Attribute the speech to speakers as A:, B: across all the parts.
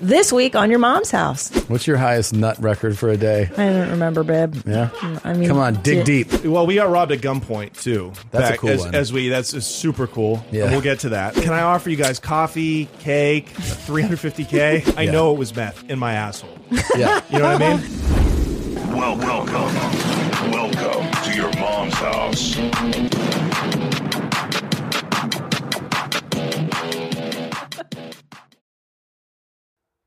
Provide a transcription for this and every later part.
A: This week on your mom's house.
B: What's your highest nut record for a day?
A: I don't remember, babe.
B: Yeah.
A: I mean,
B: Come on, dig
A: di-
B: deep.
C: Well, we got robbed at gunpoint too.
B: That's a cool
C: as,
B: one.
C: As we, that's uh, super cool.
B: Yeah.
C: And we'll get to that. Can I offer you guys coffee, cake, 350k? I
B: Yeah.
C: know it was meth in my asshole. You
B: Yeah.
C: know what I mean?
D: Welcome, welcome, welcome to your mom's house.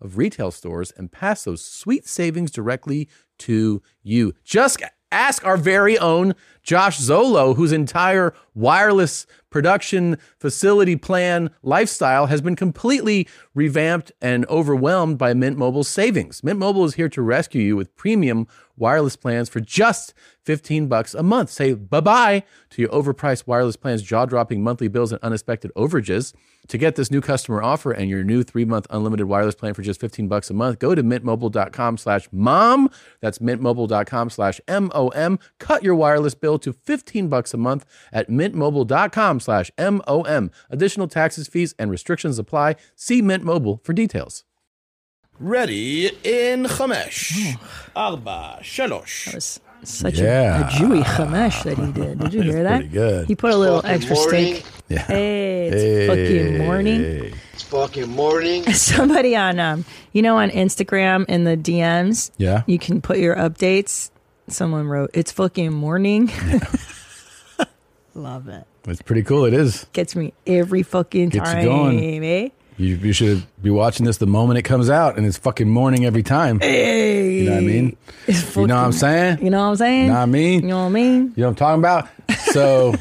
B: of retail stores and pass those sweet savings directly to you. Just ask our very own Josh Zolo, whose entire wireless production facility plan lifestyle has been completely revamped and overwhelmed by Mint Mobile's savings. Mint Mobile is here to rescue you with premium wireless plans for just 15 bucks a month. Say bye-bye to your overpriced wireless plans, jaw-dropping monthly bills and unexpected overages. To get this new customer offer and your new 3-month unlimited wireless plan for just 15 bucks a month, go to mintmobile.com/mom. slash mom. That's mintmobile.com/mom. slash M-O-M. Cut your wireless bill to 15 bucks a month at mintmobile.com/mom. slash M-O-M. Additional taxes, fees and restrictions apply. See Mint Mobile for details.
E: Ready in Chamesh. Arba, Shalosh.
A: was such
B: Yeah.
A: a, a Jewy chamesh that he did. Did you hear that?
B: pretty good.
A: He put a little extra steak.
B: Yeah.
A: Hey, it's fucking morning.
F: fucking morning.
A: Somebody on, um, you know, on Instagram in the DMs,
B: Yeah.
A: you can put your updates. Someone wrote, "It's fucking morning." Love it.
B: It's pretty cool. It is.
A: Gets me every fucking
B: Gets
A: time.
B: you going.
A: eh?
B: You, you should be watching this the moment it comes out, and it's fucking morning every time. You know what I mean?
A: It's
B: You know what I'm
A: fucking-
B: saying?
A: You know what I'm saying?
B: Know what I mean?
A: You know what I mean?
B: You know what I'm talking about? So,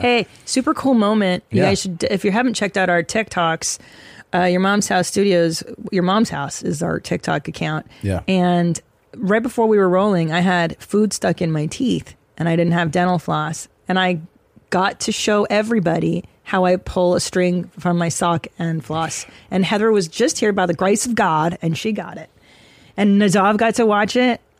A: Hey, super cool moment. You
B: Yeah.
A: guys should, if you haven't checked out our TikToks, uh, your mom's house studios, your mom's house is our TikTok account.
B: Yeah.
A: And right before we were rolling, I had food stuck in my teeth and I didn't have dental floss. And I got to show everybody how I pull a string from my sock and floss. And Heather was just here by the grace of God and she got it. And Nadav got to watch it.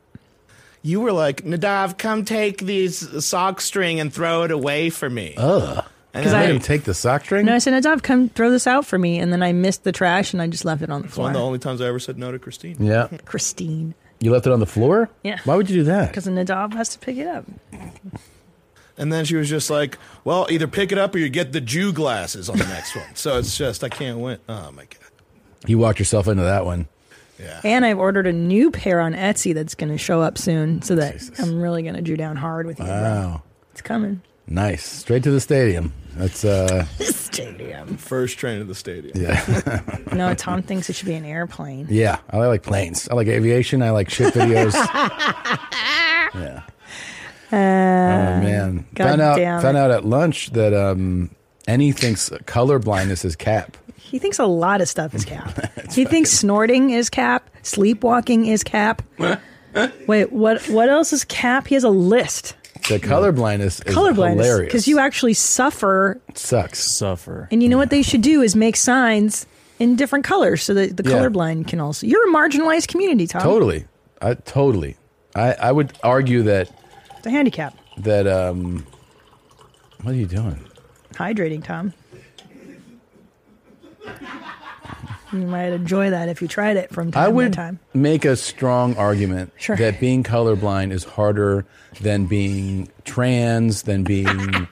E: You were like, Nadav, come take these sock string and throw it away for me.
B: ugh.
E: And
B: Can
E: then
B: I
A: I-
B: him take the sock string?
A: And I said, Nadav, come throw this out for me. And then I missed the trash and I just left it on the
E: It's one
A: floor.
E: of the only times I ever said no to Christine.
B: yeah.
A: Christine.
B: You left it on the floor?
A: Yeah.
B: Why would you do that?
A: Because Nadav has to pick it up.
E: And then she was just like, well, either pick it up or you get the Jew glasses on the next one. So it's just, I can't win. Oh, my God.
B: You walked yourself into that one.
A: And I've ordered a new pair on Etsy that's going to show up soon so that I'm really going to do down hard with you. bro.
B: Wow.
A: It's coming.
B: Oh, Nice. Straight to the stadium. That's, uh,
A: Stadium.
E: First train to the stadium.
B: yeah.
A: No, Tom thinks it should be an airplane.
B: yeah. I like planes. I like aviation. I like shit videos. yeah. Oh man!
A: God
B: found out
A: damn
B: found
A: Uh, it.
B: out at lunch that um, Annie thinks color blindness is cap.
A: He thinks a lot of stuff is cap. he thinks snorting is cap. Sleepwalking is cap. Wait, what? What else is cap? He has a list.
B: The color blindness is
A: Colorblind,
B: hilarious
A: because you actually suffer.
B: It sucks.
G: Suffer.
A: And you know what they should do is make signs in different colors so that the
B: Yeah.
A: colorblind can also. You're a marginalized community, Tom.
B: Totally, I totally. I I would argue that
A: It's a handicap.
B: that um, what are you doing?
A: hydrating, Tom. You might enjoy that if you tried it from time
B: I would
A: to time.
B: make a strong argument
A: Sure.
B: that being colorblind is harder than being trans, than being um,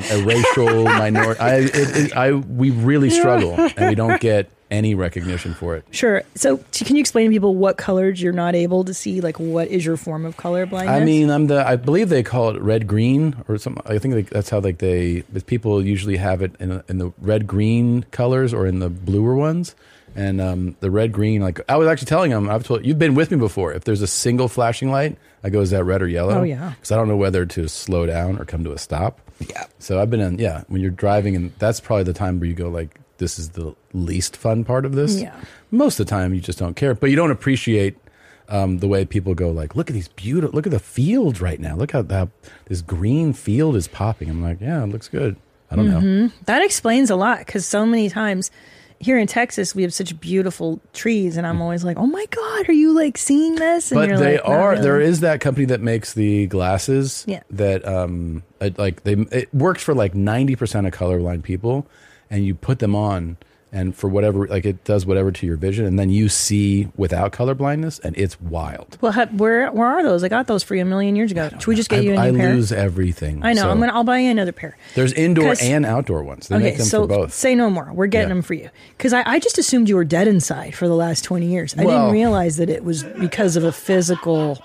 B: a racial minority. I, it, it, I, we really struggle, and we don't get any recognition for it.
A: Sure. So, t- can you explain to people what colors you're not able to see? Like, what is your form of color blindness?
B: I mean, I'm the. I believe they call it red green or something. I think like, that's how like they but people usually have it in, in the red green colors or in the bluer ones. And um, the red green, like I was actually telling them, I've told you've been with me before. If there's a single flashing light, I go, is that red or yellow?
A: Oh, yeah.
B: because I don't know whether to slow down or come to a stop. Yeah. So I've been in. Yeah, when you're driving, and that's probably the time where you go like, this is the least fun part of this.
A: Yeah.
B: Most of the time, you just don't care, but you don't appreciate um, the way people go like, look at these beautiful, look at the field right now. Look how that this green field is popping. I'm like, yeah, it looks good. I don't know.
A: That explains a lot because so many times here in Texas we have such beautiful trees, and I'm always like, "Oh my god, are you like seeing this?" And
B: But
A: you're
B: they
A: like, "Not
B: are.
A: really."
B: There is that company that makes the glasses.
A: Yeah.
B: That um, it, like they it works for like ninety percent of colorblind people, and you put them on, and for whatever like it does whatever to your vision, and then you see without colorblindness, and it's wild.
A: Well, ha- where where are those? I got those for you a million years ago. Should we just get
B: I,
A: you a new
B: I
A: pair?
B: lose everything.
A: I know.
B: so-
A: I'm gonna. I'll buy you another pair.
B: There's indoor
A: 'Cause-
B: and outdoor ones. They make them
A: so
B: for both.
A: say no more. We're getting
B: Yeah.
A: them for you because I, I just assumed you were dead inside for the last twenty years. I
B: Well-
A: didn't realize that it was because of a physical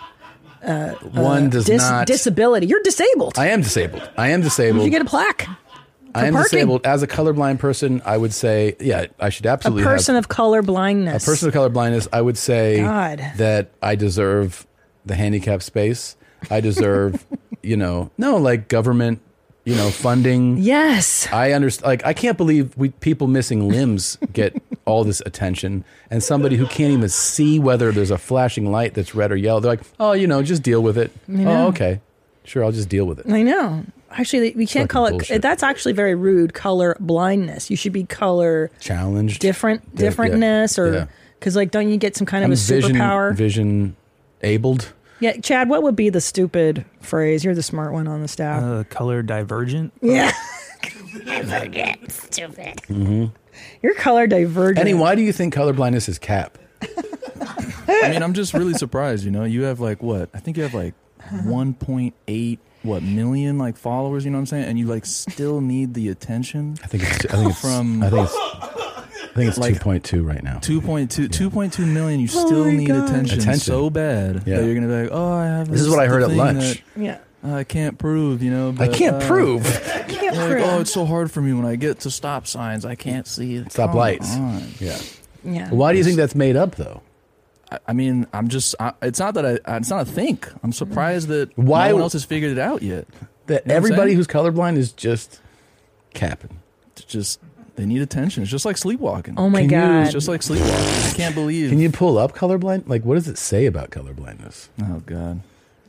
B: One does
A: uh, dis-
B: not.
A: disability. You're disabled.
B: I am disabled. I am disabled.
A: you get a plaque.
B: I am
A: parking.
B: disabled as a colorblind person. I would say, yeah, I should
A: A
B: absolutely
A: person
B: have,
A: of color blindness.
B: a person of color blindness. I would say
A: God.
B: that I deserve the handicap space. I deserve, you know, no like government, you know, funding.
A: Yes.
B: I understand. Like, I can't believe we people missing limbs get all this attention, and somebody who can't even see whether there's a flashing light that's red or yellow. They're like, "Oh, you know, just deal with it." Oh, okay, sure, I'll just deal with it.
A: I know. Actually, we can't
B: Fucking
A: call it.
B: bullshit.
A: That's actually very rude. Color blindness. You should be color
B: Challenge
A: different, differentness,
B: yeah.
A: or because like, don't you get some kind of a
B: vision,
A: superpower?
B: vision abled.
A: yeah, Chad. What would be the stupid phrase? You're the smart one on the staff.
G: Uh, color divergent.
A: yeah,
H: Stupid.
A: you're color divergent.
B: Annie, why do you think colorblindness is cap?
I: I mean, I'm just really surprised. You know, you have like what? I think you have like 1.8 what million like followers. You know what I'm saying? And you like still need the attention.
B: I think it's. I think it's.
I: From-
B: I think it's. I think it's
I: Like-
B: two point two right now.
I: 2.2, 2.2 million. You still need attention,
B: Attention.
I: so bad
B: Yeah.
I: that you're gonna be like, oh, I have. This,
B: This is what I heard at
I: thing
B: lunch.
A: Yeah,
I: that I can't prove. You know,
B: I
I: but,
B: can't
I: uh,
B: prove.
A: can't
I: Like,
A: prove.
I: oh, it's so hard for me when I get to stop signs. I can't see. it."
B: Stop
I: Come
B: lights.
I: on.
B: Yeah.
A: yeah.
B: Why do you think that's made up though?
I: I, I mean, I'm just. I, it's not that I. I- It's not a think. I'm surprised that
B: Why
I: no
B: w-
I: one else has figured it out yet.
B: That
I: You know what I'm
B: everybody
I: saying?
B: who's colorblind is just capping.
I: It's just they need attention. It's just like sleepwalking.
A: Oh my
B: Can you-
A: god.
I: It's just like sleepwalking. I can't believe.
B: Can you pull up colorblind? Like, what does it say about colorblindness?
I: oh god.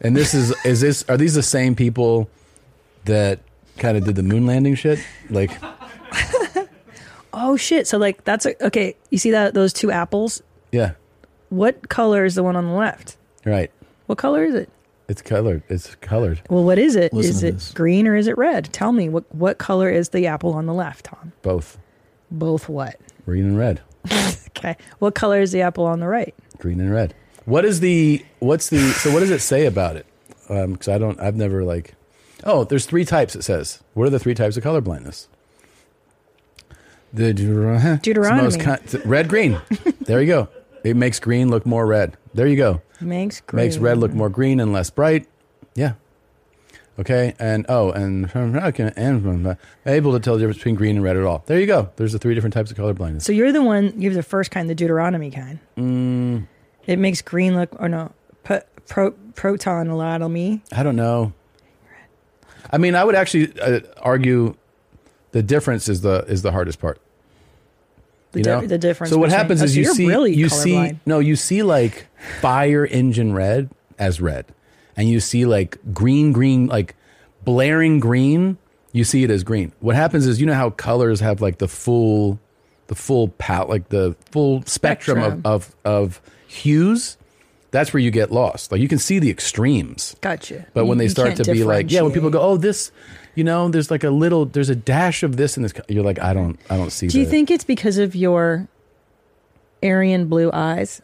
B: And this is is this are these the same people that kind of did the moon landing shit? Like,
A: oh shit. So like, that's a, okay. You see that those two apples?
B: yeah,
A: What color is the one on the left?
B: right.
A: What color is it?
B: It's colored. It's colored.
A: Well, what is it? Is
I: Listen to
A: it
I: this.
A: green or is it red? Tell me what what color is the apple on the left, Tom?
B: Both
A: Both what?
B: green and red.
A: Okay. What color is the apple on the right?
B: Green and red. What is the what's the so what does it say about it? Because I don't. I've never like. Oh, there's three types. It says. What are the three types of colorblindness? The Deuteron-
A: Deuteronomy.
B: it's the most con- red green. there you go. It makes green look more red. There you go.
A: Makes green.
B: makes red look more green and less bright. Yeah. Okay. And oh, and and able to tell the difference between green and red at all. There you go. There's the three different types of color blindness.
A: So you're the one. You're the first kind, the Deuteronomy kind. Mm. It makes green look or no p- pro, proton a lot on me.
B: I don't know. I mean, I would actually uh, argue the difference is the is the hardest part.
A: The,
B: you
A: di-
B: know?
A: the difference.
B: So what
A: between-
B: happens
A: oh,
B: is
A: so
B: you
A: you're
B: see
A: really
B: you see
A: colorblind.
B: no you see like fire engine red as red, and you see like green green like blaring green. You see it as green. What happens is you know how colors have like the full the full pat like the full spectrum,
A: Spectrum.
B: Of, of of hues. That's where you get lost. Like you can see the extremes.
A: Gotcha.
B: But when
A: You-
B: they
A: you
B: start to
A: can't
B: be like, yeah, when people
A: differentiate.
B: go, oh, this, you know, there's like a little, there's a dash of this in this. co-" You're like, I don't, I don't see.
A: Do you
B: the-
A: think it's because of your Aryan blue eyes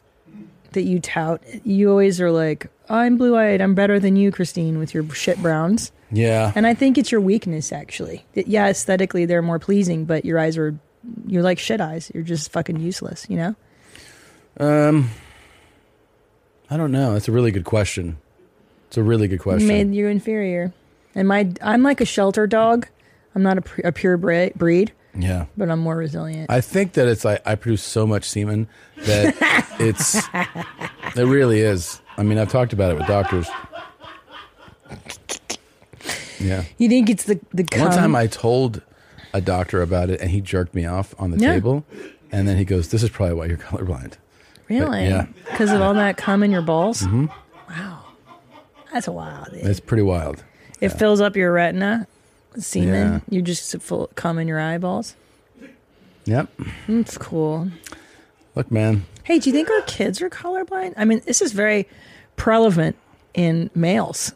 A: that you tout? You always are like, I'm blue eyed. I'm better than you, Christine, with your shit browns.
B: Yeah.
A: And I think it's your weakness, actually. That- Yeah, aesthetically, they're more pleasing, but your eyes are, you're like shit eyes. You're just fucking useless, you know?
B: I don't know. That's a really good question. It's a really good question.
A: Made you inferior. And my, I'm like a shelter dog. I'm not a, pr- a pure bre- breed,
B: yeah.
A: but I'm more resilient.
B: I think that it's like I produce so much semen that it's it really is. I mean, I've talked about it with doctors. Yeah.
A: you think it's the the cum?
B: One time I told a doctor about it, and he jerked me off on the
A: Yeah.
B: table. And then he goes, "This is probably why you're colorblind."
A: Really?
B: yeah. Mm-hmm.
A: Because of all that cum in your balls? Wow. That's wild. It,
B: It's pretty wild.
A: it fills up your retina, semen.
B: Yeah.
A: You just full cum in your eyeballs.
B: Yep.
A: It's cool.
B: Look, man.
A: Hey, do you think our kids are colorblind? I mean, this is very prevalent in males.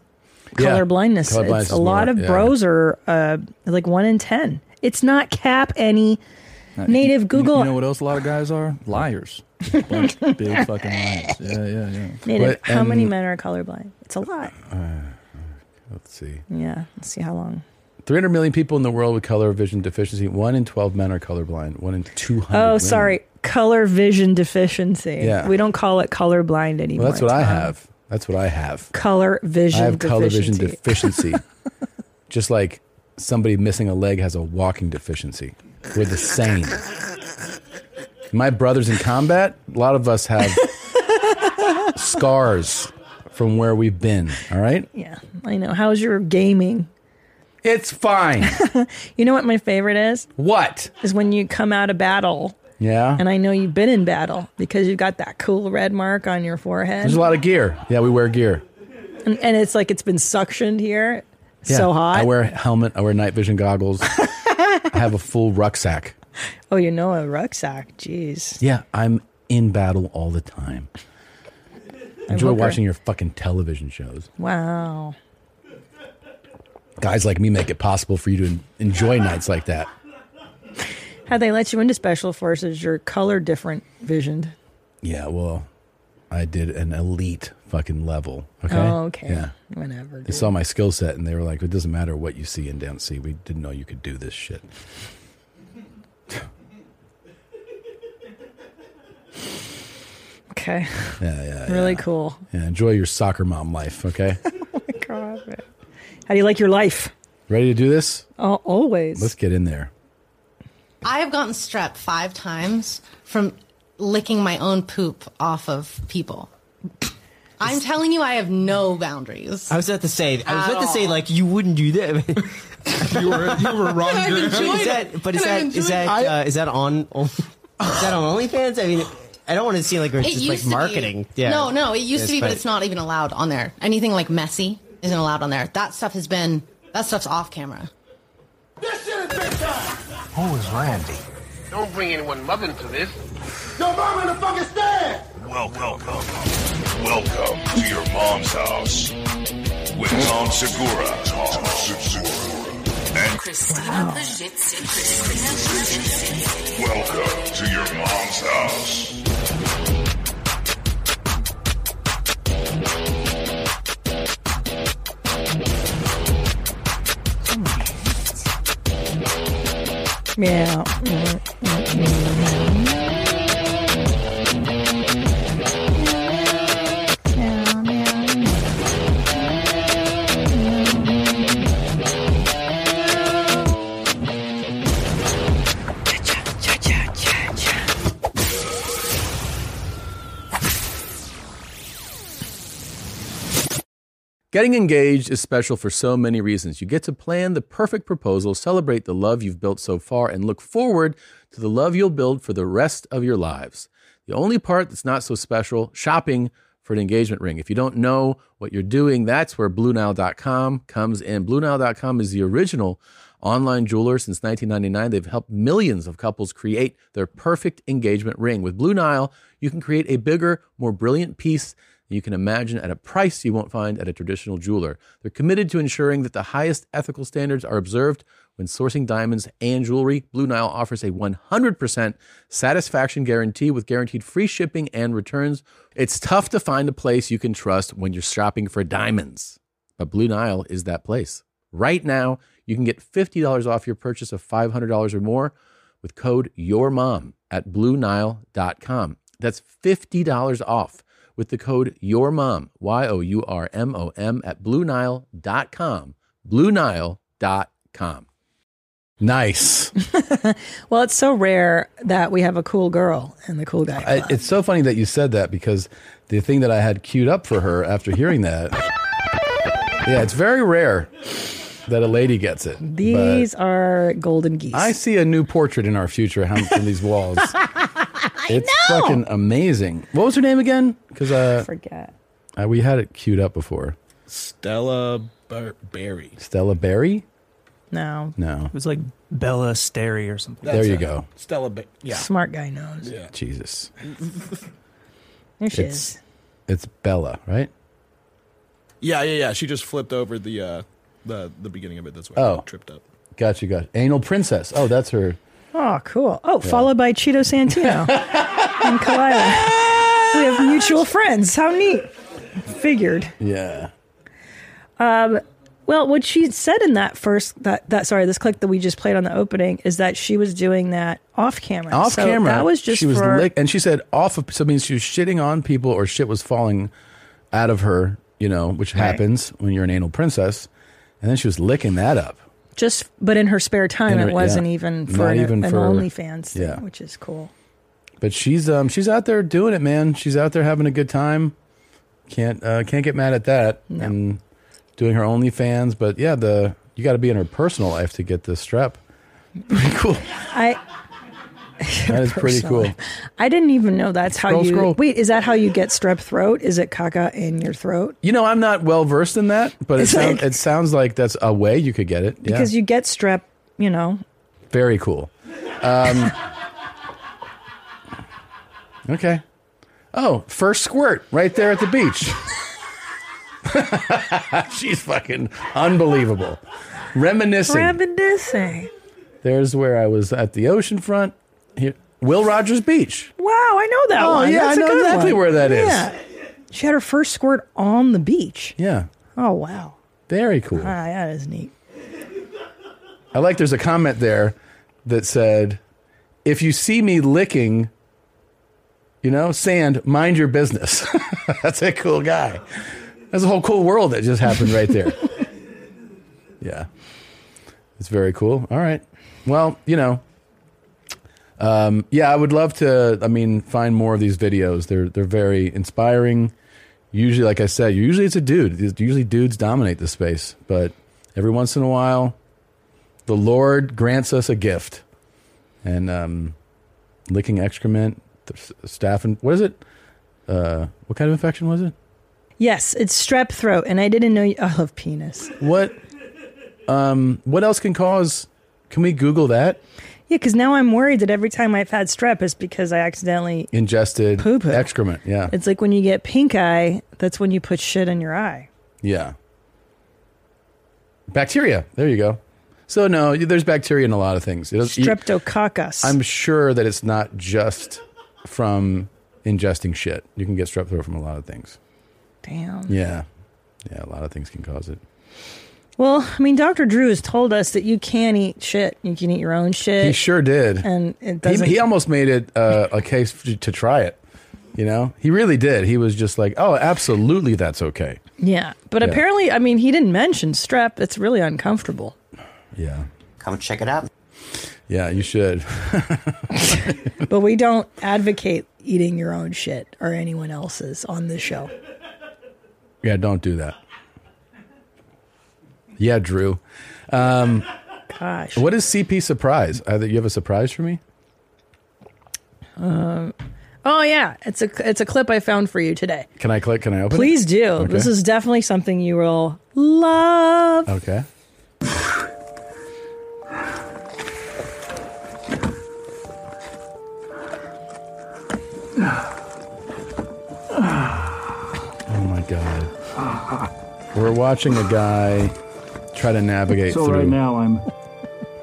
B: Yeah.
A: Colorblindness.
B: Colorblindness
A: it's
B: is
A: a lot
B: more-
A: of
B: yeah.
A: bros are uh, like one in ten. It's not cap any native
I: You-
A: Google
I: You know what else a lot of guys are? Liars. Just a bunch of big fucking liars. Yeah, yeah, yeah.
A: native.
B: But,
A: how many
B: and-
A: men are colorblind? It's a lot.
B: Let's see.
A: Yeah. Let's see how long.
B: 300 million people in the world with color vision deficiency. One in 12 men are colorblind. One in 200.
A: Oh,
B: women.
A: sorry. Color vision deficiency.
B: Yeah.
A: We don't call it colorblind anymore.
B: Well, that's what I
A: It's called
B: have. That's what I have.
A: Color
B: I
A: vision
B: have color vision
A: deficiency.
B: deficiency. Just like somebody missing a leg has a walking deficiency. We're the same. My brothers in combat, a lot of us have scars from where we've been. All right?
A: yeah. I know. How's your gaming?
B: It's fine.
A: You know what my favorite is?
B: what?
A: Is when you come out of battle
B: Yeah.
A: and I know you've been in battle because you've got that cool red mark on your forehead.
B: There's a lot of gear. Yeah, we wear gear.
A: and, and it's like it's been suctioned here.
B: Yeah.
A: So hot.
B: I wear a helmet. I wear night vision goggles. I have a full rucksack.
A: oh, you know a rucksack. Jeez.
B: Yeah, I'm in battle all the time. Enjoy
A: hooker.
B: watching your fucking television shows.
A: Wow.
B: Guys like me make it possible for you to en- enjoy nights like that.
A: How they let you into special forces, you're color different visioned.
B: Yeah, well, I did an elite fucking level. Okay.
A: Oh, okay.
B: Yeah.
A: Whatever.
B: They saw my skill set and they were like, it doesn't matter what you see in down C. We didn't know you could do this shit.
A: Okay.
B: Yeah, yeah. yeah.
A: Really cool.
B: Yeah, enjoy your soccer mom life, okay?
A: Carpet. How do you like your life?
B: Ready to do this?
A: Oh, always.
B: Let's get in there.
G: I have gotten strep five times from licking my own poop off of people. I'm telling you, I have no boundaries.
H: I was about to say, I was about to say, like you wouldn't do that.
E: You were, you were wrong.
G: I've
E: dude.
H: is
G: enjoyed it.
H: that, but is
G: And I've
H: that is
G: enjoyed
H: that
G: it.
H: uh, is that on is that on OnlyFans? I mean, I don't want to seem like we're
G: It
H: just
G: used
H: like
G: to
H: marketing.
G: Be.
H: Yeah,
G: No, no, it used to
H: Yes,
G: be, but it's not even allowed on there. Anything like messy isn't allowed on there. That stuff has been. That stuff's off camera.
J: Who is Randy?
K: Don't bring anyone mother into this.
D: Welcome. Welcome to your mom's house with Tom Segura. Tom Segura. And
A: Wow.
D: welcome to your mom's house.
A: Yeah.
B: Getting engaged is special for so many reasons. You get to plan the perfect proposal, celebrate the love you've built so far, and look forward to the love you'll build for the rest of your lives. The only part that's not so special shopping for an engagement ring. If you don't know what you're doing, that's where BlueNile.com comes in. BlueNile.com is the original online jeweler since 1999. They've helped millions of couples create their perfect engagement ring. With Blue Nile, you can create a bigger, more brilliant piece you can imagine at a price you won't find at a traditional jeweler. They're committed to ensuring that the highest ethical standards are observed when sourcing diamonds and jewelry. Blue Nile offers a 100% satisfaction guarantee with guaranteed free shipping and returns. It's tough to find a place you can trust when you're shopping for diamonds, but Blue Nile is that place. Right now, you can get $50 off your purchase of $500 or more with code YourMom at BlueNile.com. That's $50 off with the code YourMom, Y O U R M O M, at BlueNile.com. BlueNile.com. Nice.
A: Well, it's so rare that we have a cool girl and the cool guy.
B: I, it's so funny that you said that because the thing that I had queued up for her after hearing that. Yeah, it's very rare that a lady gets it. But-
A: These are golden geese.
B: I see a new portrait in our future hung from these walls. it's fucking amazing. What was her name again? Because uh,
A: forget.
B: uh, we had it queued up before.
E: Stella Bar- Barry.
B: Stella Berry?
A: No.
B: No.
J: It was like Bella Stary or something.
B: There you go.
E: Stella Barry. Yeah.
A: Smart guy knows.
E: Yeah.
B: Jesus.
A: There she
B: It's-
A: is.
B: It's Bella, right?
E: Yeah, yeah, yeah. She just flipped over the uh, the the beginning of it. That's why I
B: Oh.
E: tripped up.
B: Gotcha, gotcha. Anal Princess. Oh, that's her.
A: Oh, cool. Oh,
B: Yeah.
A: followed by Cheeto Santino and Kalila. We have mutual friends. How neat. Figured.
B: Yeah.
A: Um, well, what she said in that first that that sorry, this clip that we just played on the opening is that she was doing that off camera.
B: Off
A: So
B: camera.
A: That was just
B: she was
A: for
B: lick- and she said off of so it means she was shitting on people or shit was falling out of her, you know, which
A: Right.
B: happens when you're an anal princess. And then she was licking that up.
A: just, but in her spare time,
B: In her-
A: it wasn't
B: yeah.
A: even for
B: Not
A: an,
B: even
A: an
B: for-
A: OnlyFans thing,
B: yeah.
A: which is cool.
B: But she's um she's out there doing it, man. She's out there having a good time. Can't uh, can't get mad at that. And doing her OnlyFans, but yeah, the you got to be in her personal life to get this strep.
A: I
B: That is pretty
A: Personal
B: cool.
A: life. I didn't even know that's how
B: Scroll,
A: you
B: scroll.
A: wait. Is that how you get strep throat? Is it caca in your throat?
B: You know, I'm not well versed in that, but it
A: It's like-
B: sounds it sounds like that's a way you could get it. Yeah.
A: Because you get strep, you know.
B: Very cool. Um, okay. Oh, first squirt right there at the beach. She's fucking unbelievable. Reminiscing.
A: Reminiscing.
B: There's where I was at the ocean front. Here, Will Rogers Beach.
A: Wow, I know that
B: Oh,
A: one.
B: yeah,
A: That's
B: I
A: a
B: know
A: good
B: exactly
A: one.
B: where that is.
A: Yeah. She had her first squirt on the beach.
B: Yeah.
A: Oh wow.
B: Very cool.
A: Ah, that is neat.
B: I like there's a comment there that said, if you see me licking, you know, sand, mind your business. That's a cool guy. That's a whole cool world that just happened right there. yeah. It's very cool. All right. Well, you know, um, yeah, I would love to, I mean, find more of these videos. They're, they're very inspiring. Usually, like I said, usually it's a dude. These- Usually dudes dominate the space, but every once in a while, the Lord grants us a gift. And um, licking excrement, the s- staff, and what is it? Uh, what kind of infection was it?
A: Yes, it's strep throat, and I didn't know. You, I love penis.
B: What? Um, what else can cause? Can we Google that?
A: Yeah, because now I'm worried that every time I've had strep is because I accidentally.
B: Ingested excrement. Yeah,
A: It's like when you get pink eye. That's when you put shit in your eye.
B: yeah. Bacteria. There you go. So no, there's bacteria in a lot of things. It does- you-
A: Streptococcus.
B: I'm sure that it's not just from ingesting shit. You can get strep throat from a lot of things.
A: Damn.
B: Yeah. Yeah, a lot of things can cause it.
A: Well, I mean, Dr. Drew has told us that you can eat shit. You can eat your own shit.
B: He sure did.
A: And it
B: He,
A: doesn't.
B: he almost made it uh, a case f- to try it. You know, he really did. He was just like, oh, absolutely, that's okay.
A: yeah. But
B: Yeah.
A: apparently, I mean, he didn't mention strep. It's really uncomfortable.
B: Yeah.
H: Come check it out.
B: Yeah, you should.
A: but we don't advocate eating your own shit or anyone else's on this show.
B: Yeah, don't do that. Yeah, Drew. Um,
A: Gosh.
B: What is CP surprise? Either you have a surprise for me?
A: Um, oh yeah, it's a it's a clip I found for you today.
B: Can I click? Can I open
A: Please
B: it?
A: do.
B: Okay.
A: This is definitely something you will love.
B: Okay. Oh my god. We're watching a guy try to navigate
L: So
B: through
L: right now I'm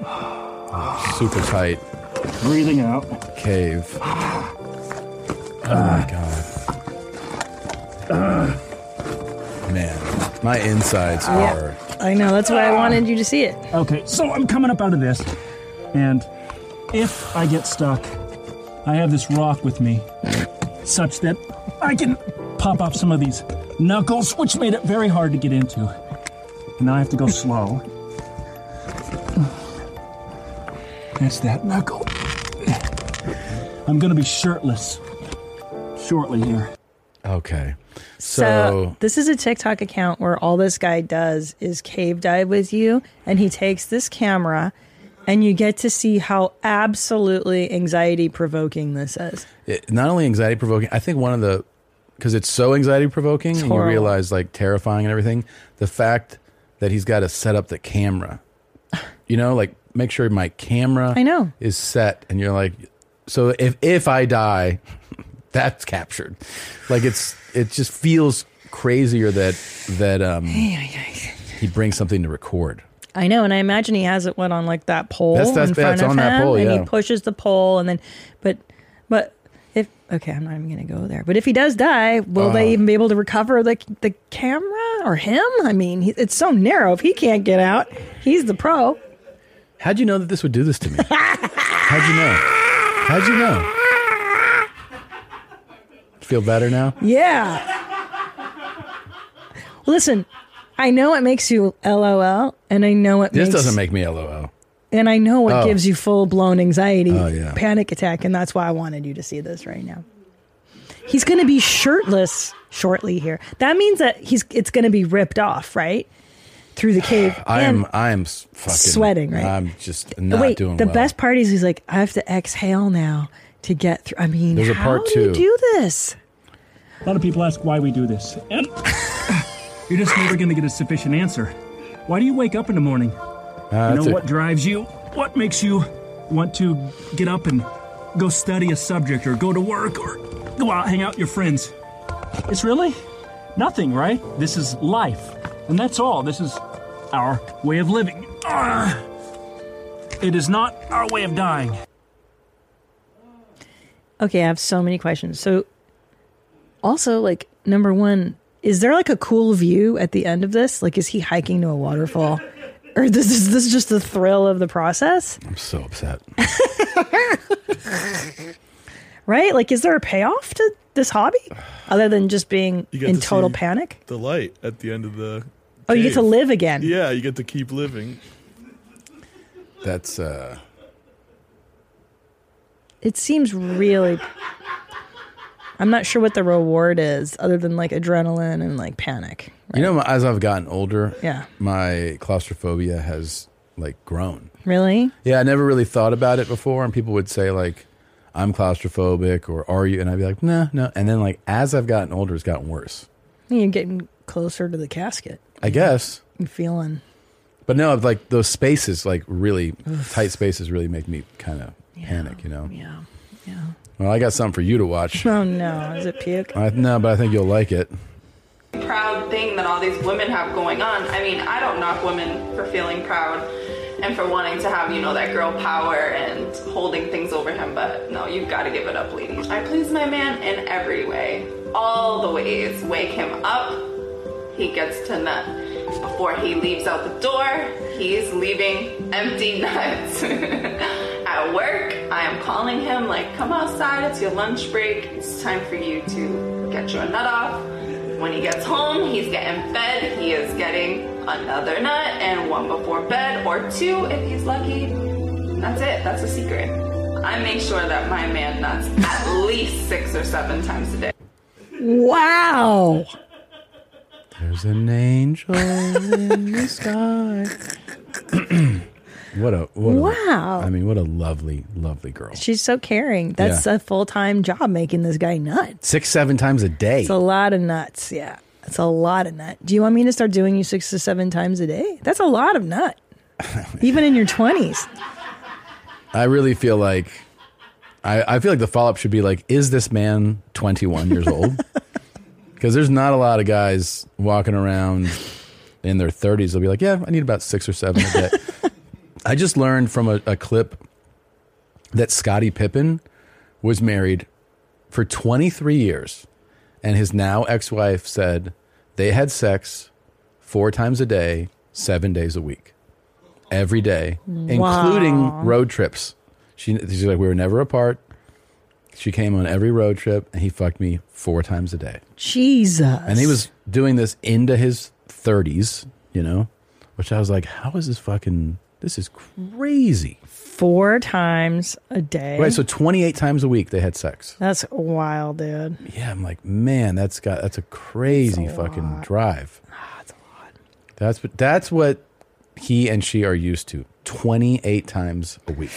B: a super tight
L: breathing out.
B: cave. Oh my god. Man, my insides are
A: I know. That's why I wanted you to see it.
L: Okay, so I'm coming up out of this, and if I get stuck, I have this rock with me, such that I can pop off some of these knuckles, which made it very hard to get into. And now I have to go slow. That's that knuckle. I'm gonna be shirtless shortly here.
B: Okay.
A: So, this is a TikTok account where all this guy does is cave dive with you, and he takes this camera, and you get to see how absolutely anxiety provoking this is.
B: it, not only anxiety provoking, I think one of the because it's so anxiety provoking, and you
A: horrible.
B: realize like terrifying and everything. The fact that he's got to set up the camera, you know, like make sure my camera
A: I know.
B: is set, and you're like, so if if I die, that's captured. Like it's it just feels crazier that that um he brings something to record.
A: I know, and I imagine he has it what on like that pole
B: That's- that's-
A: in front
B: that's
A: of
B: on
A: him,
B: that pole,
A: and
B: yeah.
A: he pushes the pole, and then, but, but if okay, I'm not even going to go there. But if he does die, will
B: Oh.
A: they even be able to recover the the camera or him? I mean, he, it's so narrow. If he can't get out, he's the pro.
B: How'd you know that this would do this to me? How'd you know? How'd you know? Feel better now?
A: Yeah. Listen, I know it makes you LOL, and I know it
B: This
A: makes
B: doesn't make me LOL.
A: and I know it
B: Oh.
A: gives you full blown anxiety,
B: Oh, yeah.
A: panic attack, and that's why I wanted you to see this right now. He's going to be shirtless shortly here. That means that he's it's going to be ripped off, right? Through the cave.
B: I
A: And-
B: am. I am s- fucking
A: sweating, right?
B: I'm just not
A: Wait,
B: doing
A: the
B: well.
A: best part is he's like, I have to exhale now to get through. I mean,
B: There's a
A: how
B: part
A: do you
B: two.
A: do this?
L: A lot of people ask why we do this, and you're just never going to get a sufficient answer. Why do you wake up in the morning?
B: Uh,
C: Ah,
L: you know
B: that's a-
L: what drives you? What makes you want to get up and go study a subject or go to work or go out, hang out with your friends? It's really nothing, right? This is life. And that's all. This is our way of living. Ah! It is not our way of dying.
A: Okay, I have so many questions. So, also, like, number one, is there like a cool view at the end of this? Like, is he hiking to a waterfall? Or this is this just the thrill of the process,
B: I'm so upset.
A: right? Like, is there a payoff to this hobby other than just being
E: You get
A: in
E: to
A: total
E: see
A: panic?
E: The light at the end of the.
A: Oh, you get to
E: cave.
A: live again.
E: Yeah, you get to keep living.
B: That's uh.
A: It seems really. I'm not sure what the reward is other than like adrenaline and like panic.
B: You know, as I've gotten older,
A: Yeah.
B: my claustrophobia has like grown.
A: Really?
B: Yeah, I never really thought about it before, and people would say like, "I'm claustrophobic," or "Are you?" And I'd be like, "No, no." And then like as I've gotten older, it's gotten worse.
A: You're getting closer to the casket.
B: I guess.
A: I'm feeling.
B: But no, like those spaces, like really tight spaces, really make me kind of panic. You know.
A: Yeah.
B: Well, I got something for you to watch.
A: Oh no, is it puke?
B: I, no, but I think you'll like it.
M: proud thing that all these women have going on. I mean, I don't knock women for feeling proud and for wanting to have, you know, that girl power and holding things over him, but no, you've got to give it up, ladies. I please my man in every way, all the ways. Wake him up, he gets to nut. Before he leaves out the door, he's leaving empty nuts. At work, I am calling him, like, come outside, it's your lunch break, it's time for you to get your nut off. When he gets home, he's getting fed, he is getting another nut and one before bed, or two if he's lucky. That's it, that's a secret. I make sure that my man nuts at least six or seven times a day.
A: Wow.
B: There's an angel in the sky. what a what
A: Wow.
B: A, I mean, what a lovely, lovely girl.
A: She's so caring. That's
B: Yeah.
A: a full time job making this guy nut.
B: Six, seven times a day.
A: It's a lot of nuts. Yeah. That's a lot of nut. Do you want me to start doing you six to seven times a day? That's a lot of nut. Even in your 20s.
B: I really feel like I, I feel like the follow up should be like, is this man 21 years old? Because there's not a lot of guys walking around in their 30s. They'll be like, yeah, I need about six or seven a day. I just learned from a, a clip that Scottie Pippen was married for 23 years, and his now ex wife said they had sex four times a day, seven days a week, every day, including
N: Wow.
B: road trips. She, she's like, we were never apart. She came on every road trip, and he fucked me four times a day.
A: Jesus.
B: And he was doing this into his 30s, you know, which I was like, how is this fucking This is crazy.
A: Four times a day.
B: Right, so 28 times a week they had sex.
A: that's wild, dude.
B: Yeah, I'm like, man, that's got that's a crazy fucking drive. That's a lot. That's what that's what he and she are used to. 28 times a week.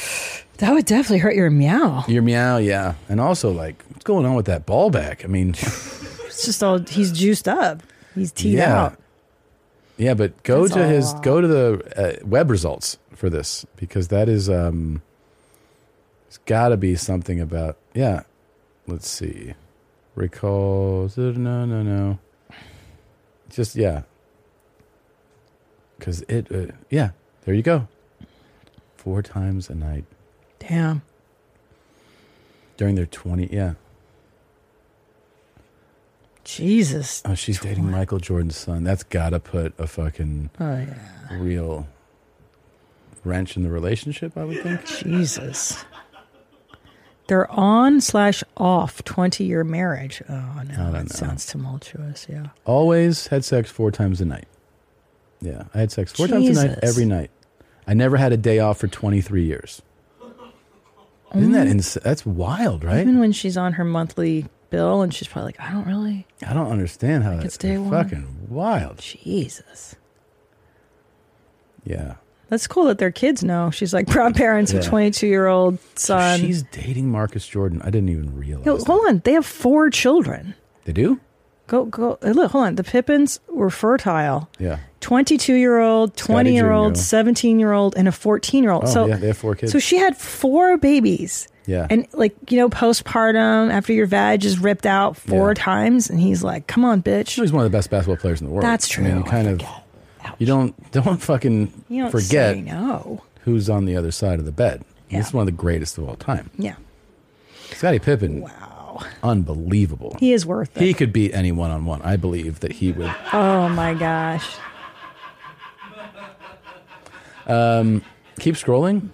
A: That would definitely hurt your meow.
B: Your meow, yeah. And also like, what's going on with that ball back? I mean,
A: It's just all he's juiced up. He's teed
B: yeah.
A: out.
B: Yeah, but go
A: That's
B: to
A: a
B: his
A: lot.
B: go to the uh, web results for this because that is um it's got to be something about yeah. Let's see. Recall no no no. Just yeah. Cuz it uh, yeah, there you go. Four times a night
A: Damn.
B: during their 20 yeah.
A: Jesus.
B: Oh, she's dating Michael Jordan's son. That's got to put a fucking
A: Oh, yeah.
B: real wrench in the relationship, I would think.
A: Jesus. They're on slash off twenty year marriage. Oh no,
B: don't
A: that
B: know.
A: sounds tumultuous. Yeah.
B: Always had sex four times a night. Yeah, I had sex four times a night
A: Jesus.
B: every night. I never had a day off for 23 years. Isn't that
A: Mm.
B: ins- that's wild, right?
A: Even when she's on her monthly bill and she's probably like, I don't really.
B: I don't understand how
A: Mm-hmm. it's
B: that's
A: day
B: fucking
A: one.
B: wild.
A: Jesus.
B: Yeah.
A: That's cool that their kids know. She's like proud parents of
B: Yeah.
A: 22 year old son.
B: She's dating Marcus Jordan. I didn't even realize.
A: Um, Yo, hold on. They have four children.
B: They do?
A: Go, go. uh, Look, hold on. The Pippins were fertile
B: Yeah.
A: 22 year old, 20 year old,
B: Jr..
A: 17 year old, and a 14 year old.
B: Oh,
A: so,
B: yeah, they have four kids.
A: So she had four babies.
B: Yeah.
A: And like, you know, postpartum, after your vag is ripped out four times, and he's like, come on, bitch.
B: He's one of the best basketball players in the world.
A: That's
B: I mean, you
A: true.
B: kind of you don't don't fucking
A: You don't
B: forget
A: say no.
B: who's on the other side of the bed. This is one of the greatest of all time.
A: Yeah.
B: Scottie Pippen. Wow. Unbelievable.
A: He is worth it.
B: He could beat any one on one. I believe that he would.
A: Oh my gosh.
B: Um, keep scrolling.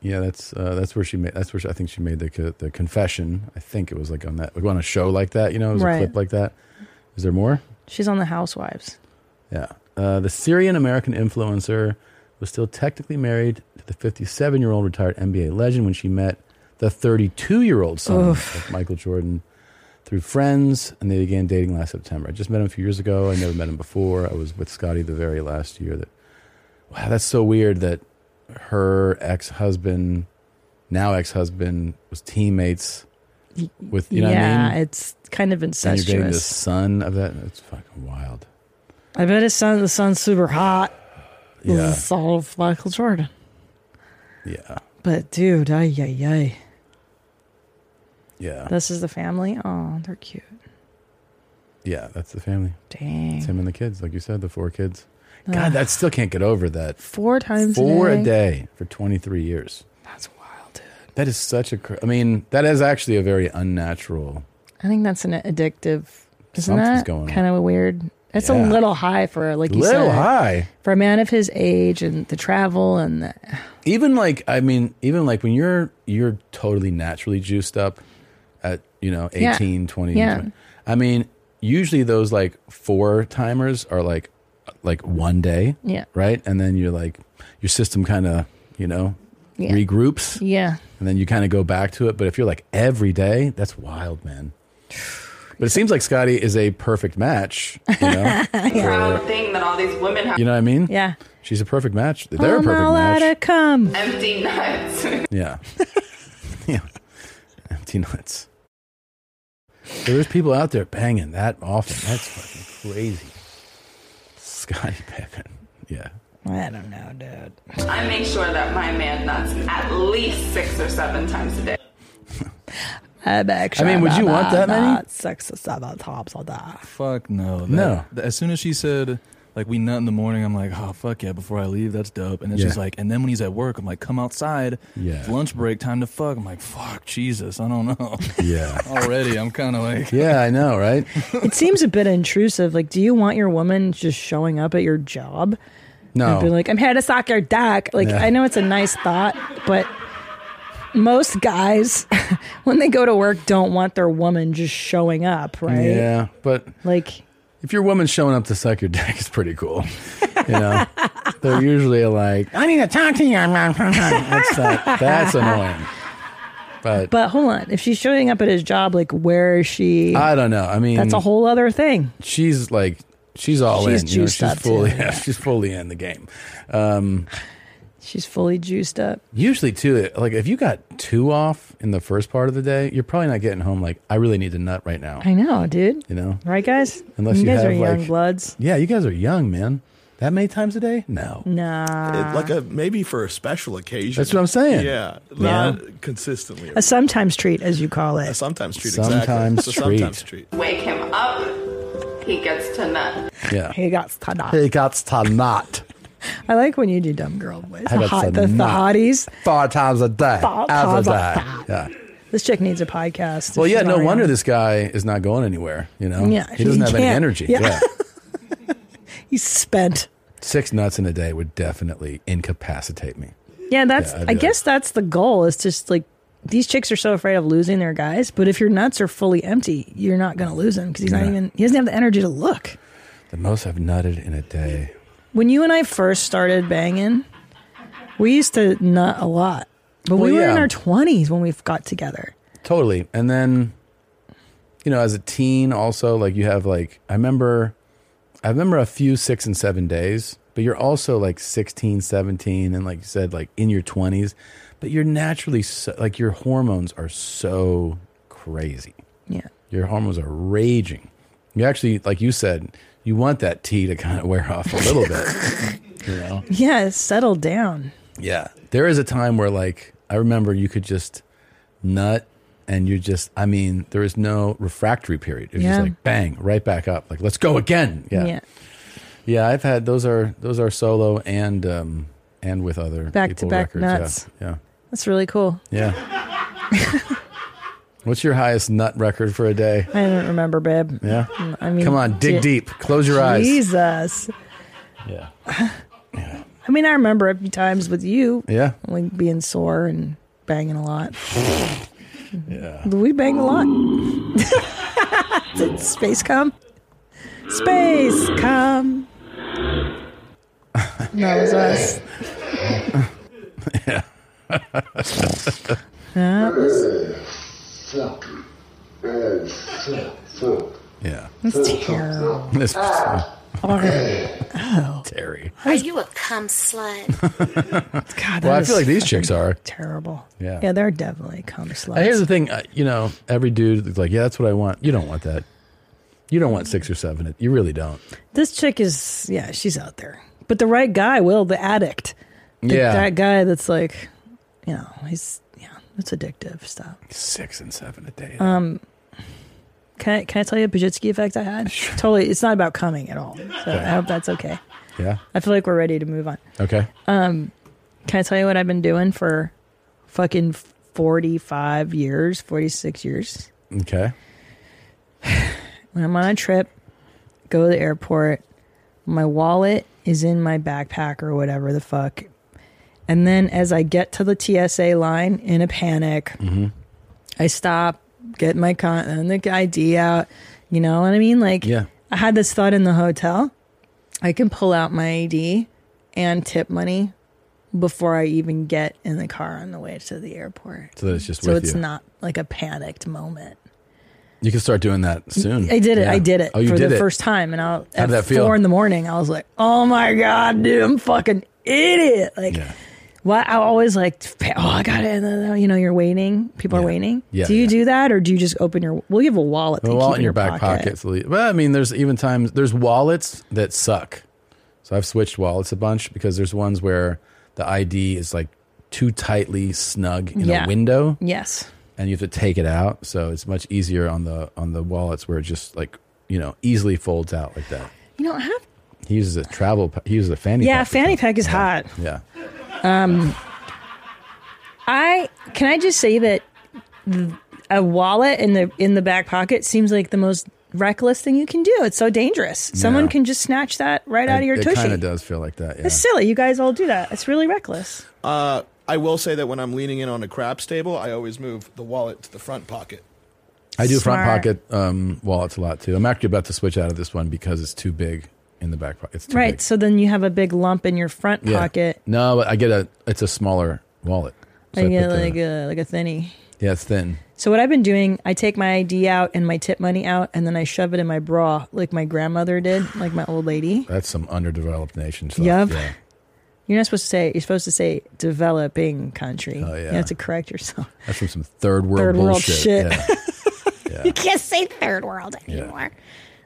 B: Yeah, that's uh, that's where she made. That's where she, I think she made the co- the confession. I think it was like on that like on a show like that. You know, it was
A: Right.
B: a clip like that. Is there more?
A: She's on The Housewives.
B: Yeah. Uh, the Syrian American influencer was still technically married to the 57 year old retired NBA legend when she met the 32 year old son
A: Oof.
B: of Michael Jordan through friends, and they began dating last September. I just met him a few years ago. I never met him before. I was with Scotty the very last year. That wow, that's so weird that her ex husband, now ex husband, was teammates with you know what
A: yeah,
B: I mean.
A: it's kind of
B: And you're dating the
A: incestuous.
B: son of that. It's fucking wild.
A: I bet his son, the son's super hot.
B: Yeah.
A: This is all of Michael Jordan.
B: Yeah.
A: But dude, ay ay ay.
B: Yeah.
A: This is the family. Oh, they're cute.
B: Yeah, that's the family.
A: Dang.
B: It's him and the kids, like you said, the four kids.
A: Ugh.
B: God, that still can't get over that.
A: Four times
B: Four
A: a
B: a
A: day.
B: day for 23 years. That's wild, dude. That is such a, cr- I mean, that is actually a very unnatural.
A: I think that's an addictive. Isn't
B: Something's
A: that
B: going on.
A: kind of a weird? It's a
B: Yeah.
A: little high for like you
B: Little
A: said,
B: high.
A: for a man of his age and the travel and the,
B: Even like, I mean, even like when you're, you're totally naturally juiced up at, you know,
A: Yeah.
B: 18, 20,
A: Yeah.
B: 20. I mean, usually those like four timers are like, like one day.
A: Yeah.
B: Right. And then you're like, your system kind of, you know,
A: Yeah.
B: regroups.
A: yeah.
B: and then you kind of go back to it. But if you're like every day, that's wild, man. But it seems like Scotty is a perfect match. You know,
M: Proud thing that all these women have.
B: you know what I mean?
A: Yeah.
B: She's a perfect match. They're a
A: I'm
B: perfect
A: all
B: match.
A: out of cum.
M: Empty nuts.
B: Yeah. yeah. Empty nuts. So there's people out there banging that often. That's fucking crazy. Scotty Pippen. Yeah.
A: I don't know, dude.
M: I make sure that my man nuts at least six or seven times a day.
A: I bet.
I: I mean, would you want that many?
A: Six or seven tops on that.
I: Fuck no. That-
A: No.
I: th- as soon as she said, like, we nut in the morning, I'm like, oh, fuck yeah, before I leave, that's dope. And then she's
B: Yeah.
I: like, and then when he's at work, I'm like, come outside.
B: Yeah.
I: It's lunch break, time to fuck. I'm like, fuck, Jesus, I don't know.
B: Yeah.
I: Already, I'm kind of like,
B: Yeah, I know, right?
A: it seems a bit intrusive. Like, do you want your woman just showing up at your job?
B: No.
A: And being like, I'm here to sock your dick. Like,
B: Oh. Yeah.
A: I know it's a nice thought, but most guys, when they go to work, don't want their woman just showing up, right?
B: Yeah. But
A: Like,
B: if your woman's showing up to suck your dick, it's pretty cool. You know, they're usually like, I need to talk to you. that's like, that's annoying. But
A: But hold on, if she's showing up at his job, like where is she?
B: I don't know. I mean,
A: That's a whole other thing.
B: She's like, she's all
A: She's
B: in. You know,
A: juiced
B: she's
A: up,
B: fully,
A: too,
B: yeah, she's fully in the game. Um,
A: She's fully juiced up.
B: usually too, it- like if you got two off in the first part of the day, you're probably not getting home. Like, I really need to nut right now.
A: I know, dude.
B: You know,
A: Right, guys?
B: Unless you
A: guys
B: have,
A: are
B: like-
A: young bloods.
B: yeah, you guys are young, man. That many times a day? No.
A: Nah.
E: It- like a maybe for a special occasion.
B: That's what I'm saying.
E: Yeah,
B: Yeah.
E: not consistently.
A: a sometimes treat, as you call it.
E: A sometimes treat.
B: Sometimes
E: exactly. It's a sometimes treat.
M: Wake him up. He gets to nut.
B: Yeah.
A: He got to not.
B: He got to not.
A: I like when you do dumb girl voice.
B: I
A: The,
B: got
A: hot,
B: to
A: the, the
B: not.
A: hotties.
B: Four times a day.
A: Four
B: Every
A: times a
B: day. Yeah.
A: This chick needs a podcast.
B: Well,
A: She's
B: yeah, no
A: not
B: wonder
A: around.
B: this guy is not going anywhere. You know,
A: um, Yeah,
B: he doesn't
A: he
B: have any
A: can't.
B: energy.
A: Yeah.
B: Yeah.
A: He's spent.
B: six nuts in a day would definitely incapacitate me.
A: Yeah, that's.
B: Yeah, I'd
A: I
B: be
A: guess that's the goal. Is just like these chicks are so afraid of losing their guys, but if your nuts are fully empty, you're not going to lose him because he's not
B: Yeah.
A: even. He doesn't have the energy to look.
B: The most I've nutted in a day.
A: When you and I first started banging, we used to nut a lot, but we
B: Well,
A: were in
B: yeah.
A: our twenties when we got together.
B: Totally. And then, you know, as a teen, also like you have like I remember, I remember a few six and seven days, but you're also like 16, 17, and like you said, like in your twenties, but you're naturally so, like your hormones are so crazy.
A: Yeah.
B: Your hormones are raging. You actually, like you said, you want that tea to kind of wear off a little bit. You know.
A: Yeah, settle down.
B: Yeah. There is a time where like I remember you could just nut and you just I mean, there is no refractory period. It's
A: Yeah.
B: just like bang, right back up. Like let's go again. Yeah. yeah. I've had those are those are solo and um and with other people
A: Back-to-back
B: records. Yeah,
A: nuts.
B: Yeah.
A: That's really cool.
B: Yeah. What's your highest nut record for a day?
A: I don't remember, babe.
B: Yeah.
A: I mean,
B: Come on,
A: di-
B: dig deep. Close your eyes.
A: Jesus.
B: Yeah.
A: I mean, I remember a few times with you,
B: Yeah.
A: like being sore and banging a lot.
B: yeah.
A: We banged a lot. Did space come? Space come. That was us.
B: yeah.
A: That was.
B: yeah.
A: That's terrible.
B: This-
A: Oh.
B: Terry.
N: Are you a cum slut?
A: God,
B: well,
A: that
B: I feel
A: is
B: like these chicks are.
A: terrible.
B: Yeah.
A: Yeah, they're definitely cum sluts.
B: Uh, Here's the thing, uh, you know, every dude is like, yeah, that's what I want. You don't want that. You don't want six or seven. You really don't.
A: This chick is, yeah, she's out there. But the right guy will, the addict. The-
B: Yeah.
A: That guy that's like, you know, he's, yeah, that's addictive stuff.
B: Six and seven a day.
A: Um, can I, can I tell you a Pajitsky effect I had? Totally. It's not about coming at all. So I hope that's okay.
B: Yeah.
A: I feel like we're ready to move on.
B: Okay.
A: Um, can I tell you what I've been doing for fucking 45 years, 46 years?
B: Okay.
A: when I'm on a trip, go to the airport, my wallet is in my backpack or whatever the fuck. And then as I get to the TSA line in a panic,
B: Mm-hmm.
A: I stop, get my con and the ID out, you know what I mean? Like
B: Yeah.
A: I had this thought in the hotel. I can pull out my ID and tip money before I even get in the car on the way to the airport.
B: So that it's just
A: so
B: with
A: it's
B: you.
A: not like a panicked moment.
B: You can start doing that soon.
A: I did it.
B: Yeah.
A: I did it
B: Oh, you
A: for
B: did
A: the
B: it.
A: first time, and I
B: How'd
A: at
B: that feel?
A: four in the morning. I was like, "Oh my god, dude, I'm fucking idiot!" Like, why? I always like, "Oh, I got it." You know, you're waiting. People are waiting.
B: Yeah,
A: do you do that, or do you just open your? Well, you have a wallet. That
B: A
A: you
B: wallet
A: keep
B: in your back pocket. So, well, I mean, there's even times there's wallets that suck. So I've switched wallets a bunch because there's ones where the ID is like too tightly snug in
A: Yeah.
B: a window.
A: Yes.
B: and you have to take it out. So it's much easier on the on the wallets where it just like you know easily folds out like that.
A: You don't have.
B: He uses a travel. pa- He uses a fanny.
A: yeah,
B: pack.
A: fanny pack is hot.
B: Yeah.
A: Um, I can I just say that th- a wallet in the in the back pocket seems like the most reckless thing you can do. It's so dangerous. Someone
B: Yeah.
A: can just snatch that right out of your
B: it,
A: tushy.
B: It kind of does feel like that. Yeah.
A: It's silly. You guys all do that. It's really reckless.
E: Uh, I will say that when I'm leaning in on a craps table, I always move the wallet to the front pocket.
B: I do front
A: Smart.
B: pocket um, wallets a lot too. I'm actually about to switch out of this one because it's too big in the back pocket. It's too
A: Right. So then you have a big lump in your front
B: big. Yeah.
A: pocket.
B: No, but I get a. It's a smaller wallet. So
A: I
B: I
A: get
B: put the-
A: like a like a thinny.
B: yeah, it's thin.
A: So what I've been doing, I take my ID out and my tip money out, and then I shove it in my bra, like my grandmother did, like my old lady.
B: That's some underdeveloped nation stuff.
A: Yup.
B: Yeah.
A: You're not supposed to say. You're supposed to say developing country.
B: Oh, yeah.
A: You have to correct yourself.
B: That's from some third world
A: Third world
B: bullshit.
A: shit.
B: Yeah. Yeah.
A: You can't say third world
B: Yeah.
A: anymore.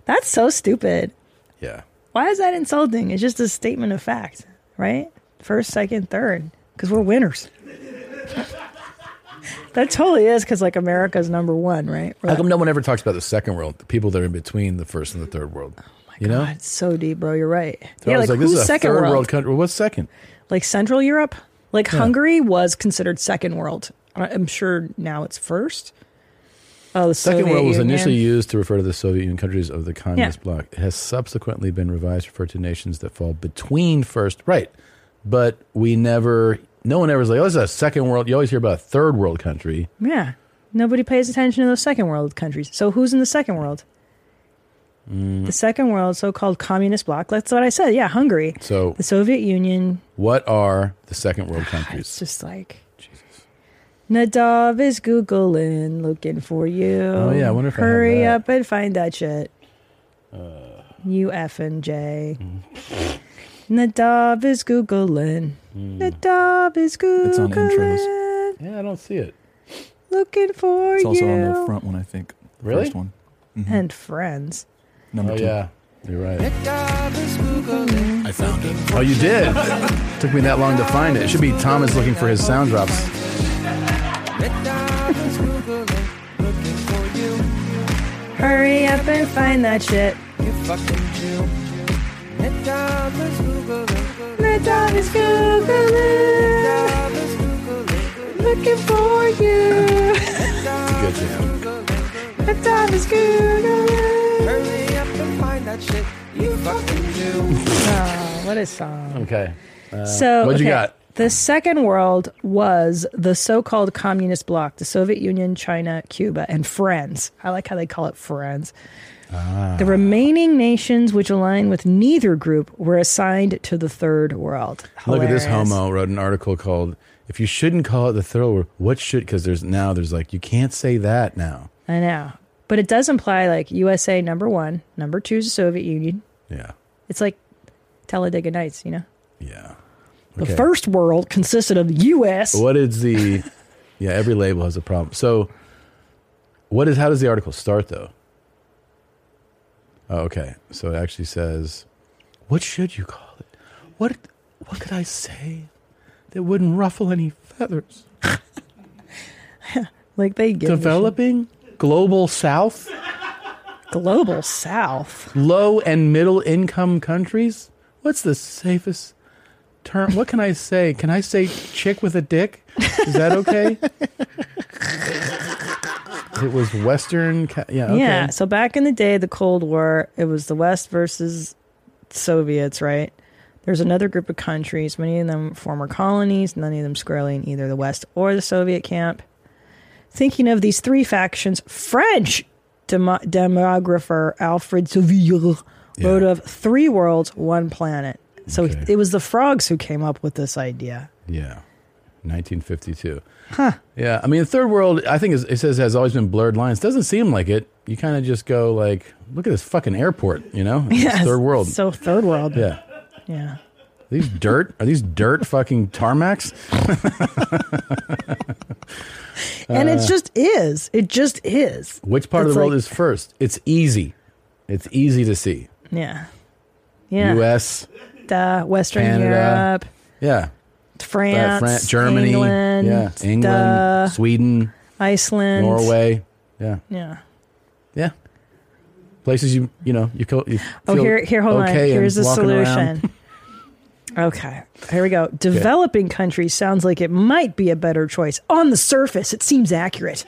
A: That's so stupid.
B: Yeah.
A: Why is that insulting? It's just a statement of fact, right? First, second, third, because we're winners. that totally is because like America's number one, right? We're
B: How
A: like,
B: come no one ever talks about the second world? The people that are in between the first and the third world. you know,
A: it's so deep, bro. You're right.
B: So I
A: Oh yeah,
B: was
A: like,
B: this
A: who's
B: is a
A: second
B: third
A: world?
B: country. Well, What's second?
A: Like Central Europe, like
B: Yeah.
A: Hungary was considered second world. I- I'm sure now it's first. Oh, the
B: Second
A: Soviet
B: world was
A: Union.
B: initially used to refer to the Soviet Union countries of the communist
A: Yeah.
B: bloc. It has subsequently been revised to refer to nations that fall between first, right? But we never, no one ever is like, oh, this is a second world. You always hear about a third world country.
A: Yeah, nobody pays attention to those second world countries. So who's in the second world?
B: Mm.
A: The second world, so-called communist bloc. That's what I said. Yeah, Hungary,
B: So,
A: the Soviet Union.
B: what are the second world
A: It's
B: countries?
A: just like Nadav is googling, looking for you.
B: Oh, yeah, I wonder if I have
A: hurry
B: that.
A: up and find that shit.
I: Uh.
A: you F and J.
I: Mm-hmm.
A: Nadav is googling. Nadav is googling.
I: Mm. It's on intros.
B: Yeah, I don't see it.
A: Looking for
I: It's also
A: you.
I: on the front mm-hmm. one, I think. The
A: Really?
I: First one.
A: And friends.
I: Number
B: Oh,
I: two.
B: yeah. You're right.
E: I found it.
B: Oh, you did? Took me that long to find it. It should be Thomas looking for his sound drops.
A: Hurry up and find that shit.
O: You fucking Jew. Nadav is Googling.
A: Nadav is googling. Looking for you.
B: Good jam.
A: Nadav is googling.
O: Hurry up and find that shit. You fucking Jew.
A: Oh, what a song.
B: Okay. Uh,
A: so
B: what'd you
A: okay,
B: got?
A: The second world was the so-called communist bloc, the Soviet Union, China, Cuba, and friends. I like how they call it friends.
B: Ah.
A: The remaining nations which align with neither group were assigned to the third world.
B: Look at this
A: Hilarious.
B: homo wrote an article called "If you shouldn't call it the third world, what should?" Because there's now there's like you can't say that now.
A: I know. But it does imply like USA number one, number two is the Soviet Union.
B: Yeah.
A: It's like Talladega Nights, you know? Yeah.
B: Okay.
A: The first world consisted of the US.
B: What is the? yeah, every label has a problem. So, what is? How does the article start though? Oh, okay. So it actually says, "What should you call it? What? What could I say that wouldn't ruffle any feathers?"
A: Like they give a shit.
B: Developing global South.
A: Global South.
B: Low and middle income countries? What's the safest term? What can I say? Can I say chick with a dick? Is that okay? it was Western. Ca- yeah. Okay.
A: Yeah. So back in the day, the Cold War, it was the West versus Soviets, right? There's another group of countries, many of them former colonies, none of them squarely in either the West or the Soviet camp. Thinking of these three factions, French demo- demographer Alfred Seville wrote of three worlds, one planet. So it was the frogs who came up with this idea.
B: Yeah. 1952.
A: Huh.
B: Yeah. I mean, the third world, I think is, it says has always been blurred lines. Doesn't seem like it. You kind of just go like, look at this fucking airport, you know? It's
A: Yes.
B: third world.
A: So third world.
B: yeah.
A: Yeah.
B: These dirt? Are these dirt fucking tarmacs?
A: And
B: Uh,
A: it just is. It just is.
B: Which part of
A: It's
B: the world
A: like-
B: is first? It's easy. It's easy to see.
A: Yeah. Yeah.
B: U.S.,
A: Duh, Western
B: Canada, yeah,
A: Europe, France,
B: Fran- Germany,
A: England,
B: yeah, England,
A: duh,
B: Sweden,
A: Iceland,
B: Norway, yeah,
A: Yeah.
B: yeah. Places you you know you, co- you
A: Oh,
B: feel
A: here, here, hold
B: okay
A: on. Here's the
B: and walking around.
A: solution. okay, here we go. Developing countries sounds like it might be a better choice. On the surface, it seems accurate.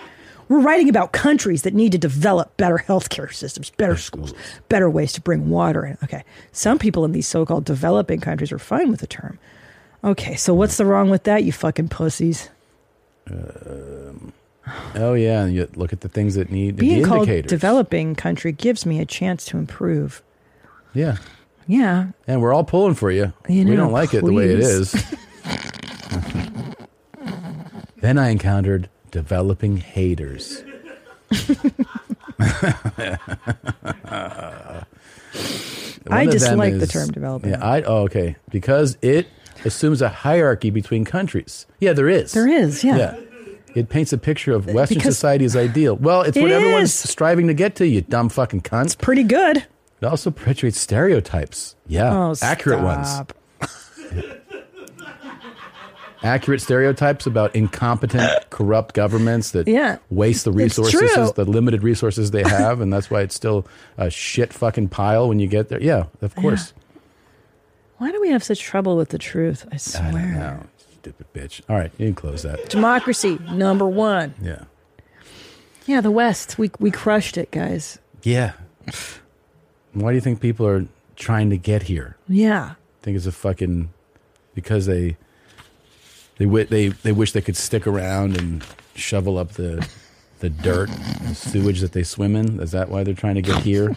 A: We're writing about countries that need to develop better healthcare systems, better schools, better ways to bring water in. Okay. Some people in these so called developing countries are fine with the term. Okay, so what's the wrong with that, you fucking pussies?
B: Oh yeah, and you look at the things that need
A: Being
B: the
A: called
B: indicators.
A: developing country gives me a chance to improve.
B: yeah,
A: Yeah.
B: and we're all pulling for you.
A: You
B: we
A: know,
B: don't like it the way it
A: please.
B: is. then I encountered developing haters. One of them
A: dislike the
B: is-
A: term developing.
B: Yeah, I oh, okay because it assumes a hierarchy between countries. Yeah, there is. There
A: is. Yeah.
B: It paints a picture of Western
A: Because-
B: society as ideal. Well, it's what
A: It
B: everyone's
A: is.
B: striving to get to. You dumb fucking cunt. It's
A: pretty good.
B: It also perpetuates stereotypes. Yeah,
A: Oh,
B: Uh, accurate
A: stop.
B: ones. accurate stereotypes about incompetent, corrupt governments that
A: Yeah.
B: waste the
A: It's
B: resources,
A: true.
B: the limited resources they have, and that's why it's still a shit fucking pile when you get there. Yeah, of course.
A: Why do we have such trouble with the truth? I
B: I don't
A: swear.
B: know, stupid bitch. All right, you can close that.
A: Democracy number one.
B: Yeah.
A: Yeah, the West. We we crushed it, guys.
B: Yeah. Why do you think people are trying to get here?
A: Yeah.
B: I think it's a fucking because they they wi- they they wish they could stick around and shovel up the the dirt, the sewage that they swim in. Is that why they're trying to get here?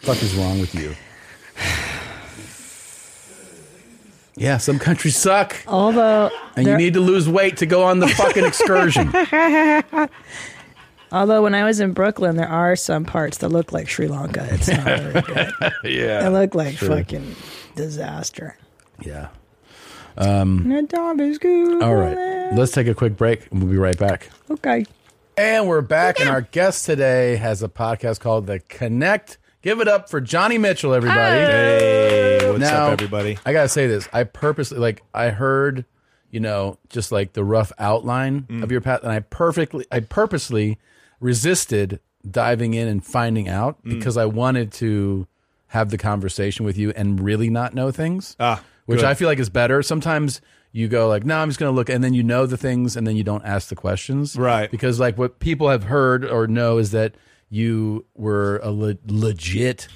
B: fuck is wrong with you? Yeah, some countries suck.
A: Although
B: And you
A: there-
B: need to lose weight to go on the fucking excursion.
A: Although when I was in Brooklyn, there are some parts that look like Sri Lanka. It's not very good.
B: yeah.
A: They look like
B: Sure.
A: fucking disaster.
B: Yeah. Um,
A: My dog is good.
B: all right. Let's take a quick break and we'll be right back.
A: Okay.
B: And we're back. And our guest today has a podcast called The Connect. Give it up for Johnny Mitchell, everybody.
C: Hey, what's
B: Now,
C: up, everybody?
B: I got to say this. I purposely, like, I heard, you know, just like the rough outline
C: Mm.
B: of your path. And I perfectly, I purposely resisted diving in and finding out
C: Mm.
B: because I wanted to have the conversation with you and really not know things. Ah, which
C: good.
B: I feel like is better. Sometimes you go like, no, I'm just going to look, and then you know the things, and then you don't ask the questions, right? Because like what people have heard or know is that you were a le- legit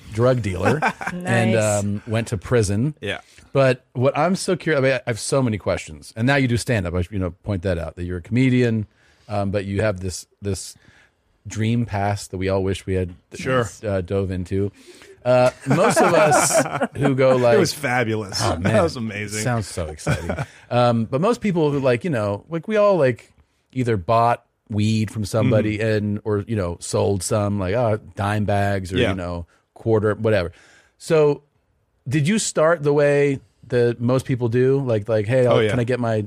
B: drug dealer and
C: Nice.
B: um, went to prison.
C: Yeah.
B: But what I'm so curious, I, mean, I have so many questions, and now you do stand up. I should, you know point that out that you're a comedian, um, but you have this this dream past that we all wish we had
C: Sure.
B: uh, dove into. Uh, most of us who go
C: It
B: like
C: was fabulous.
B: Oh, man.
C: That was amazing.
B: Sounds so exciting. um, but most people who like you know like we all like either bought weed from somebody
C: Mm-hmm.
B: and or you know sold some like uh, dime bags or
C: Yeah.
B: you know quarter whatever. So did you start the way that most people do? Like like hey
C: Oh,
B: I'll-
C: yeah.
B: can I get my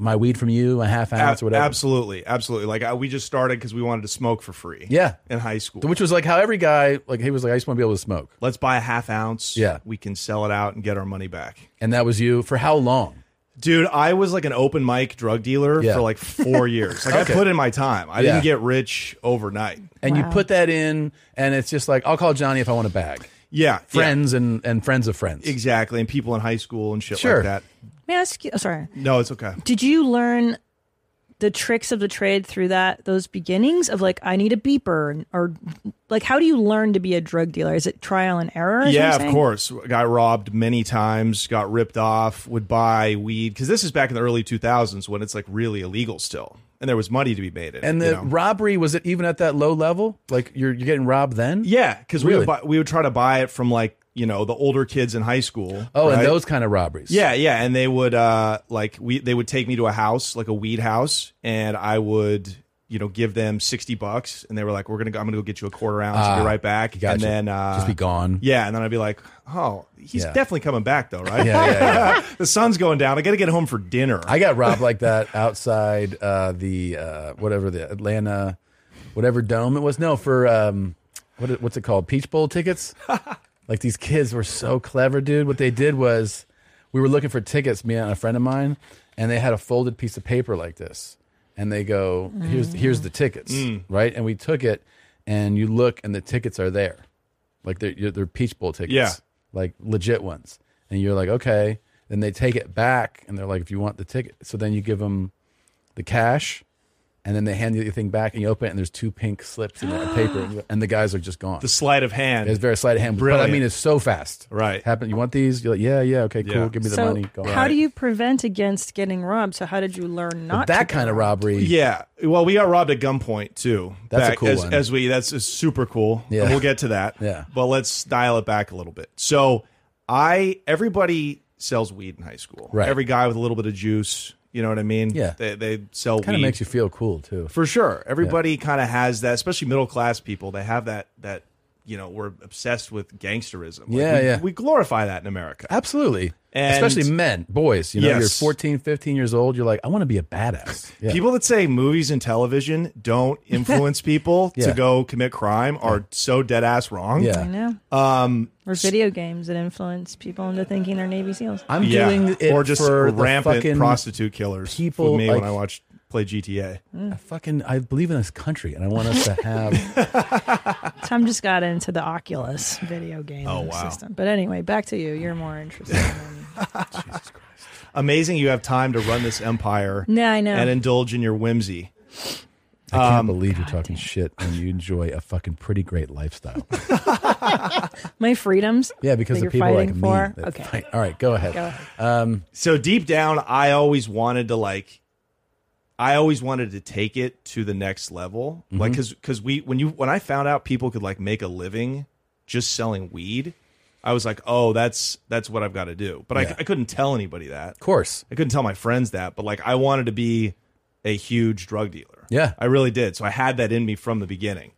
B: my weed from you a half ounce
C: Ab-
B: or whatever?
C: Absolutely, absolutely. Like I, we just started because we wanted to smoke for free.
B: Yeah.
C: in high school,
B: Which was like how every guy like he was like I just want to be able to smoke.
C: let's buy a half ounce.
B: Yeah.
C: we can sell it out and get our money back.
B: And that was you for how long?
C: Dude, I was like an open mic drug dealer
B: Yeah.
C: for like four years. Like
B: Okay.
C: I put in my time. I didn't
B: Yeah.
C: get rich overnight.
B: And you put that in and it's just like I'll call Johnny if I want a bag.
C: yeah
B: friends and and friends of friends
C: exactly, and people in high school and shit
B: Sure.
C: like that.
A: May I ask you? oh, sorry.
C: No, it's okay.
A: Did you learn the tricks of the trade through that those beginnings of like I need a beeper or like how do you learn to be a drug dealer? Is it trial and error? is what
C: Yeah,
A: I'm
C: of
A: saying?
C: course. Got robbed many times, got ripped off, would buy weed. Because this is back in the early 2000s when it's like really illegal still. And there was money to be made. In, it,
B: and the
C: you know?
B: robbery was it even at that low level like you're you're getting robbed then
C: yeah because we, would
B: really
C: buy- we would try to buy it from like, you know, the older kids in high school.
B: oh
C: right?
B: and those kind of robberies
C: Yeah, yeah, and they would uh like we they would take me to a house, like a weed house, and I would you know give them sixty bucks, and they were like, "We're gonna go, I'm gonna go get you a quarter ounce,
B: Ah,
C: be right back,"
B: gotcha.
C: and then uh,
B: Just be gone.
C: Yeah, and then I'd be like, "Oh, he's
B: Yeah.
C: definitely coming back though, right?
B: Yeah, yeah,
C: the sun's going down. I got to get home for dinner."
B: i got robbed like that outside uh the uh whatever the atlanta whatever dome it was no for um what it- what's it called peach bowl tickets like these kids were so clever dude what they did was we were looking for tickets me and a friend of mine and they had a folded piece of paper like this and they go here's here's the tickets
C: Mm.
B: right and we took it and you look and the tickets are there like they're you're- they're peach bowl tickets
C: Yeah.
B: like legit ones and you're like okay then they take it back and they're like if you want the ticket so then you give them the cash And then they hand you the thing back, and you open it, and there's two pink slips in a paper, and you- and the guys are just gone.
C: The sleight of hand.
B: It's very sleight of hand, but I
C: Brilliant.
B: mean, it's so fast.
C: Right.
B: Happen. You want these? You're like, yeah, yeah, okay, cool.
C: Yeah.
B: Give me the
A: so
B: money. Go
A: how do you prevent against getting robbed? So how did you learn not to
B: that kind of robbery?
C: Yeah. Well, we got robbed at gunpoint too.
B: That's a
C: Back-
B: cool
C: as,
B: one.
C: As we, that's is super cool.
B: Yeah.
C: And we'll get to that.
B: Yeah.
C: But let's dial it back a little bit. So, I everybody sells weed in high school.
B: Right.
C: Every guy with a little bit of juice. You know what I mean?
B: Yeah.
C: They, they sell.
B: Kind of
C: weed.
B: makes you feel cool too.
C: For sure. Everybody kind of has that, especially middle class people. They have that that you know we're obsessed with gangsterism. Like,
B: Yeah,
C: we,
B: yeah.
C: We glorify that in America.
B: Absolutely.
C: And-
B: Especially men, boys. You know, you're
C: Yes.
B: 14, 15 years old. You're like, I want to be a badass. Yeah.
C: People that say movies and television don't influence people
B: Yeah.
C: to go commit crime are so dead ass wrong.
A: Yeah. I know.
C: Um,
A: Or video games that influence people into thinking they're Navy SEALs.
B: I'm
C: yeah.
B: doing it
C: or just
B: for the
C: rampant
B: fucking
C: prostitute killers.
B: people,
C: with me
B: like-
C: when I watch play GTA.
B: I fucking I believe in this country, and I want us to have.
A: Tom just got into the Oculus video game
C: Oh, wow.
A: system. But anyway, back to you. You're more interested.
C: Amazing, you have time to run this empire.
A: Yeah, I know.
C: And indulge in your whimsy.
B: I can't
A: Um,
B: believe you're talking shit, and you enjoy a fucking pretty great lifestyle.
A: My freedoms.
B: Yeah, because
A: that
B: of
A: you're
B: people like
A: fighting
B: me.
A: for.
B: that
A: Okay.
B: fight- All right, go ahead.
A: Go ahead.
B: Um,
C: so deep down, I always wanted to like, I always wanted to take it to the next level.
B: Mhm.
C: Like, cause, cause we, when you, when I found out people could like make a living just selling weed, I was like, oh, that's, that's what I've got to do. But
B: Yeah.
C: I, I couldn't tell anybody that. Of
B: course.
C: I couldn't tell my friends that, but like, I wanted to be a huge drug dealer.
B: Yeah.
C: I really did. So I had that in me from the beginning.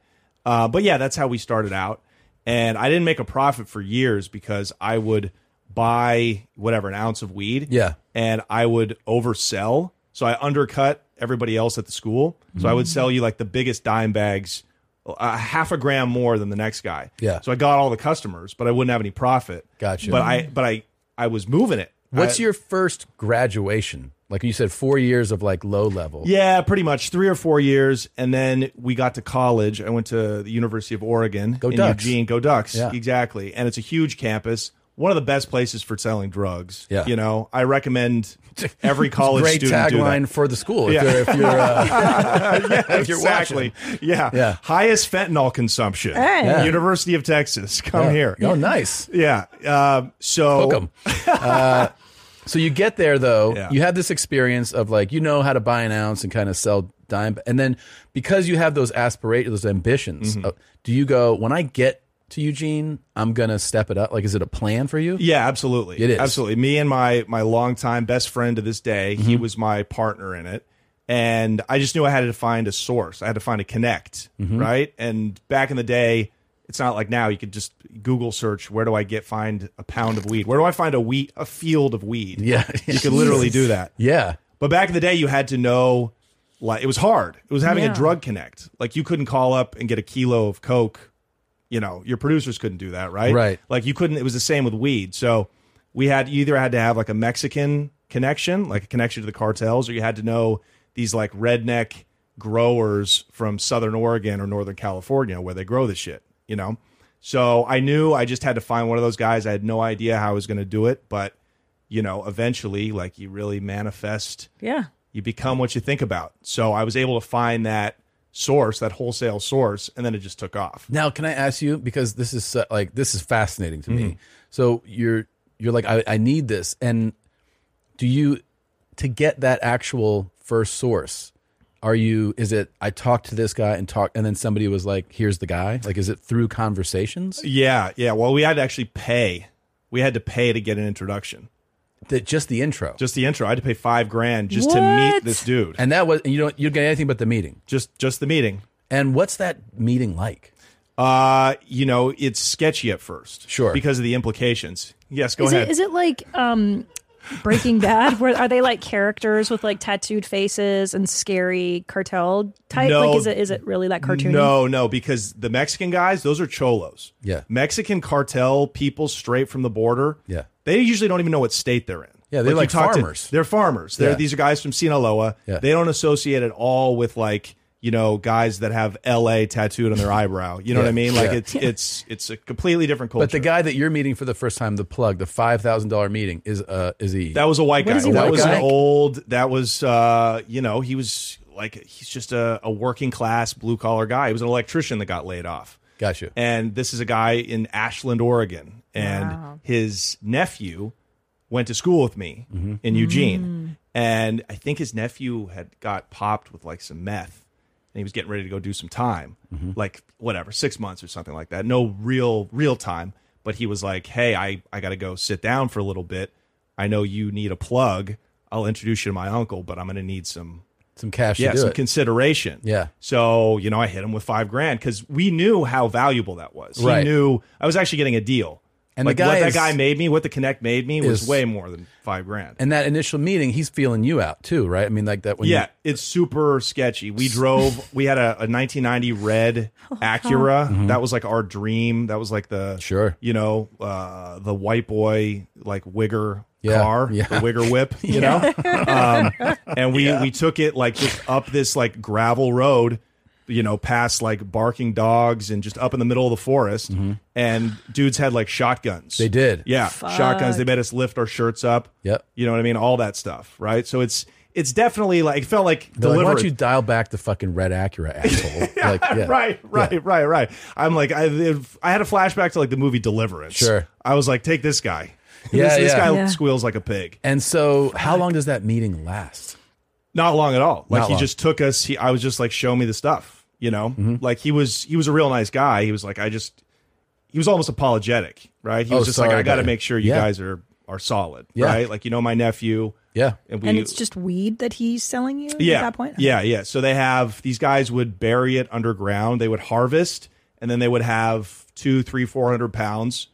C: Uh, but yeah, that's how we started out. And I didn't make a profit for years because I would buy whatever, an ounce of weed.
B: Yeah.
C: And I would oversell. So I undercut everybody else at the school. So I would
B: Mm-hmm.
C: sell you like the biggest dime bags, a half a gram more than the next guy.
B: Yeah.
C: So I got all the customers, but I wouldn't have any profit.
B: Gotcha.
C: But I, but I, I was moving it.
B: what's
C: I-
B: your first graduation? Like you said, four years of like low level.
C: Yeah, pretty much three or four years, and then we got to college. I went to the University of Oregon
B: Go
C: in
B: Ducks.
C: Eugene. Go Ducks,
B: Yeah.
C: exactly. And it's a huge campus, one of the best places for selling drugs.
B: Yeah.
C: you know, I recommend every college
B: Great
C: student do that.
B: tagline for the school. If
C: Yeah.
B: you're, if you're, uh,
C: Yeah,
B: if you're
C: exactly. Yeah.
B: Yeah.
C: highest fentanyl consumption.
B: Hey. Yeah.
C: University of Texas, come
B: Yeah.
C: here.
B: Oh, nice.
C: Yeah. Um, so
B: Hook 'em. Uh, so you get there though,
C: Yeah.
B: you have this experience of like you know how to buy an ounce and kind of sell dime, and then because you have those aspirations, those ambitions, uh, do you go when I get to Eugene, I'm gonna step it up? Like, is it a plan for you?
C: Yeah, absolutely.
B: It is.
C: Absolutely. Me and my my longtime best friend to this day, he
B: Mm-hmm.
C: was my partner in it. And I just knew I had to find a source. I had to find a connect,
B: Mhm.
C: right? And back in the day, it's not like now you could just Google search where do I get find a pound of weed? Where do I find a wheat a field of weed?
B: Yeah.
C: You could literally
B: Jesus.
C: do that.
B: Yeah.
C: But back in the day, you had to know, like, it was hard. It was having
B: Yeah.
C: a drug connect. Like, you couldn't call up and get a kilo of Coke. You know, your producers couldn't do that, right?
B: Right.
C: Like, you couldn't, it was the same with weed. So, we had, you either had to have like a Mexican connection, like a connection to the cartels, or you had to know these like redneck growers from Southern Oregon or Northern California where they grow the shit, you know? So, I knew I just had to find one of those guys. I had no idea how I was going to do it, but, you know, eventually, like, you really manifest
A: Yeah.
C: you become what you think about. So I was able to find that source, that wholesale source, and then it just took off.
B: Now, can I ask you because this is so- like this is fascinating to
C: Mm-hmm.
B: me. So you're you're like I, I need this, and do you to get that actual first source? Are you? Is it? I talked to this guy and talked, and then somebody was like, "Here's the guy." Like, is it through conversations?
C: Yeah, yeah. Well, we had to actually pay. We had to pay to get an introduction.
B: That just the intro.
C: Just the intro. I had to pay five grand just to meet
B: What?
C: this dude.
B: And that was and you don't you don't get anything but the meeting.
C: Just just the meeting.
B: And what's that meeting like?
C: Uh, you know, it's sketchy at first.
B: Sure.
C: Because of the implications. Yes, go
A: is
C: ahead.
A: it is it like um Breaking Bad? Where are they like characters with like tattooed faces and scary cartel type?
C: No.
A: like is it is it really that cartoony?
C: No, no, because the Mexican guys, those are cholos.
B: Yeah.
C: Mexican cartel people straight from the border.
B: Yeah.
C: They usually don't even know what state they're in.
B: Yeah, they're
C: you
B: like
C: talk to-
B: farmers.
C: they're farmers. They're
B: Yeah.
C: these are guys from Sinaloa.
B: Yeah.
C: They don't associate at all with like you know guys that have L.A. tattooed on their eyebrow. You know
B: Yeah.
C: what I mean? Like
B: Yeah.
C: it's it's it's a completely different culture.
B: But the guy that you're meeting for the first time, the plug, the five thousand dollar meeting, is uh is he?
C: that was a white guy.
B: What is he,
C: that
B: white
C: was
B: guy?
C: an old. That was uh you know he was like he's just a, a working class blue collar guy. He was an electrician that got laid off.
B: Gotcha.
C: And this is a guy in Ashland, Oregon, and
B: Wow.
C: his nephew went to school with me in Eugene, and I think his nephew had got popped with like some meth, and he was getting ready to go do some time,
B: Mm-hmm.
C: like whatever, six months or something like that. No real real time, but he was like, "Hey, I I got to go sit down for a little bit. I know you need a plug. I'll introduce you to my uncle, but I'm going to need some."
B: Some cash to
C: yeah,
B: do
C: some
B: it.
C: consideration.
B: Yeah.
C: So, you know, I hit him with five grand because we knew how valuable that was.
B: Right.
C: He knew I was actually getting a deal.
B: And
C: like
B: the guy
C: what that
B: is-
C: guy made me, what the Connect made me was
B: is-
C: way more than five grand.
B: And that initial meeting, he's feeling you out too, right? I mean, like that when
C: yeah, it's super sketchy. We drove. we had a, a 1990 red Acura.
B: God. Mhm.
C: That was like our dream. That was like the
B: Sure.
C: you know, uh, the white boy like wigger
B: Yeah,
C: car,
B: yeah.
C: the wigger whip, you
B: Yeah.
C: know. Um, and we we took it like just up this like gravel road, you know, past like barking dogs and just up in the middle of the forest. And dudes had like shotguns. They
B: Mm-hmm. did.
C: Yeah, shotguns.
B: Fuck.
C: They made us lift our shirts up.
B: Yep.
C: You know what I mean? All that stuff, right? So it's it's definitely like it felt like
B: They're like, why don't
C: delivered.
B: you dial back the fucking red Acura asshole? like, yeah.
C: right, right, right, right. I'm like, I, if- I had a flashback to like the movie Deliverance.
B: Sure.
C: I was like, take this guy.
B: Yeah,
C: this, this
B: yeah.
C: guy
B: Yeah.
C: squeals like a pig.
B: And so, how long does that meeting last?
C: Not long at all. Like
B: Not
C: he
B: long. Mm-hmm.
C: just took us. He, I was just like, show me the stuff. You know, like he was, he was a real nice guy. He was like, I just, he was almost apologetic, right? He
B: Oh,
C: was just like,
B: sorry
C: I got to
B: about it.
C: make sure you
B: Yeah.
C: guys are are solid,
B: Yeah.
C: right? Like you know my nephew,
B: yeah,
A: and it's just weed that he's selling you at that point.
C: Yeah, yeah. So they have these guys would bury it underground. They would harvest, and then they would have two, three, four hundred pounds,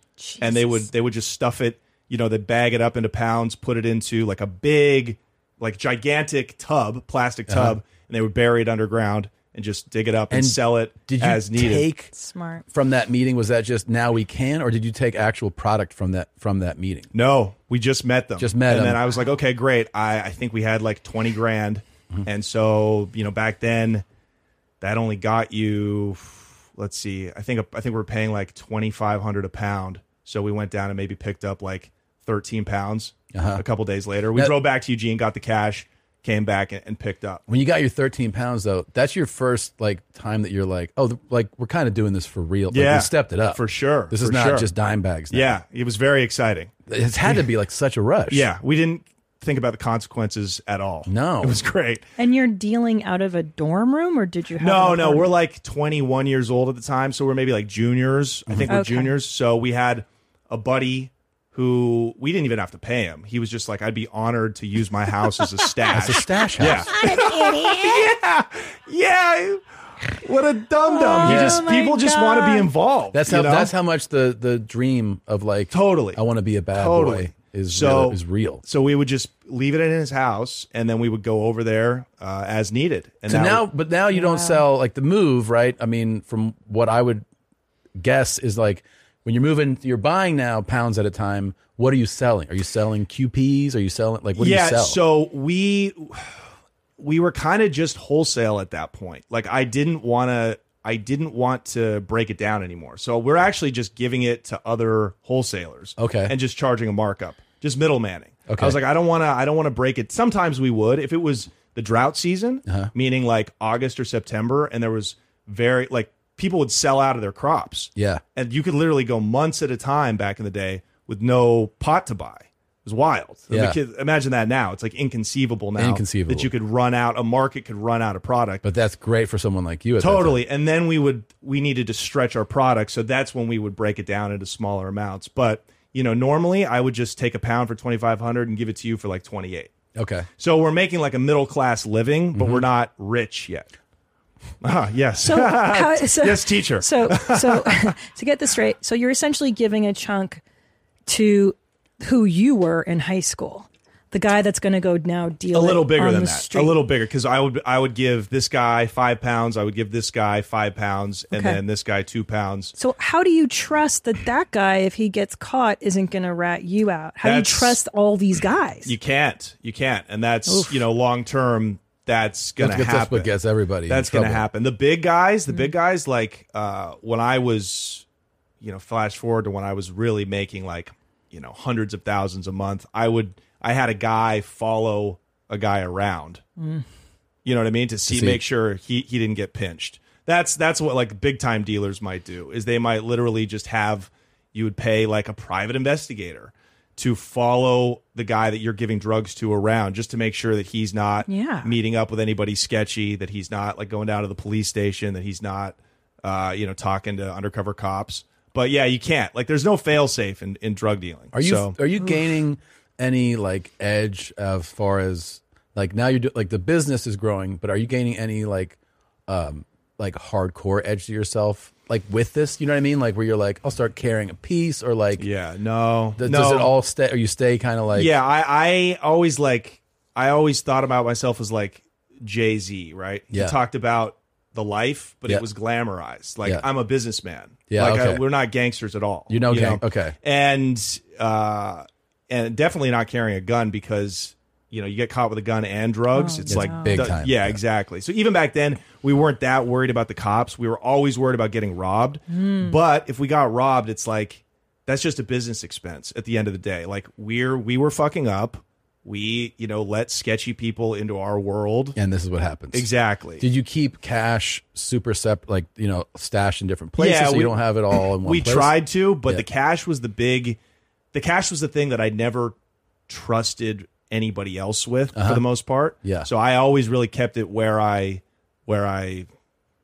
C: and they would they would just stuff it. You know, they bag it up into pounds, put it into like a big, like gigantic tub, plastic
B: Uh-huh.
C: tub, and they would bury it underground and just dig it up and,
B: And
C: sell it
B: Did you
C: as needed.
B: take
A: Smart.
B: from that meeting? Was that just now we can, or did you take actual product from that from that meeting?
C: No, we just met them.
B: Just met
C: and
B: them.
C: then I was like, okay, great. I, I think we had like twenty grand,
B: Mm-hmm.
C: and so you know back then, that only got you. Let's see. I think I think we are paying like twenty five hundred a pound. So we went down and maybe picked up like thirteen pounds.
B: Uh-huh.
C: A couple days later, we
B: That-
C: drove back to Eugene, got the cash, came back and, and picked up.
B: When you got your 13 pounds though, that's your first like time that you're like, oh, th- like we're kind of doing this for real. Like,
C: Yeah,
B: we stepped it up
C: for sure.
B: This is
C: for
B: not
C: sure.
B: just dime bags. Now.
C: Yeah, it was very exciting.
B: it's had to be like such a rush.
C: Yeah, we didn't think about the consequences at all.
B: No,
C: it was great.
A: And you're dealing out of a dorm room, or did you? Have
C: No,
A: an
C: no,
A: apartment?
C: we're like 21 years old at the time, so we're maybe like juniors. I think we're
A: Okay.
C: juniors. So we had a buddy who we didn't even have to pay him. He was just like, I'd be honored to use my house as a stash.
B: As a stash house.
C: Yeah. yeah. What a dum
B: Oh
C: dum. He just people just want to be involved.
B: That's
C: you
B: how
C: know?
B: that's how much the the dream of like
C: totally.
B: I want to be a bad
C: Totally.
B: boy is
C: So-
B: real, is real.
C: So we would just leave it in his house, and then we would go over there uh, as needed. And
B: so
C: that
B: now,
C: would-
B: but now you don't sell like the move, right? I mean, from what I would guess is like when you're moving, you're buying now pounds at a time. What are you selling? Are you selling QPs? Are you selling like what do
C: yeah,
B: you sell?
C: so we we were kind of just wholesale at that point. Like I didn't want to I didn't want to break it down anymore. So we're actually just giving it to other wholesalers.
B: Okay.
C: And just charging a markup. Just middlemaning.
B: Okay.
C: I was like I don't want to I don't want to break it. Sometimes we would if it was the drought season,
B: Uh-huh.
C: meaning like August or September and there was very like people would sell out of their crops
B: yeah,
C: and you could literally go months at a time back in the day with no pot to buy. It was wild. I mean,
B: Yeah.
C: kid- imagine that now. It's like inconceivable now.
B: Inconceivable.
C: that you could run out. A market could run out of product.
B: but that's great for someone like you. At that time.
C: totally. And then we would we needed to stretch our product, so that's when we would break it down into smaller amounts. But you know, normally I would just take a pound for twenty five hundred and give it to you for like twenty eight.
B: Okay.
C: So we're making like a middle class living,
B: Mm-hmm.
C: but we're not rich yet. Ah, yes.
A: So, how, so
C: yes, teacher.
A: So, so to get this straight, so you're essentially giving a chunk to who you were in high school, the guy that's going to go now deal
C: a little
A: it
C: bigger
A: on
C: than
A: the
C: that.
A: street.
C: A little bigger because I would I would give this guy five pounds. I would give this guy five pounds, and
A: Okay.
C: then this guy two pounds.
A: So, how do you trust that that guy, if he gets caught, isn't going to rat you out? How do
C: That's-
A: you trust all these guys?
C: You can't. You can't. And that's
A: Oof.
C: you know long term. That's gonna
B: That's- that's
C: happen.
B: what gets everybody in
C: That's Mm-hmm. gonna
B: trouble.
C: happen. The big guys. The big guys. Like uh, when I was, you know, flash forward to when I was really making like you know hundreds of thousands a month. I would. I had a guy follow a guy around. You know what I mean? Mm. To see,
B: see.
C: make sure he he didn't get pinched. That's that's what like big time dealers might do is they might literally just have you would pay like a private investigator to follow the guy that you're giving drugs to around just to make sure that he's not
A: Yeah.
C: meeting up with anybody sketchy, that he's not like going down to the police station, that he's not uh, you know, talking to undercover cops. But yeah, you can't. Like there's no fail safe in, in drug dealing.
B: Are you
C: so,
B: are you gaining any like edge as far as like now you do like the business is growing, but are you gaining any like um like hardcore edge to yourself like with this? You know what I mean? Like where you're like I'll start carrying a piece or like
C: yeah no
B: does,
C: no.
B: does it all stay or you stay kind of like
C: yeah I, I always like i always thought about myself as like jay-z right
B: Yeah.
C: he talked about the life but
B: Yeah.
C: it was glamorized like
B: Yeah.
C: i'm a businessman
B: Yeah,
C: like I,
B: okay.
C: we're not gangsters at all
B: You're no gang- okay.
C: and uh and definitely not carrying a gun because you know you get caught with a gun and drugs
B: Oh,
C: it's
B: It's
C: like
B: no. big time.
C: yeah exactly so even back then we weren't that worried about the cops we were always worried about getting robbed
P: Hmm.
C: but if we got robbed it's like that's just a business expense at the end of the day like we're we were fucking up we you know let sketchy people into our world
B: and this is what happens.
C: exactly
B: Did you keep cash super sep like you know stashed in different places so you don't have it all in one
C: we
B: place?
C: tried to but
B: Yeah.
C: the cash was the big the cash was the thing that i never trusted anybody else with
B: Uh-huh.
C: for the most part
B: Yeah.
C: so i always really kept it where i where i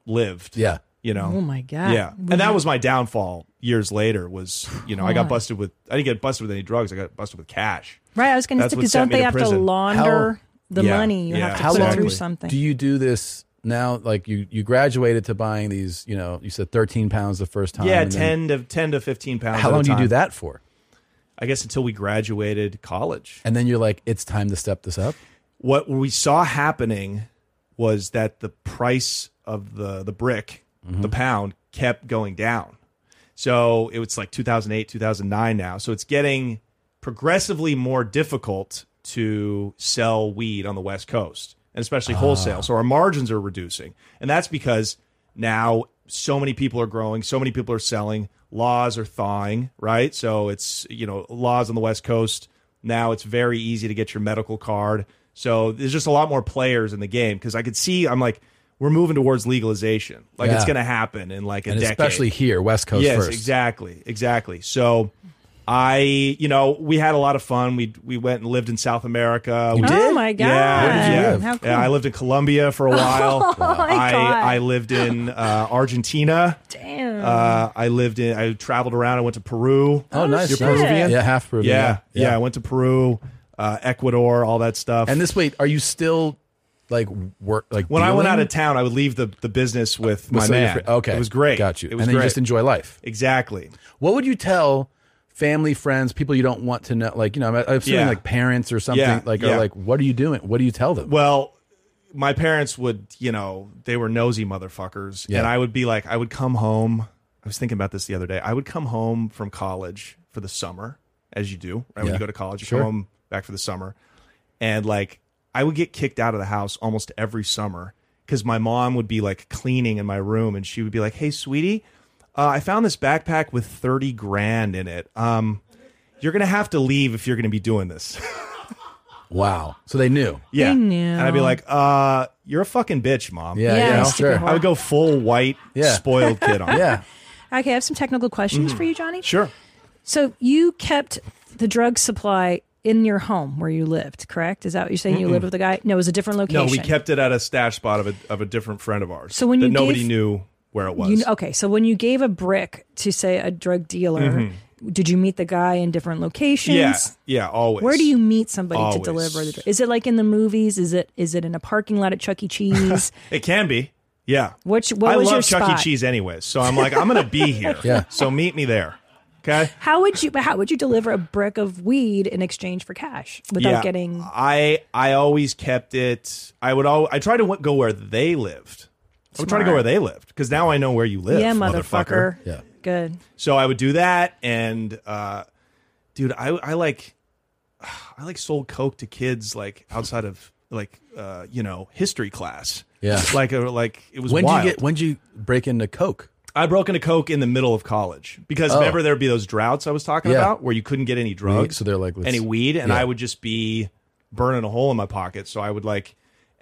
C: lived
B: yeah
C: you know
A: Oh my God.
C: yeah and that was my downfall years later was you know i got
A: God.
C: busted with i didn't get busted with any drugs i got busted with cash
A: Right, I was going to
C: That's
A: say
C: what
A: because
C: sent
A: don't they
C: me to
A: have to
C: prison.
A: launder the
B: Yeah,
A: money? You
B: yeah.
A: have to put it
B: long
A: through something.
B: Do you do this now? Like you, you graduated to buying these. You know, you said thirteen pounds the first time.
C: yeah
B: and then-
C: 10 to 10 to 15 pounds
B: How
C: at a
B: long do you do
C: time.
B: that for?
C: i guess until we graduated college
B: And then you're like, it's time to step this up.
C: what we saw happening was that the price of the the brick,
B: Mm-hmm.
C: the pound, kept going down. So it was like 2008, 2009 now. So it's getting progressively more difficult to sell weed on the West Coast, and especially
P: Ah.
C: wholesale. So our margins are reducing, and that's because now so many people are growing, so many people are selling. Laws are thawing, right? So it's you know laws on the West Coast now it's very easy to get your medical card. So there's just a lot more players in the game because I could see I'm like we're moving towards legalization. Like it's
B: Yeah.
C: going to happen in like a
B: And
C: decade.
B: especially here, West Coast
C: Yes,
B: first.
C: exactly, exactly. So I, you know, we had a lot of fun. We we went and lived in South America.
A: You
C: We-
A: did? Oh, my God.
C: Yeah,
A: Where did you live? How
C: yeah.
A: cool.
C: I lived in Colombia for a while.
A: Oh, my
C: I
A: God. Oh.
C: I lived in uh, Argentina.
A: Damn.
C: Uh, I lived in. I traveled around. I went to Peru.
B: Oh, nice.
C: You're
B: Shit.
C: Peruvian.
B: Yeah, half Peruvian.
C: Yeah,
B: Yeah.
C: yeah. I went to Peru, uh, Ecuador, all that stuff.
B: And this wait, are you still like work like
C: when I went
B: dealing?
C: out of town, I would leave the, the business with my
B: So you're
C: man.
B: free- Okay,
C: it was great.
B: Got you.
C: It was
B: and then
C: great.
B: you just enjoy life.
C: Exactly.
B: What would you tell family, friends, people you don't want to know? Like you know, I'm, I'm assuming
C: Yeah.
B: like parents or something.
C: Yeah,
B: Like
C: yeah.
B: are like, what are you doing? What do you tell them?
C: Well, my parents would, you know, they were nosy motherfuckers,
B: Yeah.
C: and I would be like, I would come home. I was thinking about this the other day. I would come home from college for the summer, as you do. Right when
B: Yeah.
C: you go to college, you
B: Sure.
C: come home back for the summer, and like I would get kicked out of the house almost every summer because my mom would be like cleaning in my room, and she would be like, "Hey, sweetie, uh, I found this backpack with thirty grand in it. Um, you're gonna have to leave if you're gonna be doing this."
B: Wow. So they knew.
C: Yeah.
B: They knew.
C: And I'd be like, uh, you're a fucking bitch, mom.
B: Yeah, Yeah, yeah, you stupid sure. whore.
C: I would go full white,
B: Yeah.
C: spoiled kid on.
B: Yeah.
A: Okay, I have some technical questions
C: Mhm.
A: for you, Johnny.
C: Sure.
A: So you kept the drug supply in your home where you lived, correct? Is that what you're saying? You
C: Mm-mm.
A: lived with a guy? No, it was a different location.
C: No, we kept it at a stash spot of a, of a different friend of ours.
A: So when
C: that
A: you
C: nobody
A: gave-
C: knew where it was.
A: You, oh, okay, so when you gave a brick to say a drug dealer,
C: Mhm.
A: did you meet the guy in different locations?
C: yeah. Yeah. Always.
A: Where do you meet somebody
C: Always.
A: to deliver the drug? Is it like in the movies? Is it is it in a parking lot at Chuck E. Cheese?
C: It can be. Yeah.
A: Which what
C: I
A: was
C: love
A: your
C: Chuck
A: spot?
C: E. Cheese anyways. So I'm like, I'm going to be here.
B: Yeah.
C: So meet me there. Okay.
A: How would you but how would you deliver a brick of weed in exchange for cash without
C: Yeah. Uh,
A: getting
C: I I always kept it. I would all. I try to w- go where they lived. I would try to go
A: Smart.
C: where they lived because now I know where you live.
A: Yeah,
C: motherfucker.
A: motherfucker. Yeah. good?
C: So I would do that, and uh, dude, I I like I like sold coke to kids like outside of like uh, you know history class.
B: Yeah.
C: like a, like it was.
B: When did you
C: wild.
B: get? When did you break into coke?
C: I broke into coke in the middle of college because
B: Oh.
C: remember there'd be those droughts I was talking
B: Yeah.
C: about where you couldn't get any drugs,
B: so they're like, let's-
C: any weed, and
B: Yeah.
C: I would just be burning a hole in my pocket. So I would like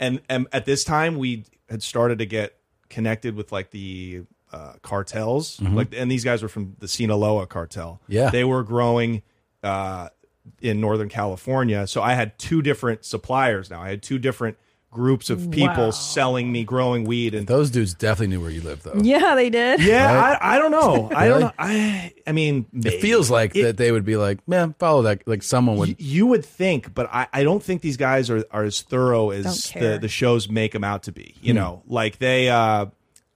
C: And, and at this time, we had started to get connected with like the uh, cartels,
B: Mhm.
C: like, and these guys were from the Sinaloa cartel.
B: Yeah.
C: they were growing uh, in Northern California. So I had two different suppliers now. I had two different groups of people
A: Wow.
C: selling me growing weed, and
B: those dudes definitely knew where you lived, though.
A: Yeah, they did.
C: Yeah, I, I don't know. I don't.
B: Really?
C: Know. I I mean,
B: It feels like that they would be like, man, follow that. Like someone would.
C: you would think, but I, I don't think these guys are, are as thorough as
B: Don't
C: the,
B: care.
C: the shows make them out to be. You
B: Hmm.
C: know, like they, uh,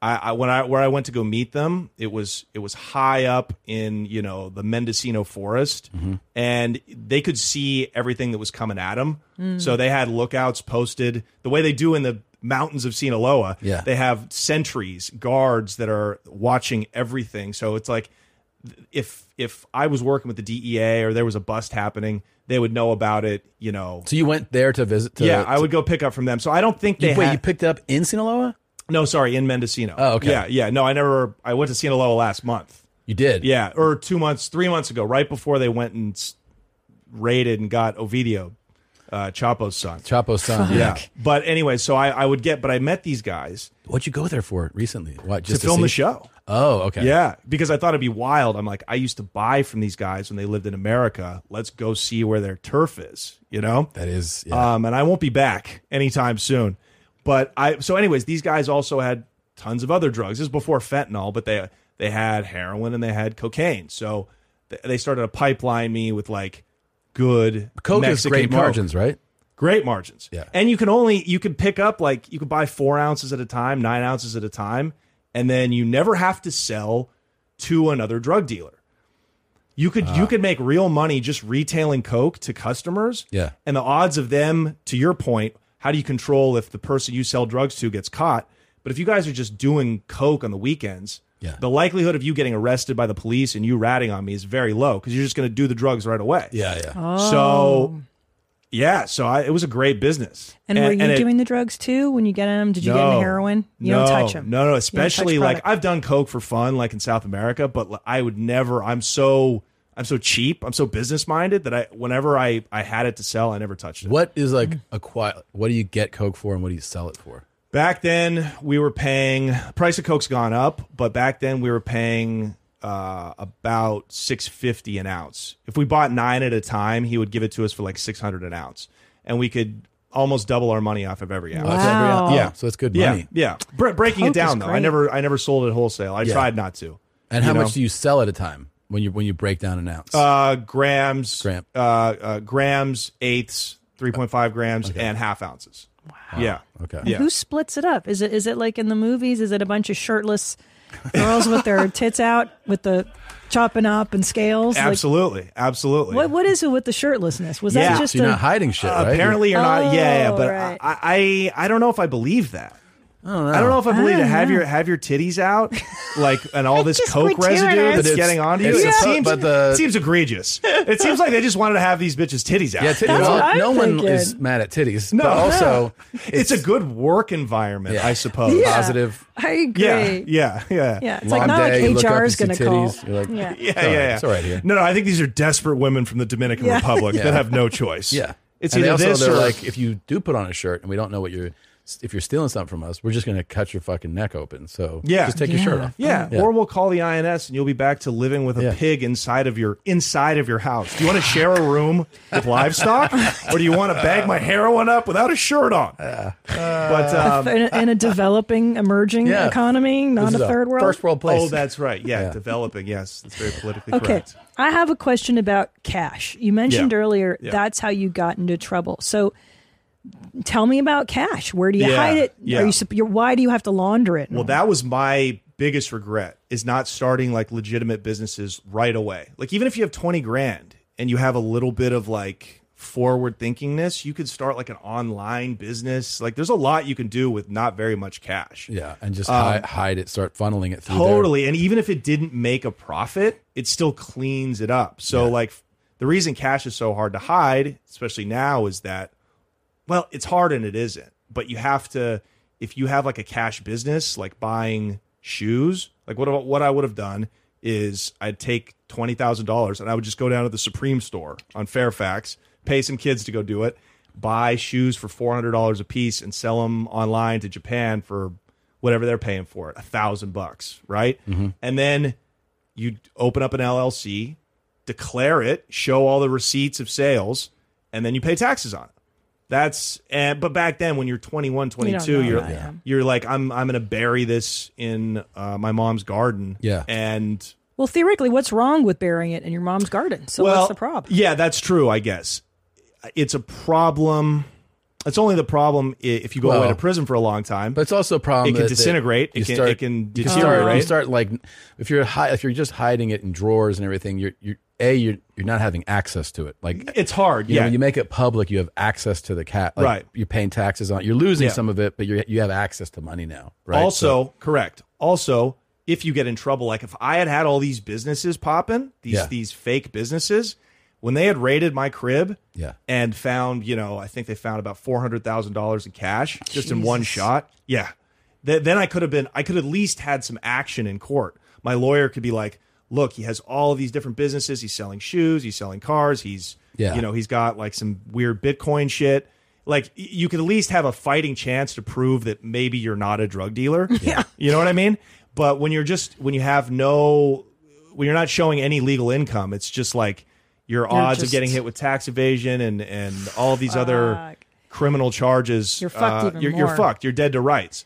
C: I, I when I where I went to go meet them, it was it was high up in you know the Mendocino forest,
B: Mm-hmm.
C: and they could see everything that was coming at them.
B: Mm.
C: So they had lookouts posted the way they do in the mountains of Sinaloa.
B: Yeah.
C: They have sentries, guards that are watching everything. So it's like th- if if I was working with the DEA or there was a bust happening, they would know about it, you know.
B: So you went there to visit. To,
C: yeah, I would go pick up from them. So I don't think
B: You-
C: they
B: wait,
C: had-
B: you picked it up in Sinaloa?
C: No, sorry, in Mendocino.
B: Oh, okay.
C: Yeah, yeah. No, I never I went to Sinaloa last month.
B: You did.
C: Yeah, or 2 months, 3 months ago, right before they went and s- raided and got Ovidio, uh, Chapo's son.
B: Chapo's son, Fuck. yeah.
C: But anyway, so I, I would get, but I met these guys.
B: What'd you go there for recently? What
C: to
B: just to
C: film the
B: see?
C: show?
B: Oh, okay.
C: Yeah, because I thought it'd be wild. I'm like, I used to buy from these guys when they lived in America. Let's go see where their turf is. You know,
B: that is.
C: Um, and I won't be back anytime soon. But I so, anyways, these guys also had tons of other drugs. This is before fentanyl, but they they had heroin and they had cocaine. So th- they started to pipeline me with like good
B: Coke
C: Mexican
B: is great
C: Coke.
B: margins, right?
C: Great margins.
B: Yeah.
C: And you can only you can pick up like you can buy four ounces at a time, nine ounces at a time, and then you never have to sell to another drug dealer. You could
B: Ah.
C: you could make real money just retailing coke to customers.
B: Yeah.
C: And the odds of them, to your point, how do you control if the person you sell drugs to gets caught? But if you guys are just doing coke on the weekends,
B: Yeah.
C: the likelihood of you getting arrested by the police and you ratting on me is very low because you're just going to do the drugs right away.
B: Yeah, yeah.
A: Oh,
C: So, yeah, so I, it was a great business.
A: And, were you
C: it-
A: doing the drugs too when you get them? Did you get
C: No.
A: into heroin? You
C: no,
A: don't touch them.
C: No, no, especially like
A: I,
C: I've done coke for fun, like in South America, but li- I would never. I'm so I'm so cheap. I'm so business minded that I whenever I I had it to sell, I never touched it.
B: What is like
C: Mm-hmm.
B: a quiet? What do you get Coke for, and what do you sell it for?
C: Back then, we were paying price of coke's gone up, but back then we were paying uh, about six fifty an ounce. If we bought nine at a time, he would give it to us for like six hundred an ounce, and we could almost double our money off of every ounce.
B: Oh, that's every ounce.
C: Yeah,
B: So that's good
C: yeah,
B: money.
C: Yeah, Bre- breaking
B: Coke
C: it down
B: is
C: though, I
B: great.
C: never, I never sold it wholesale. I
B: Yeah.
C: tried not to.
B: And how
C: you know?
B: much do you sell at a time when you when you break down an ounce?
C: Uh, grams, uh, uh, grams, eighths, three point five grams, and half ounces. Wow. Yeah.
B: Okay.
A: and Who splits it up? Is it is it like in the movies? Is it a bunch of shirtless girls with their tits out with the chopping up and scales? Like,
C: Absolutely, absolutely.
A: what what is it with the shirtlessness? Was that just a,
C: Uh, Apparently, you're not. Yeah, yeah, but
A: right.
C: I, I, I don't know if I believe that. I don't know. if I
B: I
C: believe to
B: don't
C: have
B: know.
C: your have your titties out, like, and all this coke residue
B: gratuitous. But
C: that's
B: it's-
C: getting onto you.
B: it's
C: It
B: suppo-
C: seems,
B: but the-
C: it seems egregious. It seems like they just wanted to have these bitches' titties out.
B: Yeah, titties. Well, no one is mad at titties.
C: No,
B: but also
C: it's, a good work environment, I suppose. Uh,
A: Yeah. Positive. I agree.
C: Yeah, yeah, yeah.
A: Yeah, it's like Long not like day, you look up, HR you is see gonna call. titties, you're like, Yeah.
C: yeah,
A: "It's
C: yeah,
B: all right,
C: yeah.
B: it's all right here."
C: No, no, I think these are desperate women from the Dominican
B: Yeah.
C: Republic
B: Yeah.
C: that have no choice.
B: Yeah,
C: it's
B: and they
C: either
B: also,
C: this
B: they're
C: or
B: like, if you do put on a shirt and we don't know what you're, if you're stealing something from us, we're just going to cut your fucking neck open. So
C: yeah,
B: just take your shirt off.
C: Yeah. or we'll call the INS and you'll be back to living with a pig inside of your inside of your house. Do you want to share a room with livestock, or do you want to bag my heroin up without a shirt on? but um,
A: in, a, in a developing, emerging
C: Yeah.
A: economy, not a third world,
C: Oh, that's right. Yeah, developing. Yes, that's very politically
A: Okay,
C: correct.
A: I have a question about cash. You mentioned
C: Yeah.
A: earlier
C: Yeah.
A: that's how you got into trouble. So, tell me about cash. Where do you
C: Yeah.
A: hide it?
C: Yeah.
A: Are you, sup- you're, why do you have to launder it?
C: Well, that was my biggest regret is not starting like legitimate businesses right away. Like even if you have 20 grand and you have a little bit of like forward thinkingness, you could start like an online business. Like there's a lot you can do with not very much cash.
B: Yeah, and just
C: Um,
B: hi- hide it, start funneling it through. there.
C: Totally. And even if it didn't make a profit, it still cleans it up. So like the reason cash is so hard to hide, especially now, is that well, it's hard and it isn't. But you have to if you have like a cash business, like buying shoes, like what what I would have done is I'd take twenty thousand dollars and I would just go down to the Supreme store on Fairfax, pay some kids to go do it. buy shoes for four hundred dollars a piece and sell them online to Japan for whatever they're paying for it, a thousand bucks, right?
B: Mm-hmm.
O: Mhm.
C: And then you open up an LLC, declare it, show all the receipts of sales, and then you pay taxes on it. That's and but back then when you're 21,
B: don't
C: 22,
B: know
C: you're
B: that, yeah.
C: you're like I'm I'm going to bury this in uh, my mom's garden.
B: Yeah.
C: And
A: Well, theoretically, what's wrong with burying it in your mom's garden? So what's the problem?
C: yeah, that's true, I guess. It's a problem. It's only the problem i- if you go away
B: Well,
C: to prison for a long time. But
B: it's also a problem
C: It can
B: that- that
C: disintegrate.
B: you
C: It can,
B: start-
C: it can
B: you start-
C: deteriorate.
B: You start like if you're hi, if you're just hiding it in drawers and everything, you're you're a you're you're not having access to it. Like
C: it's hard.
B: You know,
C: yeah.
B: when you make it public, you have access to the cat. Like,
C: Right.
B: You're paying taxes on. it. You're losing
C: Yeah.
B: some of it, but you you have access to money now. Right.
C: Also, correct. Also, if you get in trouble, like if I had had all these businesses popping, these
B: Yeah.
C: these fake businesses, when they had raided my crib,
B: Yeah.
C: and found you know I think they found about four hundred thousand dollars in cash just in one
B: Jesus.
C: shot. Yeah, Th- then I could have been I could at least had some action in court. My lawyer could be like, look, he has all of these different businesses. He's selling shoes. He's selling cars. He's
B: Yeah.
C: you know he's got like some weird Bitcoin shit. Like y- you could at least have a fighting chance to prove that maybe you're not a drug dealer. Yeah, you know what I mean. But when you're just when you have no when you're not showing any legal income, it's just like your
A: You're
C: odds
A: just-
C: of getting hit with tax evasion and and all these other criminal charges.
A: You're fucked
C: uh,
A: even
C: you're, you're
A: more.
C: fucked. You're dead to rights.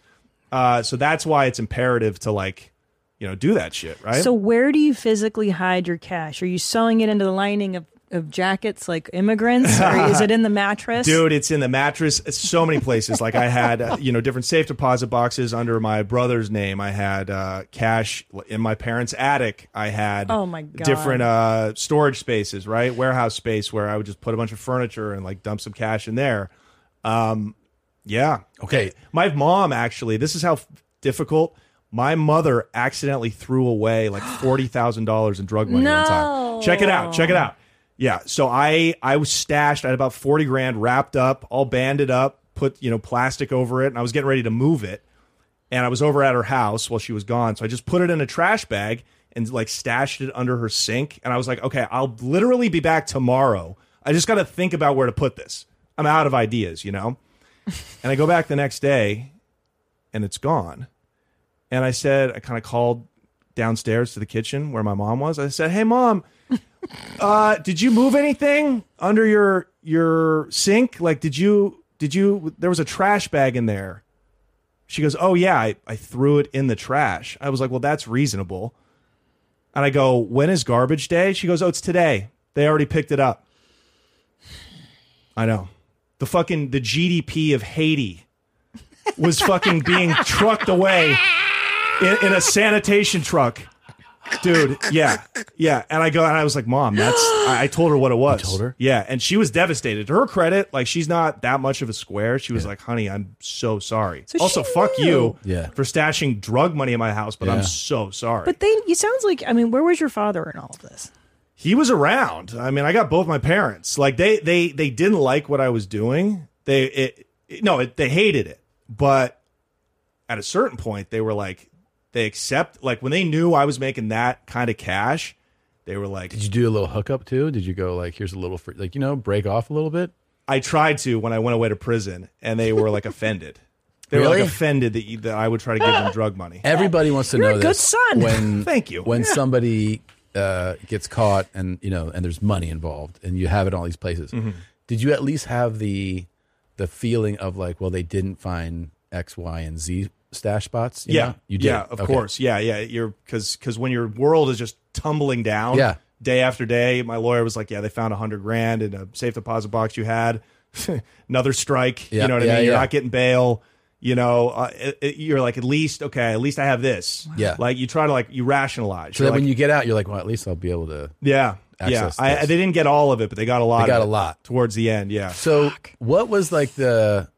C: Uh, so that's why it's imperative to like, you know, do that shit, right?
A: So where do you physically hide your cash? Are you sewing it into the lining of, of jackets like immigrants? or is it in the mattress?
C: Dude, it's in the mattress. It's so many places. Like I had, uh, you know, different safe deposit boxes under my brother's name. I had uh, cash in my parents' attic. I had
A: Oh, my God.
C: different uh, storage spaces, right? Warehouse space where I would just put a bunch of furniture and like dump some cash in there. Um, yeah.
B: Okay.
C: My mom actually, this is how f- difficult. My mother accidentally threw away like forty thousand dollars in drug money one
A: No.
C: time. Check it out. Check it out. Yeah. So I I was stashed. I had about forty grand wrapped up, all banded up, put you know plastic over it, and I was getting ready to move it. And I was over at her house while she was gone, so I just put it in a trash bag and like stashed it under her sink. And I was like, okay, I'll literally be back tomorrow. I just got to think about where to put this. I'm out of ideas, you know. and I go back the next day, and it's gone. And I said, I kind of called downstairs to the kitchen where my mom was. I said, "Hey, mom, uh, did you move anything under your your sink? Like, did you did you? There was a trash bag in there." She goes, "Oh yeah, I, I threw it in the trash." I was like, "Well, that's reasonable." And I go, "When is garbage day?" She goes, "Oh, it's today. They already picked it up." I know. The fucking the GDP of Haiti was fucking being trucked away in, in a sanitation truck. Dude, yeah, yeah. And I go and I was like, Mom, that's I, I told her what it was. told her? Yeah. And she was devastated. To her credit, like she's not that much of a square. She was like, honey, I'm so sorry.
A: So
C: also,
A: she
C: fuck
A: knew.
C: you
B: Yeah.
C: for stashing drug money in my house, but
B: Yeah.
C: I'm so sorry.
A: But they, you sounds like, I mean, where was your father in all of this?
C: he was around. I mean, I got both my parents. Like they they they didn't like what I was doing. They it, it- no, it, they hated it. But at a certain point, they were like they accept like when they knew I was making that kind of cash, they were like
B: Did you do a little hookup too? Did you go like here's a little free, like you know break off a little bit?
C: I tried to when I went away to prison and they were like offended. They were
B: Really?
C: like offended that you, that I would try to give them drug money.
B: Everybody wants to
C: You're a
B: know
C: good
B: this
C: son.
B: When
C: Thank you.
B: When
C: Yeah.
B: somebody uh, gets caught and you know and there's money involved and you have it in all these places,
C: Mm-hmm.
I: Mhm.
B: did you at least have the the feeling of like, well, they didn't find X, Y, and Z stash spots? you
C: yeah,
B: know? you did.
C: Yeah, of
B: Okay.
C: course. Yeah, yeah. You're because because when your world is just tumbling down,
B: Yeah.
C: day after day. My lawyer was like, "Yeah, they found a hundred grand in a safe deposit box you had. Another strike.
B: Yeah,
C: you know what I
B: yeah,
C: mean? You're
B: yeah.
C: not getting bail. You know, uh, it- it- you're like, at least okay, at least I have this.
B: Yeah.
C: like you try to like you rationalize.
B: So
C: You're
B: that when
C: like,
B: you get out, you're like, well, at least I'll be able to.
C: yeah, yeah.
B: access
C: I,
B: this.
C: they didn't get all of it, but they got a lot.
B: They got
C: of
B: a
C: it
B: lot.
C: towards the end. Yeah.
B: So what was like the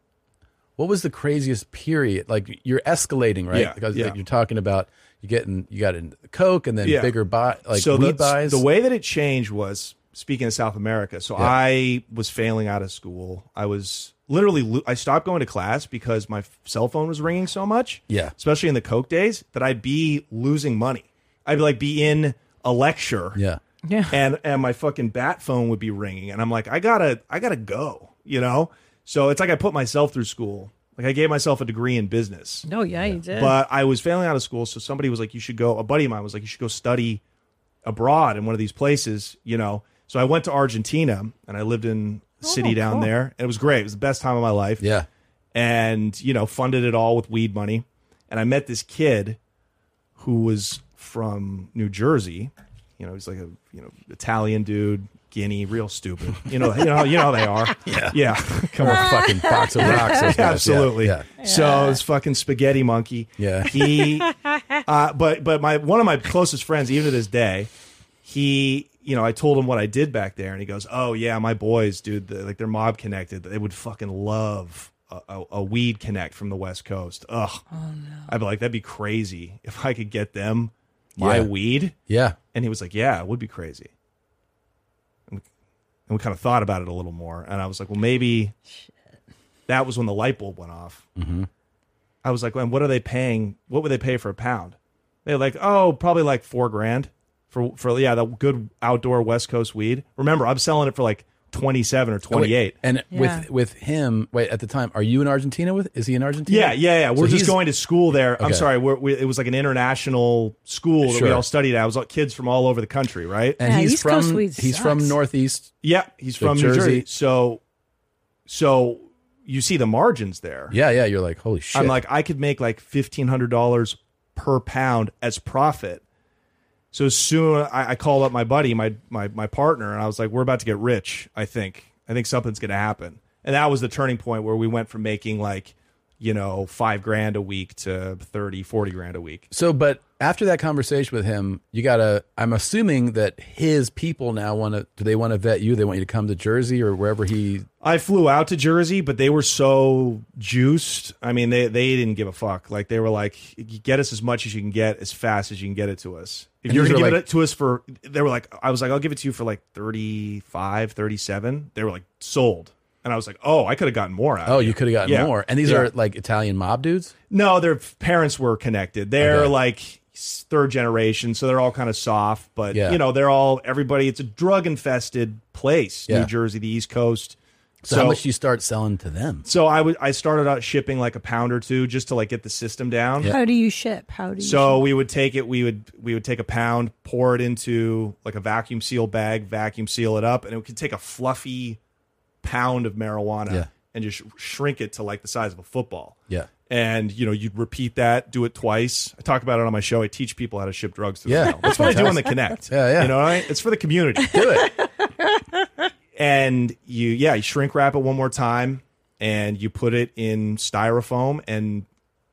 B: what was the craziest period? Like you're escalating, right?
C: Yeah,
B: because
C: yeah.
B: Like, you're talking about you getting you got in coke and then
C: Yeah.
B: bigger buy like
C: so
B: weed
C: the,
B: buys.
C: the way that it changed was speaking of South America. So
B: Yeah.
C: I was failing out of school. I was literally lo- I stopped going to class because my f- cell phone was ringing so much.
B: Yeah.
C: especially in the coke days, that I'd be losing money. I'd be like be in a lecture.
B: Yeah.
C: Yeah. And and my fucking bat phone would be ringing and I'm like I got to I got to go. you know? So it's like I put myself through school. Like I gave myself a degree in business.
A: No, yeah, you did.
C: But I was failing out of school, so somebody was like, "You should go." A buddy of mine was like, "You should go study abroad in one of these places." You know, so I went to Argentina and I lived in a city down
P: cool.
C: there. And it was great. It was the best time of my life. Yeah, and you know, funded it all with weed money. And I met this kid who was from New Jersey. You know, he's like a you know Italian dude, Guinea, real stupid. You know, you know, you know how they are.
B: Yeah.
C: yeah.
B: Come on, fucking box of rocks, those guys. Yeah,
C: Absolutely.
B: yeah.
C: So this fucking spaghetti monkey.
B: Yeah.
C: He, uh, but but my one of my closest friends, even to this day, he. You know, I told him what I did back there, and he goes, "Oh yeah, my boys, dude, they're, like they're mob connected. They would fucking love a, a, a weed connect from the West Coast. Ugh, I'd be like, that'd be crazy if I could get them my
B: Yeah.
C: weed.
B: Yeah.
C: And he was like, yeah, it would be crazy. And we, and we kind of thought about it a little more. And I was like, well, maybe that was when the light bulb went off.
B: Mhm.
C: I was like, and what are they paying? What would they pay for a pound? They're like, oh, probably like four grand for, for yeah, the good outdoor West Coast weed. Remember, I'm selling it for like 27 or
B: Oh, wait.
C: 28.
B: And
C: Yeah.
B: with with him, wait at the time, are you in Argentina with? Is he in Argentina?
C: Yeah, yeah, yeah. We're
B: So
C: just
B: he's-
C: going to school there. I'm
B: Okay.
C: sorry. We're, we, it was like an international school that we
B: Sure.
C: all studied at. It was like kids from all over the country, right?
B: And he's from he's from Northeast.
C: Yeah, he's
B: like
C: from New Jersey. So, so you see the margins there.
B: Yeah, yeah. You're like, holy shit.
C: I'm like, I could make like fifteen hundred dollars per pound as profit. So soon, I, I called up my buddy, my my my partner, and I was like, "We're about to get rich. I think. I think something's going to happen." And that was the turning point where we went from making like, you know, five grand a week to 30, 40 grand a week.
B: So, but after that conversation with him, you gotta. I'm assuming that his people now want to. Do they want to vet you? They want you to come to Jersey or wherever he.
C: I flew out to Jersey, but they were so juiced. I mean, they they didn't give a fuck. Like they were like, get us as much as you can get, as fast as you can get it to us. If
B: And
C: you're
B: these
C: gonna
B: were
C: give
B: like-
C: it to us for, they were like, I was like, I'll give it to you for like 35, 37. They were like sold, and I was like, oh, I could have gotten more out. of
B: Oh, you could have gotten
C: Yeah.
B: more. And these
C: Yeah.
B: are like Italian mob dudes.
C: No, their parents were connected. They're
B: Okay.
C: like s- third generation, so they're all kind of soft, but
B: Yeah.
C: you know, they're all everybody. It's a drug infested place,
B: Yeah.
C: New Jersey, the East Coast.
B: So, how much do you start selling to them?
C: So I would I started out shipping like a pound or two just to like get the system down.
A: How do you ship? How do you?
C: so
A: ship?
C: we would take it we would we would take a pound, pour it into like a vacuum seal bag, vacuum seal it up and it could take a fluffy pound of marijuana
B: Yeah.
C: and just sh- shrink it to like the size of a football.
B: Yeah.
C: And you know, you'd repeat that, do it twice. I talk about it on my show. I teach people how to ship drugs to them.
B: Yeah,
C: now. That's what I do on the
B: fantastic.
C: Connect.
B: Yeah, yeah.
C: You know, what I mean? It's for the community. do
B: it.
C: And you yeah, you shrink wrap it one more time and you put it in styrofoam and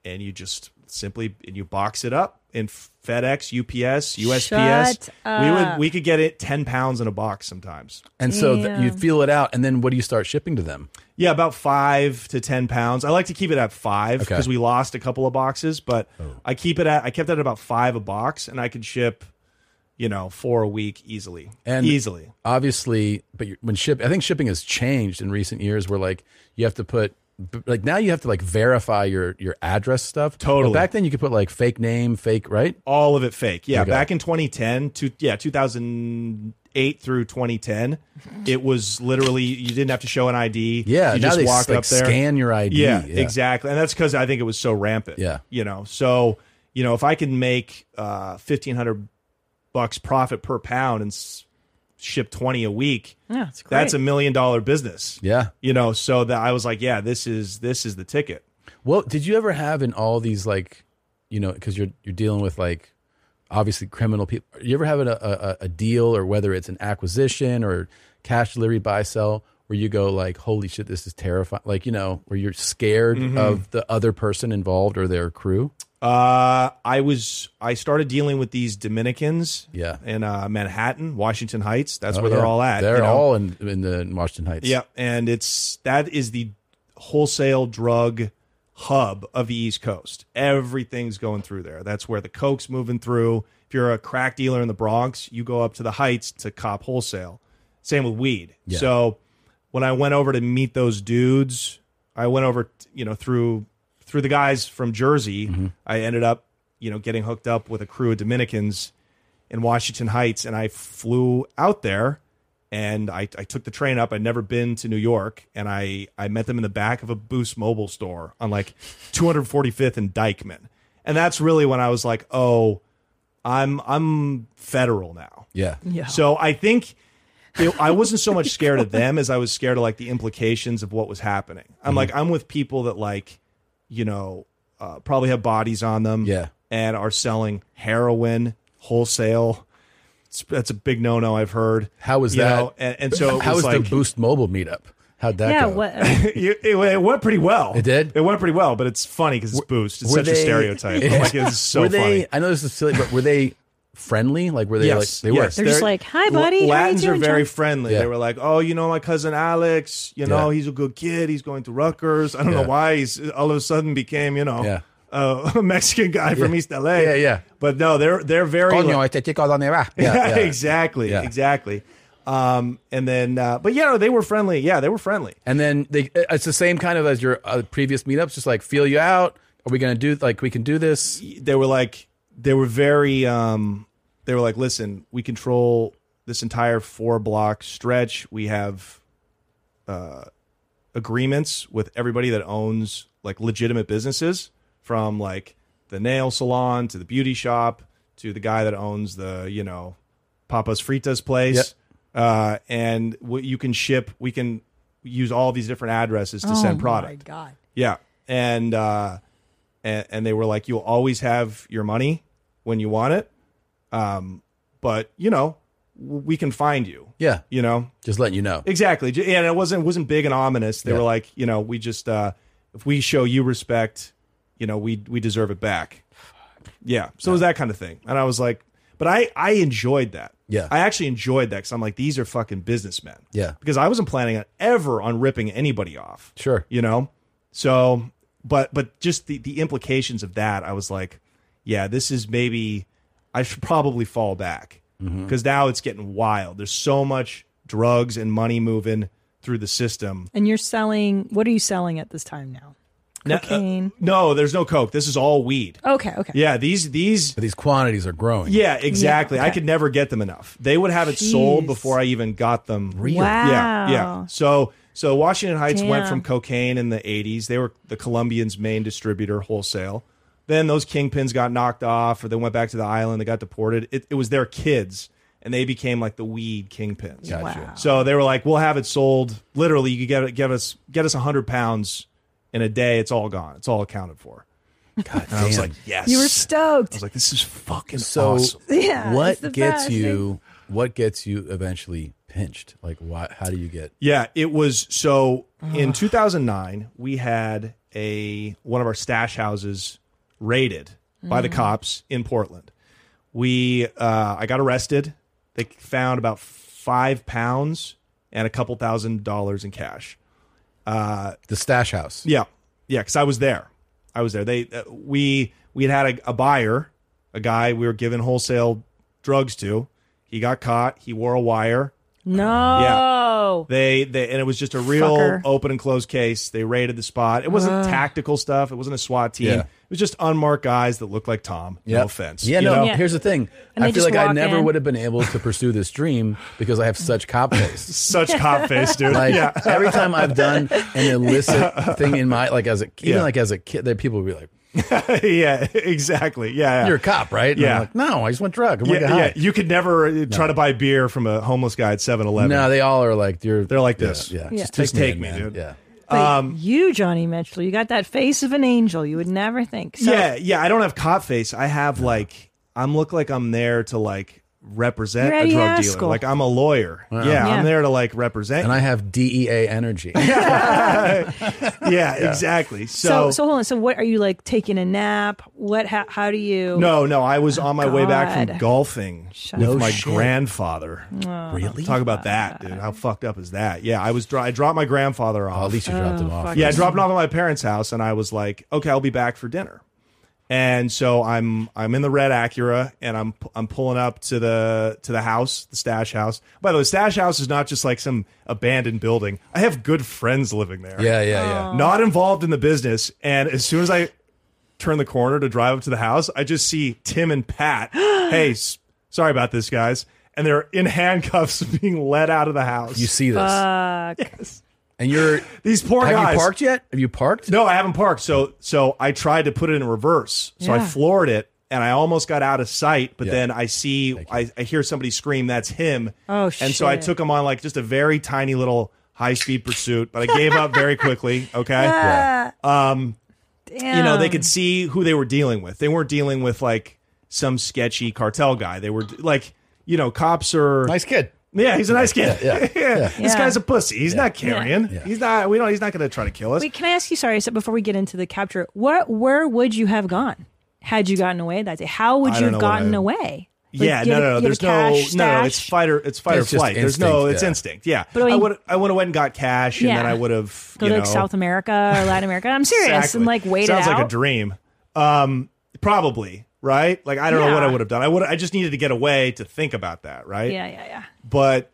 C: and you just simply and you box it up in FedEx, UPS, USPS.
B: Shut
C: We would
B: up.
C: we could get it 10 pounds in a box sometimes.
B: And so th-
C: Damn.
B: you feel it out, and then what do you start shipping to them?
C: Yeah, about five to ten pounds. I like to keep it at five
B: Okay. Oh.
C: because we lost a couple of boxes, but I keep it at I kept it at about five a box, and I could ship, you know, four a week easily,
B: and
C: easily.
B: obviously but you- when ship i think shipping has changed in recent years where like you have to put b- like now you have to like verify your your address stuff
C: Totally.
B: But back then you could put like fake name fake right
C: All of it fake. Yeah,
B: Okay.
C: back in 2010, to, yeah, 2008 through 2010, it was literally you didn't have to show an ID.
B: Yeah,
C: you
B: now
C: just
B: they s-
C: walk
B: like,
C: up there,
B: scan your ID.
C: Yeah,
B: Yeah.
C: exactly, and that's because I think it was so rampant.
B: Yeah.
C: you know, so you know if I can make uh, 1,500 bucks profit per pound and s- ship 20 a week,
A: Yeah, it's great.
C: that's a million dollar business.
B: yeah
C: you know, so that I was like, yeah, this is this is the ticket.
B: well did you ever have in all these like you know because you're you're dealing with like obviously criminal people you ever have a, a a deal or whether it's an acquisition or cash delivery buy sell where you go like holy shit this is terrifying like you know where you're scared
C: Mhm.
B: of the other person involved or their crew
C: Uh, I was I started dealing with these Dominicans.
B: Yeah.
C: in uh, Manhattan, Washington Heights. That's
B: Oh,
C: where they're
B: yeah.
C: all at.
B: They're
C: you know?
B: all in in the in Washington Heights.
C: Yeah, and it's that is the wholesale drug hub of the East Coast. Everything's going through there. That's where the coke's moving through. If you're a crack dealer in the Bronx, you go up to the Heights to cop wholesale. Same with weed.
B: Yeah.
C: So when I went over to meet those dudes, I went over, t- you know, through through the guys from Jersey. I ended up, you know, getting hooked up with a crew of Dominicans in Washington Heights, and I flew out there and I, I took the train up. I'd never been to New York, and I I met them in the back of a Boost Mobile store on like 245th and Dykeman, and that's really when I was like, oh, I'm I'm federal now.
B: Yeah.
A: Yeah.
C: So I think it, I wasn't so much scared of them as I was scared of like the implications of what was happening. I'm
B: Mm-hmm.
C: like, I'm with people that like, you know, uh, probably have bodies on them, yeah, and are selling heroin wholesale. It's, that's a big no no. I've heard.
B: How was
C: You
B: that?
C: know, and, and so it
B: how
C: was
B: was,
C: like-
B: the Boost Mobile meetup? How'd that
C: Yeah,
B: go?
A: what- oh
C: it, it- it went pretty well. It
B: did.
C: It went pretty well, but it's funny because it's boost. It's
B: Were
C: such a
B: they-
C: stereotype. but, like it's so
B: were they,
C: funny.
B: I know this is silly, but were they friendly? Like were they
C: Yes,
B: like they
C: yes.
B: were?
A: They're just like, "Hi, buddy.
C: L-
A: How you
C: Latins
A: doing,
C: are very
A: John?"
C: friendly.
B: Yeah.
C: They were like, "Oh, you know my cousin Alex. You know he's a good kid. He's going to Rutgers. I don't
B: Yeah.
C: know why he's all of a sudden became you know
B: Yeah.
C: uh, a Mexican guy from East LA.
B: Yeah, yeah.
C: But no, they're they're very
B: Coño,
C: like-
B: este chico donde va? Yeah,
C: yeah,
B: yeah.
C: exactly,
B: Yeah.
C: exactly. Um, and then, uh, but yeah, no, they were friendly. Yeah, they were friendly.
B: And then they, it's the same kind of as your uh, previous meetups, just like feel you out. Are we gonna do like we can do this?
C: They were like they were very um they were like listen we control this entire four block stretch we have uh agreements with everybody that owns like legitimate businesses from like the nail salon to the beauty shop to the guy that owns the you know papa's fritas place
B: Yep.
C: uh and what you can ship we can use all these different addresses to
A: Oh
C: send
A: my
C: product
A: God.
C: yeah, and uh, and, and they were like, "You'll always have your money when you want it, um, but you know, w- we can find you."
B: Yeah,
C: you know,
B: just letting you know.
C: exactly. J- And it wasn't wasn't big and ominous. They
B: Yeah.
C: were like, you know, we just uh, if we show you respect, you know, we we deserve it back. Yeah, so it was that kind of thing, and I was like, but I I enjoyed that.
B: Yeah.
C: I actually enjoyed that because I'm like, these are fucking businessmen
B: Yeah,
C: because I wasn't planning on ever on ripping anybody off.
B: Sure.
C: You know? So but but just the, the implications of that, I was like, yeah, this is maybe I should probably fall back.
B: Mhm.
C: Because now it's getting wild. There's so much drugs and money moving through the system.
A: And you're selling. What are you selling at this time now?
C: No- uh,
A: Cocaine.
C: No, there's no coke. This is all weed.
A: Okay. Okay.
C: Yeah, these these
B: these quantities are growing.
C: Yeah, exactly.
A: Yeah, okay.
C: I could never get them enough. They would have it
A: Jeez.
C: sold before I even got them.
A: Really?
C: Yeah,
A: Wow.
C: yeah. So so Washington Heights went
A: Damn.
C: from cocaine in the 80s. They were the Colombians' main distributor wholesale. Then those kingpins got knocked off or they went back to the island, they got deported. It, it was their kids and they became like the weed kingpins.
B: Gotcha. Wow.
C: So they were like, we'll have it sold. Literally, you could get it, give us get us 100 pounds in a day. It's all gone. It's all accounted for. God and I was
B: damn.
C: like, yes.
A: You were stoked.
C: I was like, this is fucking
B: So
C: awesome.
A: Yeah, it's
B: what
A: the
B: gets
A: best.
B: you? What gets you eventually pinched? Like why? How do you get?
C: Yeah, it was so in 2009 we had a one of our stash houses raided by the cops in Portland. We uh, I got arrested. They found about 5 pounds and a couple thousand dollars in cash. Uh,
B: The stash house.
C: yeah, yeah, because I was there. I was there. They uh, we we had had a, a buyer, a guy we were giving wholesale drugs to. He got caught. He wore a wire.
A: No.
C: They they and it was just a real
A: Fucker.
C: open and closed case. They raided the spot. It wasn't
A: Ugh.
C: tactical stuff. It wasn't a SWAT team.
B: Yeah.
C: It was just unmarked guys that looked like Tom. No offense.
B: Yeah,
C: you
B: no.
C: know?
A: Yeah.
B: Here's the thing.
A: And
B: I
A: they
B: feel
A: just
B: like I
A: walk
B: never
A: in.
B: would have been able to pursue this dream because I have such cop face.
C: Such cop face, dude.
B: Like
C: yeah.
B: every time I've done an illicit thing in my like as a even
C: Yeah.
B: like as a kid, there people would be like,
C: yeah, exactly. Yeah, yeah.
B: "You're a cop, right?" And I'm
C: Yeah.
B: like, no, I just want drug. I wanna
C: yeah,
B: get high."
C: yeah. You could never uh, try to buy beer from a homeless guy at 7-Eleven.
B: No, they all are like you're.
C: They're like
B: yeah,
C: this.
B: Yeah,
A: Yeah.
C: Just take
B: in,
C: me,
B: man.
C: dude.
B: Yeah.
A: But
C: Um,
A: you, Johnny Mitchell, you got that face of an angel. You would never think. So,
C: yeah, yeah. I don't have cop face. I have like I'm look like I'm there to like represent
A: You're
C: a
A: Eddie
C: drug
A: Haskell.
C: dealer. Like I'm a lawyer.
B: Wow.
C: Yeah,
A: Yeah.
C: I'm there to like represent.
B: And I have DEA energy.
C: yeah, exactly.
A: so,
C: So,
A: so hold on. So, what are you like taking a nap? What? How, how do you?
C: no, no. I was on my way back
A: God.
C: from golfing
A: Shut
C: with
A: up. Oh,
C: my
A: No
C: grandfather.
B: really?
C: Talk about that, dude. How fucked up is that? Yeah, I was. Dro- I dropped my grandfather off.
B: Well, Oh, at least you
A: Oh,
B: dropped them off.
C: yeah, I dropped him off at my parents' house, and I was like, okay, I'll be back for dinner. And so I'm I'm in the red Acura, and I'm I'm pulling up to the to the house, the stash house. By the way, stash house is not just like some abandoned building. I have good friends living there.
B: Yeah, yeah,
A: Oh,
B: yeah.
C: Not involved in the business. And as soon as I turn the corner to drive up to the house, I just see Tim and Pat. hey, s- sorry about this, guys. and they're in handcuffs being led out of the house.
B: You see this.
A: Fuck.
B: And you're
C: these poor
B: Have you
C: guys.
B: parked yet? Have you parked?
C: No, I haven't parked. So so I tried to put it in reverse. So I
B: Yeah.
C: floored it and I almost got out of sight, but
B: Yeah.
C: then I see I, I hear somebody scream, that's him.
B: Oh,
C: and so I
B: shit.
C: took him on like just a very tiny little high speed pursuit, but I gave up very quickly. Okay.
A: Yeah.
C: Um
A: Damn.
C: you know,
A: Um,
C: they could see who they were dealing with. They weren't dealing with like some sketchy cartel guy. They were like, you know, cops are nice
B: kid.
C: Yeah, he's a nice kid.
B: Yeah, yeah, yeah.
C: This
A: Yeah.
C: guy's a pussy. He's not
A: Yeah.
C: carrying. He's not. We don't. He's not going to try to kill us.
A: Wait, can I ask you? Sorry, so before we get into the capture, what where would you have gone had you gotten away that day? How would
C: I
A: you
C: don't
A: have
C: know what
A: gotten
C: I-
A: away? Like,
C: yeah,
A: you
C: no,
A: had a- you
C: no, no.
A: had a
C: There's no,
A: cash
C: no, no.
A: stash?
C: It's fighter. It's fight
B: It's
C: or
B: just
C: flight. There's no.
B: instinct,
C: It's
B: yeah.
C: instinct. Yeah.
A: But I
C: I
A: mean-
C: would. I would have went and got cash, and
A: Yeah.
C: then I would have
A: go
C: you
A: to like
C: know,
A: South America or Latin America. I'm serious
C: Exactly.
A: and like wait
C: Sounds
A: it
C: like
A: out.
C: a dream. Um, probably right. Like I don't know what I
A: Yeah.
C: would have done. I would. I just needed to get away to think about that. Right.
A: Yeah, yeah, yeah.
C: But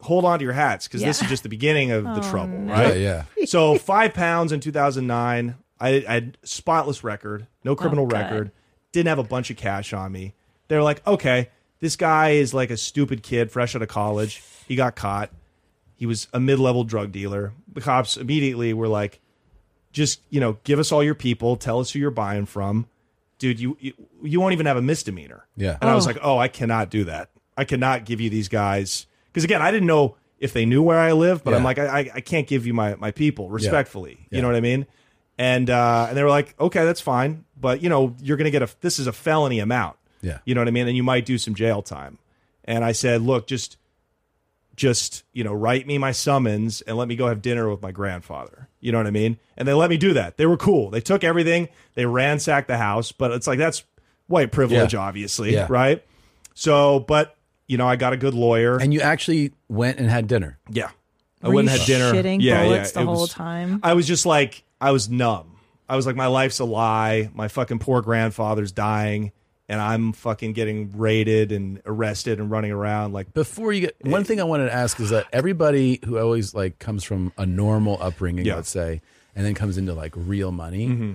C: hold on to your hats because this
A: Yeah.
C: is just the beginning of the
A: Oh,
C: trouble.
A: no.
C: Right.
B: Yeah,
C: so five pounds in 2009. I, I had spotless record, no criminal
B: God.
C: record. Didn't have a bunch of cash on me. They're like, okay, this guy is like a stupid kid fresh out of college. He got caught. He was a mid-level drug dealer. The cops immediately were like, just you know, give us all your people. Tell us who you're buying from, dude. You you, you won't even have a misdemeanor.
B: Yeah.
C: And I was
B: Oh.
C: like, oh, I cannot do that. I cannot give you these guys because again, I didn't know if they knew where I live, but I'm
B: Yeah.
C: like, I, I- I can't give you my my people respectfully.
B: Yeah.
C: You know what I mean? And uh, and they were like, okay, that's fine, but you know, you're gonna get a this is a felony amount.
B: Yeah.
C: You know what I mean? And you might do some jail time. And I said, look, just just you know write me my summons and let me go have dinner with my grandfather you know what i mean and they let me do that they were cool they took everything they ransacked the house but it's like that's white privilege
B: Yeah.
C: obviously
B: Yeah.
C: right so but you know i got a good lawyer
B: And you actually went and had dinner.
C: yeah i
A: Were
C: went and
A: you
C: had dinner
A: shitting
C: yeah,
A: bullets
C: yeah,
A: the
C: it
A: whole
C: was-
A: time?
C: i was just like i was numb i was like my life's a lie my fucking poor grandfather's dying and i'm fucking getting raided and arrested and running around like
B: Before you get one thing I wanted to ask is that everybody who always like comes from a normal upbringing,
C: Yeah.
B: let's say, and then comes into like real money,
C: Mm-hmm.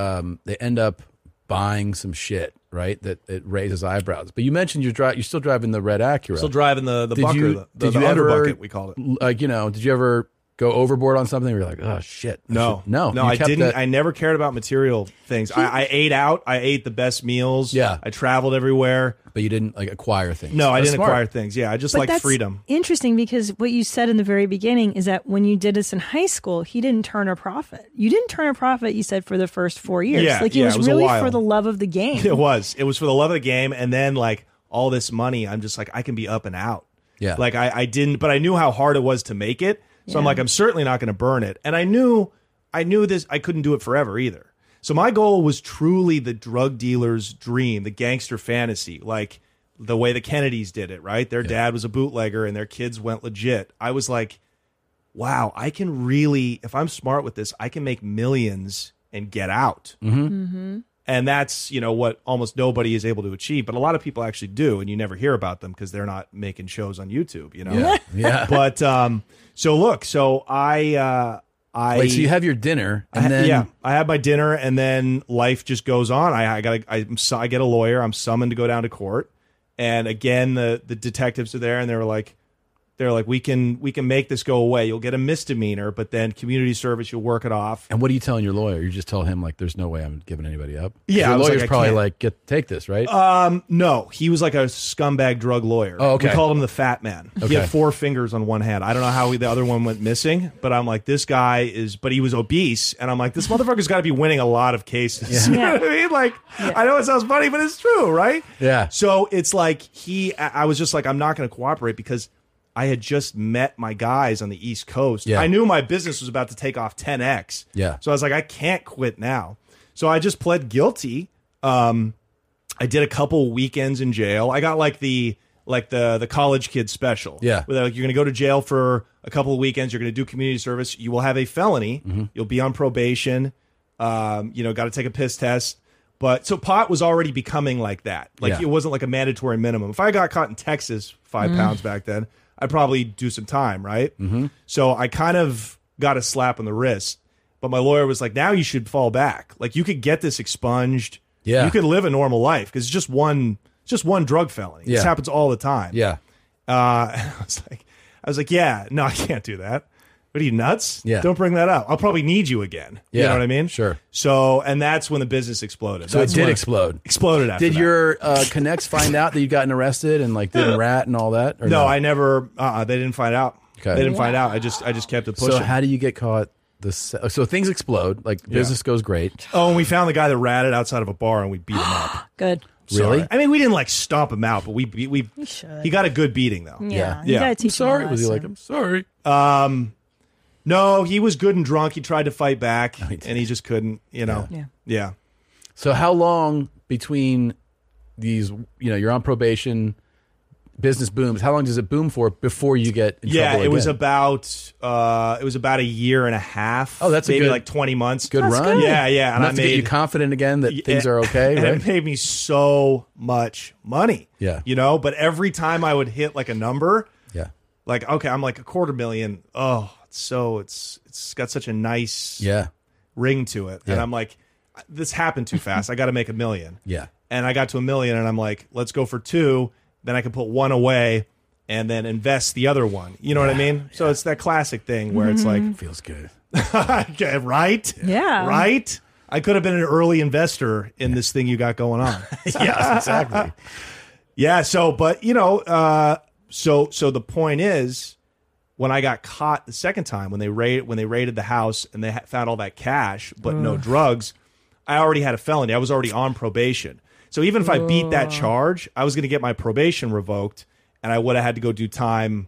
B: um, they end up buying some shit, right? That it raises eyebrows. But you mentioned you're dri- you're still driving the red Acura,
C: Still driving the- the
B: Did
C: bucker,
B: you-
C: the- the-
B: did
C: the
B: you ever,
C: underbucket, we called
B: it. Like you know, did you ever go overboard on something? Where you're like, oh shit, I
C: No,
B: should- no,
C: no.
B: you
C: I
B: kept
C: didn't.
B: that-
C: I never cared about material things. I, I ate out. I ate the best meals. Yeah, I traveled everywhere.
B: But you didn't like acquire things.
C: No, I
B: That's
C: didn't
B: smart.
C: acquire things. Yeah, I just
A: But
C: like
A: that's
C: freedom.
A: Interesting because what you said in the very beginning is that when you did this in high school, he didn't turn a profit. You didn't turn a profit, you said, for the first four years.
C: Yeah,
A: like
C: yeah,
A: it was,
C: it was a
A: really
C: while.
A: for the love of the game.
C: It was. It was for the love of the game, and then like all this money, I'm just like I can be up and out.
B: Yeah.
C: Like I, I didn't, but I knew how hard it was to make it. So I'm
B: Yeah.
C: like, I'm certainly not going to burn it. And I knew, I knew this. I couldn't do it forever either. So my goal was truly the drug dealer's dream, the gangster fantasy, like the way the Kennedys did it. Right, their dad was a bootlegger, and their kids went legit. I was like, wow, I can really, if I'm smart with this, I can make millions and get out.
O: Mm-hmm.
C: And that's, you know, what almost nobody is able to achieve, but a lot of people actually do and you never hear about them because they're not making shows on YouTube, you know.
B: Yeah, yeah.
C: But um so look, so I uh I
B: Wait, so you have your dinner
C: I ha-
B: and then
C: yeah, I had my dinner, and then life just goes on. I, I got I'm su- I get a lawyer. I'm summoned to go down to court, and again the the detectives are there, and they were like, they're like, we can we can make this go away. You'll get a misdemeanor, but then community service, you'll work it off.
B: And what do you telling your lawyer? You just tell him like, "There's no way I'm giving anybody up." 'Cause
C: Yeah, I
B: your
C: was
B: lawyer's
C: like, I
B: probably
C: can't.
B: like, "Get take this, right?"
C: Um, no, he was like a scumbag drug lawyer.
B: Oh, okay.
C: We called him the Fat Man. He
B: Okay.
C: had four fingers on one hand. I don't know how he, the other one went missing, but I'm like, this guy is. But he was obese, and I'm like, this motherfucker's got to be winning a lot of cases. You know what I mean? Like, I know it sounds funny, but it's true, right?
B: Yeah.
C: So it's like he. I I was just like, I'm not going to cooperate because. I had just met my guys on the East Coast.
B: Yeah.
C: I knew my business was about to take off 10x.
B: Yeah.
C: So I was like, I can't quit now. So I just pled guilty. Um, I did a couple weekends in jail. I got like the like the the college kid special.
B: Yeah.
C: where they're like, you're going to go to jail for a couple of weekends. You're going to do community service. You will have a felony.
B: Mm-hmm.
C: You'll be on probation. Um, you know, got to take a piss test. But so pot was already becoming like that. Like
B: Yeah.
C: it wasn't like a mandatory minimum. If I got caught in Texas, five
B: Mm.
C: pounds back then, I'd probably do some time, right? Mm-hmm. So I kind of got a slap on the wrist. But my lawyer was like, now you should fall back. Like you could get this expunged.
B: Yeah.
C: You could live a normal life because it's just one it's just one drug felony. This
B: Yeah.
C: happens all the time.
B: Yeah.
C: Uh, I was like, I was like, yeah, no, I can't do that. What are you nuts?
B: Yeah.
C: Don't bring that up. I'll probably need you again. You
B: Yeah,
C: know what I mean? Sure. So, and that's when the business exploded.
B: So it
C: That's
B: did
C: when-
B: explode.
C: Exploded after
B: Did
C: that.
B: your uh, connects find out that you'd gotten arrested and like did a rat and all that? Or
C: no, I never. Uh, they didn't find out.
B: Okay.
C: They didn't find out. I just, I just kept it pushing.
B: So how do you get caught? The se- oh, so things explode. Like
C: Yeah.
B: business goes great.
C: Oh, and we found the guy that ratted outside of a bar, and we beat him up.
A: Good.
C: Sorry.
B: Really?
C: I mean, we didn't like stomp him out, but we beat we.
A: should.
C: He got a good beating though.
A: Yeah, you
C: yeah.
A: gotta teach him a
C: sorry. Was he like,
A: lesson.
C: I'm sorry. Um, no, he was good and drunk. He tried to fight back, and he just couldn't. You know.
A: Yeah.
C: Yeah.
B: So how long between these? You know, you're on probation. Business booms. How long does it boom for before you get? In
C: Yeah,
B: trouble
C: it was
B: again?
C: about uh, it was about a year and a half.
B: Oh, that's a
C: maybe
B: good-
C: like twenty months.
B: good That's run. good.
C: Yeah, yeah.
B: Enough to get you confident again that things are okay,
C: And
B: right?
C: it paid me so much money.
B: Yeah.
C: you know. But every time I would hit like a number,
B: Yeah.
C: like okay, I'm like a quarter million. Oh, it's so it's it's got such a nice
B: Yeah.
C: ring to it, and
B: Yeah.
C: I'm like, this happened too fast. I got to make a million
B: Yeah.
C: and I got to a million, and I'm like, let's go for two. Then I can put one away and then invest the other one. You know what I mean? So it's that classic thing where it's like,
B: feels good.
C: Yeah, right?
A: Yeah.
C: Right? I could have been an early investor in this thing you got going on.
B: yes, exactly.
C: Yeah. So, but you know, uh, so so the point is, when I got caught the second time, when they raid when they raided the house and they ha- found all that cash but no
B: Ugh.
C: drugs, I already had a felony. I was already on probation. So even if I beat that charge, I was going to get my probation revoked, and I would have had to go do time,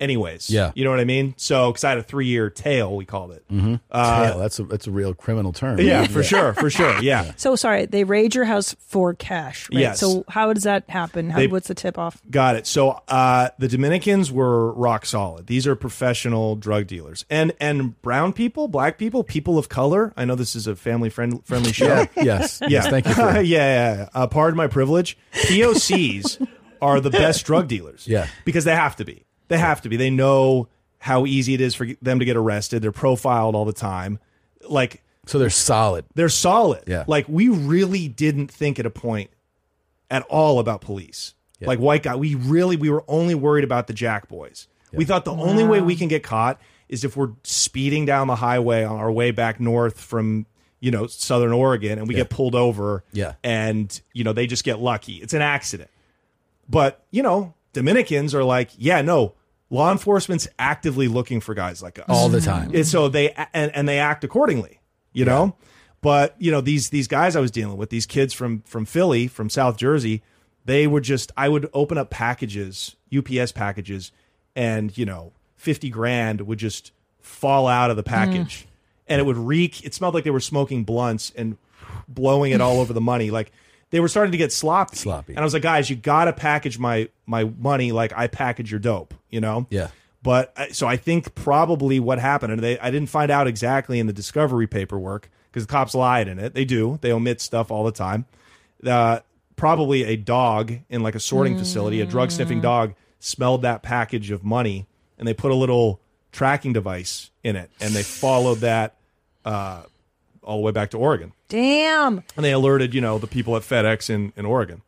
C: anyways.
B: Yeah.
C: you know what I mean. So because I had a three year tail, we called it.
B: Mm-hmm.
C: Uh,
B: that's a that's a real criminal term.
C: Yeah, for sure, for sure. Yeah.
A: So sorry, they raid your house for cash. Right?
C: Yes.
A: So how does that happen? How,
C: They-
A: what's the tip off?
C: Got it. So uh, the Dominicans were rock solid. These are professional drug dealers, and and brown people, black people, people of color. I know this is a family friend friendly show.
B: Yeah. Yes. Yes. Thank you for-
C: yeah, yeah, yeah. Uh, pardon my privilege. POCs are the best drug dealers.
B: Yeah.
C: because they have to be. They have to be. They know how easy it is for them to get arrested. They're profiled all the time. Like
B: so, they're solid.
C: They're solid.
B: Yeah.
C: Like we really didn't think at a point at all about police. Like white guy, we really we were only worried about the Jack boys. We thought the only way we can get caught is if we're speeding down the highway on our way back north from you know Southern Oregon and we get pulled over.
B: Yeah.
C: and you know they just get lucky. It's an accident. But you know Dominicans are like, yeah, no. Law enforcement's actively looking for guys like us
B: All the time.
C: and so they and, and they act accordingly you know but you know these these guys i was dealing with these kids from from philly from south jersey they were just i would open up packages ups packages and you know 50 grand would just fall out of the package and it would reek it smelled like they were smoking blunts and blowing it all over the money like they were starting to get sloppy sloppy and i was like guys you gotta package my my money like i package your dope you know
B: Yeah.
C: but I- so I think probably what happened, and they I didn't find out exactly in the discovery paperwork because the cops lied in it. They do. They omit stuff all the time. Uh, probably a dog in like a sorting facility, a drug sniffing dog, smelled that package of money, and they put a little tracking device in it, and they followed that uh, all the way back to Oregon,
A: Damn.
C: and they alerted you know the people at FedEx in in Oregon.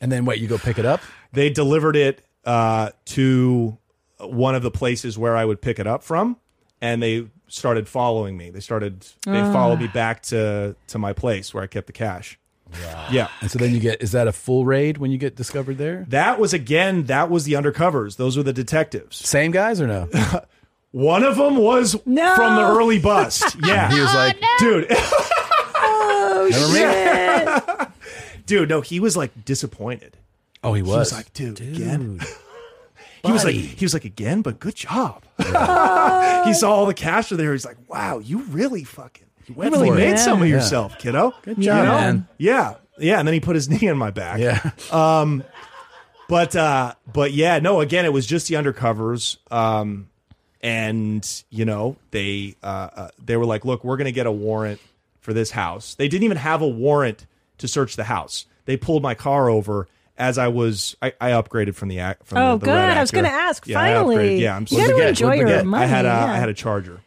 B: And then what? You go pick it up.
C: They delivered it uh, to one of the places where I would pick it up from, and they started following me. They started they
B: Ah.
C: followed me back to to my place where I kept the cash. Yeah.
B: And so then you get is that a full raid when you get discovered there?
C: That was again. That was the undercovers. Those were the detectives.
B: Same guys or no?
C: One of them was from the early bust. Yeah,
B: He was like,
C: dude. oh
B: Remember
C: dude, no, he was like disappointed.
B: Oh, he
C: He
B: was.
C: was like, dude, again. he was like, he was like, again, but good job. he saw all the cash there. He's like, wow, you really fucking, you
B: went
C: really
B: for it.
C: made some of
B: Yeah.
C: yourself, kiddo.
B: Good
C: You
B: job,
C: know?
B: man.
C: Yeah, yeah. And then he put his knee on my back.
B: Yeah.
C: Um, but uh, but yeah, no. Again, it was just the undercovers. Um, and you know they uh, uh, they were like, look, we're gonna get a warrant for this house. They didn't even have a warrant to search the house. They pulled my car over as I was I, I upgraded from the act. From
A: Oh,
C: the, the red
A: good. I was
C: Acura.
A: gonna ask,
C: I
A: finally.
C: upgraded. yeah, I'm
A: You gotta
C: sorry.
A: enjoy your
C: I had a,
A: money,
C: I
A: yeah.
C: had a charger.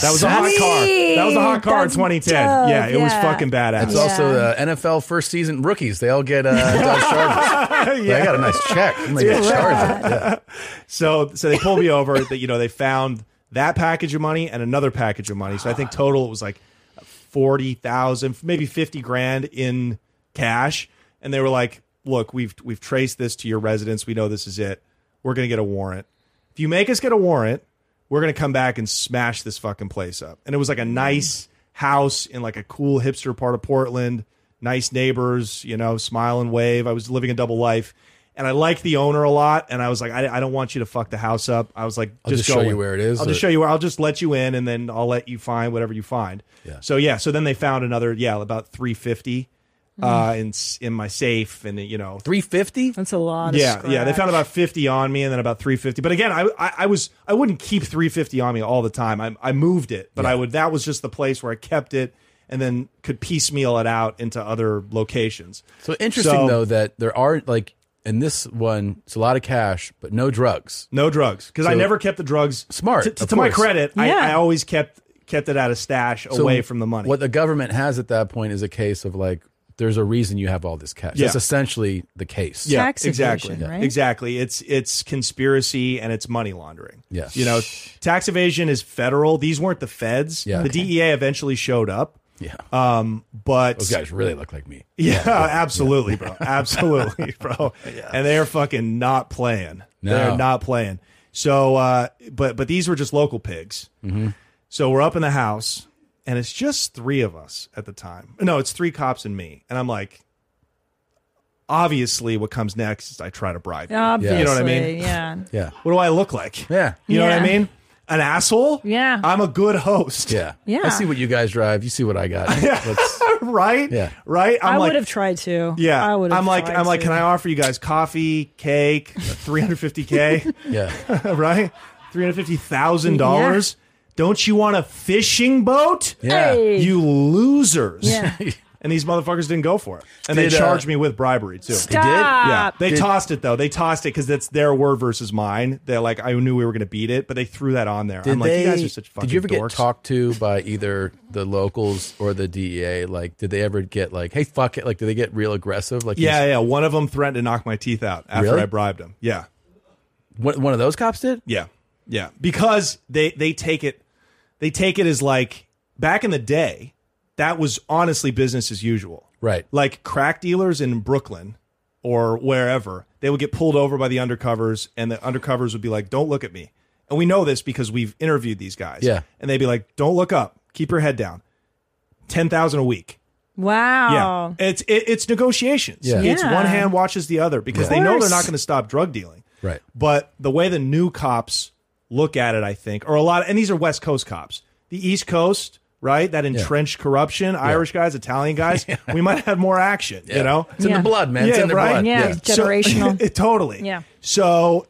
C: That was a hot car. That was a hot car
B: That's
C: in 2010.
B: dope.
C: Yeah, it was
B: Yeah.
C: fucking badass.
B: That's also uh, NFL first season rookies. They all get uh, Dodge Chargers.
C: Yeah.
B: I got a nice check. I'm gonna get a Charger.
C: so so they pulled me over. That you know they found that package of money and another package of money. So I think total it was like forty thousand, maybe fifty grand in cash. And they were like, "Look, we've we've traced this to your residence. We know this is it. We're gonna get a warrant. If you make us get a warrant, we're gonna come back and smash this fucking place up." And it was like a
B: Mm.
C: nice house in like a cool hipster part of Portland. Nice neighbors, you know, smile and wave. I was living a double life and I like the owner a lot. And I was like, I, I don't want you to fuck the house up. I was like,
B: I'll
C: just,
B: just
C: go
B: show you
C: in.
B: where it is,
C: I'll
B: or-
C: just show you where. I'll just let you in, and then I'll let you find whatever you find.
B: Yeah.
C: So yeah. So then they found another yeah about three fifty. Uh,
B: Mm.
C: in s- in my safe, and you know,
B: three fifty.
A: That's a lot.
C: yeah,
A: of
C: yeah. They
A: scratch.
C: found about fifty on me, and then about three fifty. But again, I, I I was I wouldn't keep three fifty on me all the time. I I moved it, but I would. That was just the place where I kept it, and then could piecemeal it out into other locations.
B: So interesting
C: So-
B: though that there are like in this one, it's a lot of cash, but no drugs.
C: No drugs because I
B: So-
C: never kept the drugs.
B: Smart,
C: To,
B: of
C: to my
B: course.
C: credit,
B: Yeah.
C: I, I always kept kept it at a stash
B: So
C: away from the money.
B: What the government has at that point is a case of like, there's a reason you have all this cash.
C: Yeah.
B: That's essentially the case.
C: yeah, exactly,
B: Yeah.
C: exactly. It's it's conspiracy and it's money laundering.
B: Yes.
C: you know, tax evasion is federal. These weren't the feds.
B: Yeah.
C: the
B: Okay.
C: DEA eventually showed up.
B: Yeah,
C: um, but
B: Those guys really look like me.
C: Yeah, absolutely, bro. Absolutely, bro. And they're fucking not playing.
B: No.
C: They're not playing. So, uh, but but these were just local pigs.
B: Mhm.
C: So we're up in the house, and it's just three of us at the time. No, it's three cops and me. And I'm like, obviously, what comes next is I try to bribe. them. you know what I mean?
A: Obviously, yeah.
B: Yeah.
C: What do I look like? Yeah. You know what I
A: Yeah.
C: mean? An asshole?
A: Yeah.
C: I'm a good host.
B: Yeah.
A: Yeah.
B: I see what you guys drive. You see what I got. Let's,
C: right?
B: Yeah.
C: Right?
A: i
C: I'm like-
A: would have tried to.
C: Yeah,
A: I would. have
C: I'm like,
A: tried
C: I'm like,
A: to.
C: can I offer you guys coffee, cake, 350k?
B: yeah,
C: right, 350 thousand dollars. Don't you want a fishing boat?
B: Yeah. Hey.
C: you losers.
B: Yeah.
C: and these motherfuckers didn't go for it, and
B: Did,
C: they
B: uh,
C: charged me with bribery too.
B: They did? Stop.
C: Yeah, they
B: Did-
C: tossed it though. They tossed it because that's their word versus mine. They're like, I knew we were going to beat it, but they threw that on there.
B: Did
C: I'm like,
B: they,
C: you guys are such fucking
B: Did you ever
C: dorks.
B: get talked to by either the locals or the DEA? Like, did they ever get like, hey, fuck it? Like, did they get real aggressive? Like,
C: yeah, yeah. One of them threatened to knock my teeth out after
B: Really?
C: I bribed him. Yeah.
B: One, one of those cops did?
C: Yeah. Yeah. Because they they take it they take it as like back in the day, that was honestly business as usual.
B: Right.
C: Like crack dealers in Brooklyn or wherever, they would get pulled over by the undercovers and the undercovers would be like, "Don't look at me." And we know this because we've interviewed these guys.
B: Yeah.
C: And they'd be like, "Don't look up. Keep your head down." 10,000 a week.
A: Wow.
C: Yeah. It's it, it's negotiations.
B: Yeah.
C: It's
B: Yeah.
C: one hand watches the other because
B: Of
C: they know
B: course.
C: they're not going to stop drug dealing.
B: Right.
C: But the way the new cops look at it, I think, or a lot, and these are West Coast cops. The East Coast, right? That entrenched corruption, Irish guys, Italian guys, we might have more action,
B: Yeah.
C: you know?
B: It's in the Yeah. blood, man. It's in the blood. Yeah, it's
C: So-
A: generational.
C: it- totally.
A: Yeah.
C: So,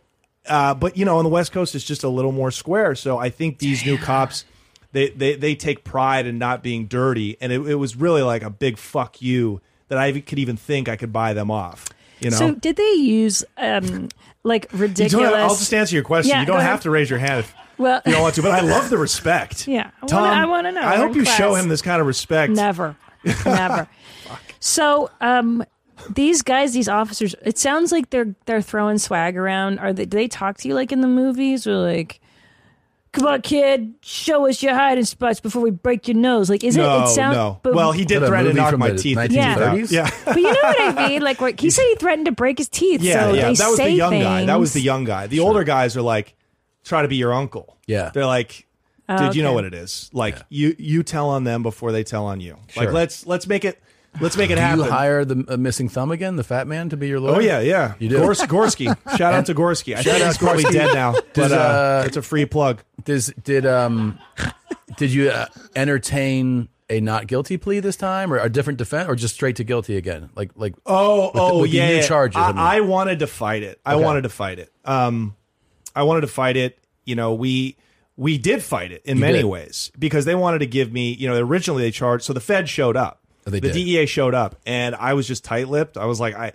C: uh, but you know, on the West Coast, it's just a little more square. So I think these new cops, they, they, they take pride in not being dirty. And it, it was really like a big fuck you that I could even think I could buy them off, you know?
A: So did they use um like
C: You
A: ridiculous?
C: don't- I'll just answer your question.
A: Yeah,
C: you don't
A: go
C: have
A: ahead.
C: to raise your hand if
A: Well-
C: you don't want to, but I love the respect.
A: Yeah. I
C: Tom,
A: wanna- I want to know.
C: I
A: We're
C: hope
A: in
C: you show
A: class.
C: him this kind of respect.
A: Never. Never. so, um, these guys, these officers, it sounds like they're they're throwing swag around. Are they? Do they talk to you like in the movies, or like, come on, kid, show us your hiding spots before we break your nose? Like, is
C: no,
A: it? It sounds.
C: no.
A: but-
C: well, he did
B: What, a
C: threaten to
B: movie
C: knock
B: from
C: my
B: the
C: teeth. out.
B: 1930s?
C: Yeah.
A: but you know what I mean. Like, what- he said he threatened to break his teeth.
C: Yeah,
A: so
C: yeah.
A: They
C: That was
A: say
C: the young
A: things.
C: guy. That was the young guy. The older guys are like, try to be your uncle.
B: Yeah.
C: They're like,
A: Oh,
C: dude, you know
A: okay.
C: what it is. Like you, you tell on them before they tell on you.
B: Sure.
C: Like let's let's make it let's make it
B: Do
C: happen.
B: You hire the uh, missing thumb again, the fat man, to be your lawyer.
C: Oh yeah, yeah.
B: You do.
C: Gors- Gorski. Shout out to Gorski. I think he's probably dead now. But uh, it's a free plug.
B: Does did um did you uh, entertain a not guilty plea this time, or a different defense, or just straight to guilty again? Like like
C: Oh,
B: with the-
C: oh,
B: with the
C: yeah.
B: new
C: yeah.
B: charges.
C: I,
B: I mean.
C: I wanted to fight it. I
B: Okay.
C: wanted to fight it. Um, I wanted to fight it. You know, we we did fight it in
B: You
C: many
B: did.
C: ways because they wanted to give me. You know, originally they charged. So the Fed showed up.
B: Oh, they
C: the
B: did.
C: DEA showed up, and I was just tight lipped. I was like, I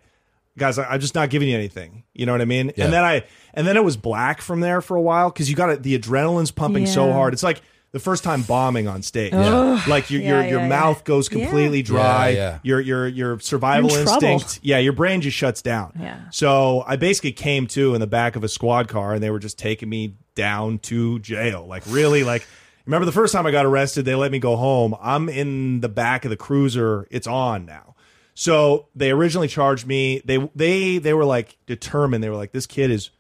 C: guys, I, I'm just not giving you anything. You know what I mean?
B: Yeah.
C: And then I and then it was black from there for a while because you got it. The adrenaline's pumping so
B: Yeah.
C: hard. It's like. the first time bombing on stage.
O: Yeah. Ugh.
C: Like your your
O: Yeah,
C: your
O: yeah,
C: mouth
O: yeah.
C: goes completely
O: Yeah.
C: dry.
O: Yeah, yeah.
C: Your your your survival
O: You're in trouble.
C: instinct. Yeah, your brain just shuts down.
O: Yeah.
C: So I basically came to in the back of a squad car, and they were just taking me down to jail. Like really, like remember the first time I got arrested, they let me go home. I'm in the back of the cruiser. It's on now. So they originally charged me. They they they were like determined. They were like, this kid is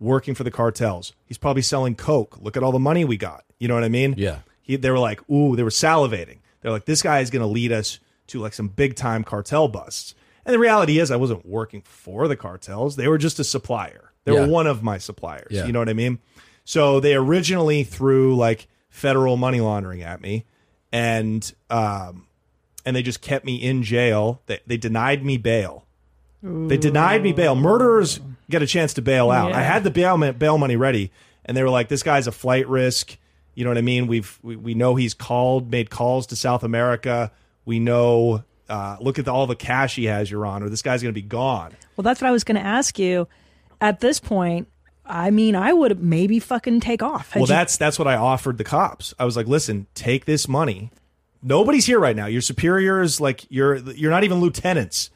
C: working for the cartels. He's probably selling coke. Look at all the money we got. You know what I mean? Yeah. He, they were like, ooh, they were salivating. They're like, this guy is going to lead us to like some big time cartel busts. And the reality is, I wasn't working for the cartels. They were just a supplier. They
B: Yeah.
C: were one of my suppliers.
B: Yeah.
C: You know what I mean? So they originally threw like federal money laundering at me, and um, and they just kept me in jail. They they denied me bail. They denied me bail. Murderers get a chance to bail out.
O: Yeah.
C: I had the bail, bail money ready, and they were like, "This guy's a flight risk." You know what I mean? We've we, we know he's called, made calls to South America. We know. Uh, look at the, all the cash he has, Your Honor. This guy's going to be gone.
A: Well, that's what I was going to ask you. At this point, I mean, I would maybe fucking take off. Had
C: well,
A: you-
C: that's that's what I offered the cops. I was like, "Listen, take this money. Nobody's here right now. Your superiors, like you're you're not even lieutenants,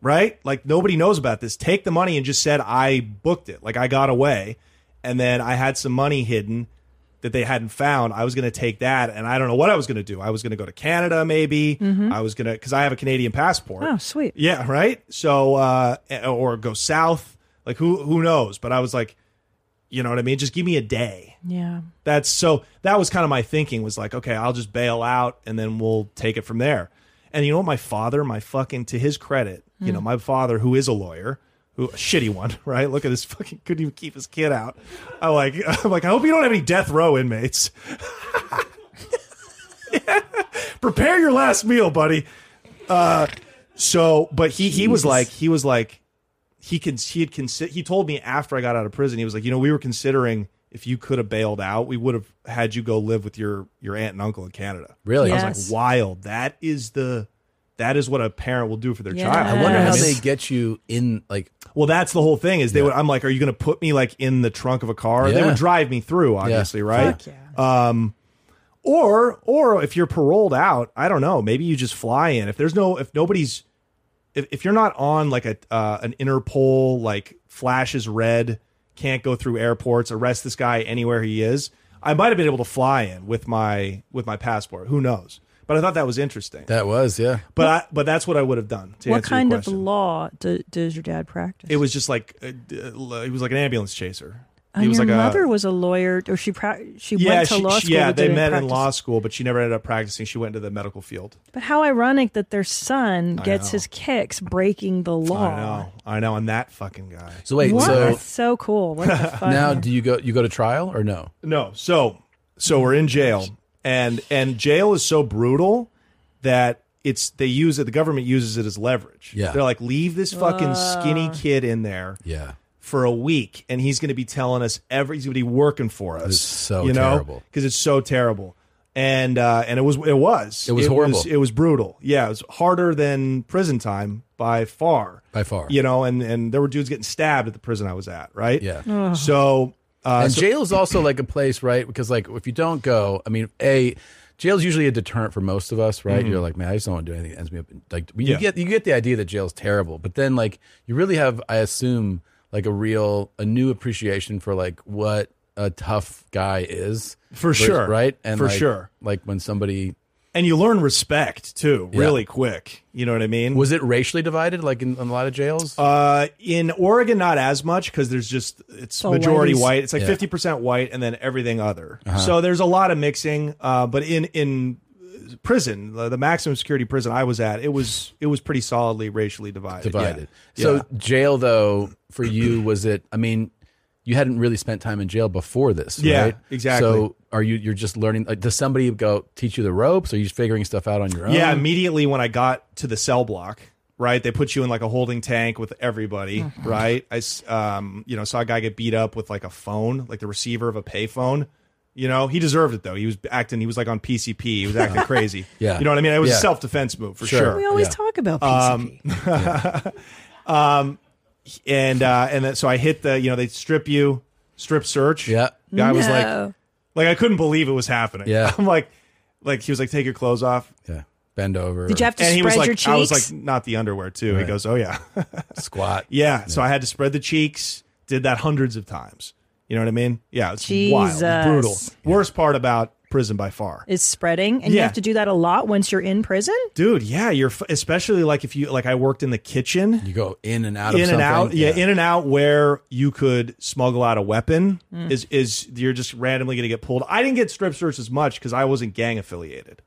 C: right? Like nobody knows about this. Take the money and just said I booked it. Like I got away, and then I had some money hidden that they hadn't found. I was going to take that, and I don't know what I was going to do. I was going to go to Canada, maybe.
O: Mhm.
C: I was going to because I have a Canadian passport.
A: Mm-hmm. oh, sweet.
C: Yeah, right. So uh, or go south. Like who who knows? But I was like, you know what I mean. Just give me a day.
A: Yeah.
C: That's so that was kind of my thinking was like, okay, I'll just bail out and then we'll take it from there. And you know what, my father, my fucking to his credit, you
O: Mm.
C: know, my father who is a lawyer, who a shitty one, right? Look at this fucking couldn't even keep his kid out. I like I'm like, I hope you don't have any death row inmates. Prepare your last meal, buddy. Uh so but he he was
O: Jesus.
C: like he was like he can he had consi- he told me after I got out of prison he was like you know we were considering if you could have bailed out we would have had you go live with your your aunt and uncle in Canada
B: Really?
C: I was
B: Yes.
C: like wild that is the that is what a parent will do for their
B: Yeah.
C: child
B: I wonder how they
C: get you in like well that's the whole thing is they would I'm like are you going to put me like in the trunk of a car they
B: Yeah.
C: would drive me through obviously right
B: Fuck
C: um or or if you're paroled out I don't know maybe you just fly in if there's no if nobody's if, if you're not on like a uh, an Interpol like flashes red, can't go through airports, arrest this guy anywhere he is. I might have been able to fly in with my with my passport. Who knows? But I thought that was interesting.
B: That was yeah.
C: But I, but that's what I would have done. To
A: what
C: answer
A: kind
C: your
A: of
C: question.
A: law do, does your dad practice?
C: It was just like uh, d- uh, he was like an ambulance chaser.
A: And
C: he was
A: your
C: like
A: mother
C: a
A: was a lawyer, or she pra- she
C: yeah,
A: went to
C: she-
A: law
C: she-
A: school.
C: yeah.
A: but
C: They
A: didn't
C: met in
A: practice.
C: law school, but she never ended up practicing. She went into the medical field.
A: But how ironic that their son
C: I
A: gets
C: know.
A: his kicks breaking the law.
C: I know, I know. I'm that fucking guy.
B: So wait,
A: What?
B: so
A: That's so cool. What the fuck?
B: now do you go you go to trial or no?
C: No. So so we're in jail, and and jail is so brutal that it's they use it. The government uses it as leverage.
B: Yeah.
C: They're like, leave this fucking
B: Ah.
C: skinny kid in there.
B: Yeah.
C: For a week, and he's going to be telling us every. He's going to be working for us.
B: so
C: you know
B: terrible.
C: because it's so terrible. And uh, and it was it was
B: It was horrible.
C: it was brutal. Yeah, it was harder than prison time by far.
B: By far.
C: You know, and and there were dudes getting stabbed at the prison I was at. Right. Yeah.
B: Ugh.
C: So uh,
B: and
C: so-
B: jail is also like a place, right? Because like if you don't go, I mean, a jail's usually a deterrent for most of us, right?
C: Mhm.
B: You're like, man, I just don't want to do anything that ends me up. In, like you
C: Yeah.
B: get you get the idea that jail's terrible, but then like you really have, I assume, like a real a new appreciation for like what a tough guy is
C: For
B: Vers-
C: sure.
B: right? And
C: For
B: like-
C: sure.
B: like when somebody
C: and you learn respect too,
B: Yeah.
C: really quick. You know what I mean?
B: was it racially divided, like in, in a lot of jails.
C: Uh, in Oregon, not as much because there's just it's
B: It's all
C: majority
B: whiteys.
C: white. It's like
B: Yeah.
C: fifty percent white, and then everything other.
B: Uh-huh.
C: So there's a lot of mixing. Uh, but in in prison, the the maximum security prison I was at, it was it was pretty solidly racially divided. Yeah.
B: divided.
C: Yeah.
B: So jail though for you was it? I mean, you hadn't really spent time in jail before this,
C: Yeah,
B: right?
C: exactly.
B: So are you? You're just learning. Like, does somebody go teach you the ropes? Or are you just figuring stuff out on your own?
C: Yeah, immediately when I got to the cell block, right? They put you in like a holding tank with everybody,
B: Mhm.
C: right? I s- um, you know, saw a guy get beat up with like a phone, like the receiver of a payphone. You know, he deserved it though. He was acting. He was like on PCP. He was acting crazy.
B: Yeah.
C: you know what I mean. It was
B: Yeah.
C: a self defense move for
B: Sure.
C: sure.
A: We always talk about
C: Um, um, and uh, and then, so I hit the. You know, they strip you, strip search. Yeah, guy was like, Like I couldn't believe it was happening.
B: Yeah.
C: I'm like, like he was like, take your clothes off.
B: Yeah. Bend over.
A: Did you have to
C: and he was
A: spread
C: like,
A: your
C: I was
A: cheeks?
C: like, not the underwear too. He
B: Right.
C: goes, oh yeah,
B: squat.
C: Yeah. So I had to spread the cheeks. Did that hundreds of times. You know what I mean? Yeah. It's wild. It's
A: Jesus.
C: brutal. Worst part about prison by far.
A: is spreading, and you
C: Yeah.
A: have to do that a lot once you're in prison.
C: dude yeah you're f- especially like if you like i worked in the kitchen
B: you go in and out of
C: in and
B: something.
C: out yeah, in and out where you could smuggle out a weapon
B: Mm.
C: is is you're just randomly gonna get pulled i didn't get strip searched as much because i wasn't gang affiliated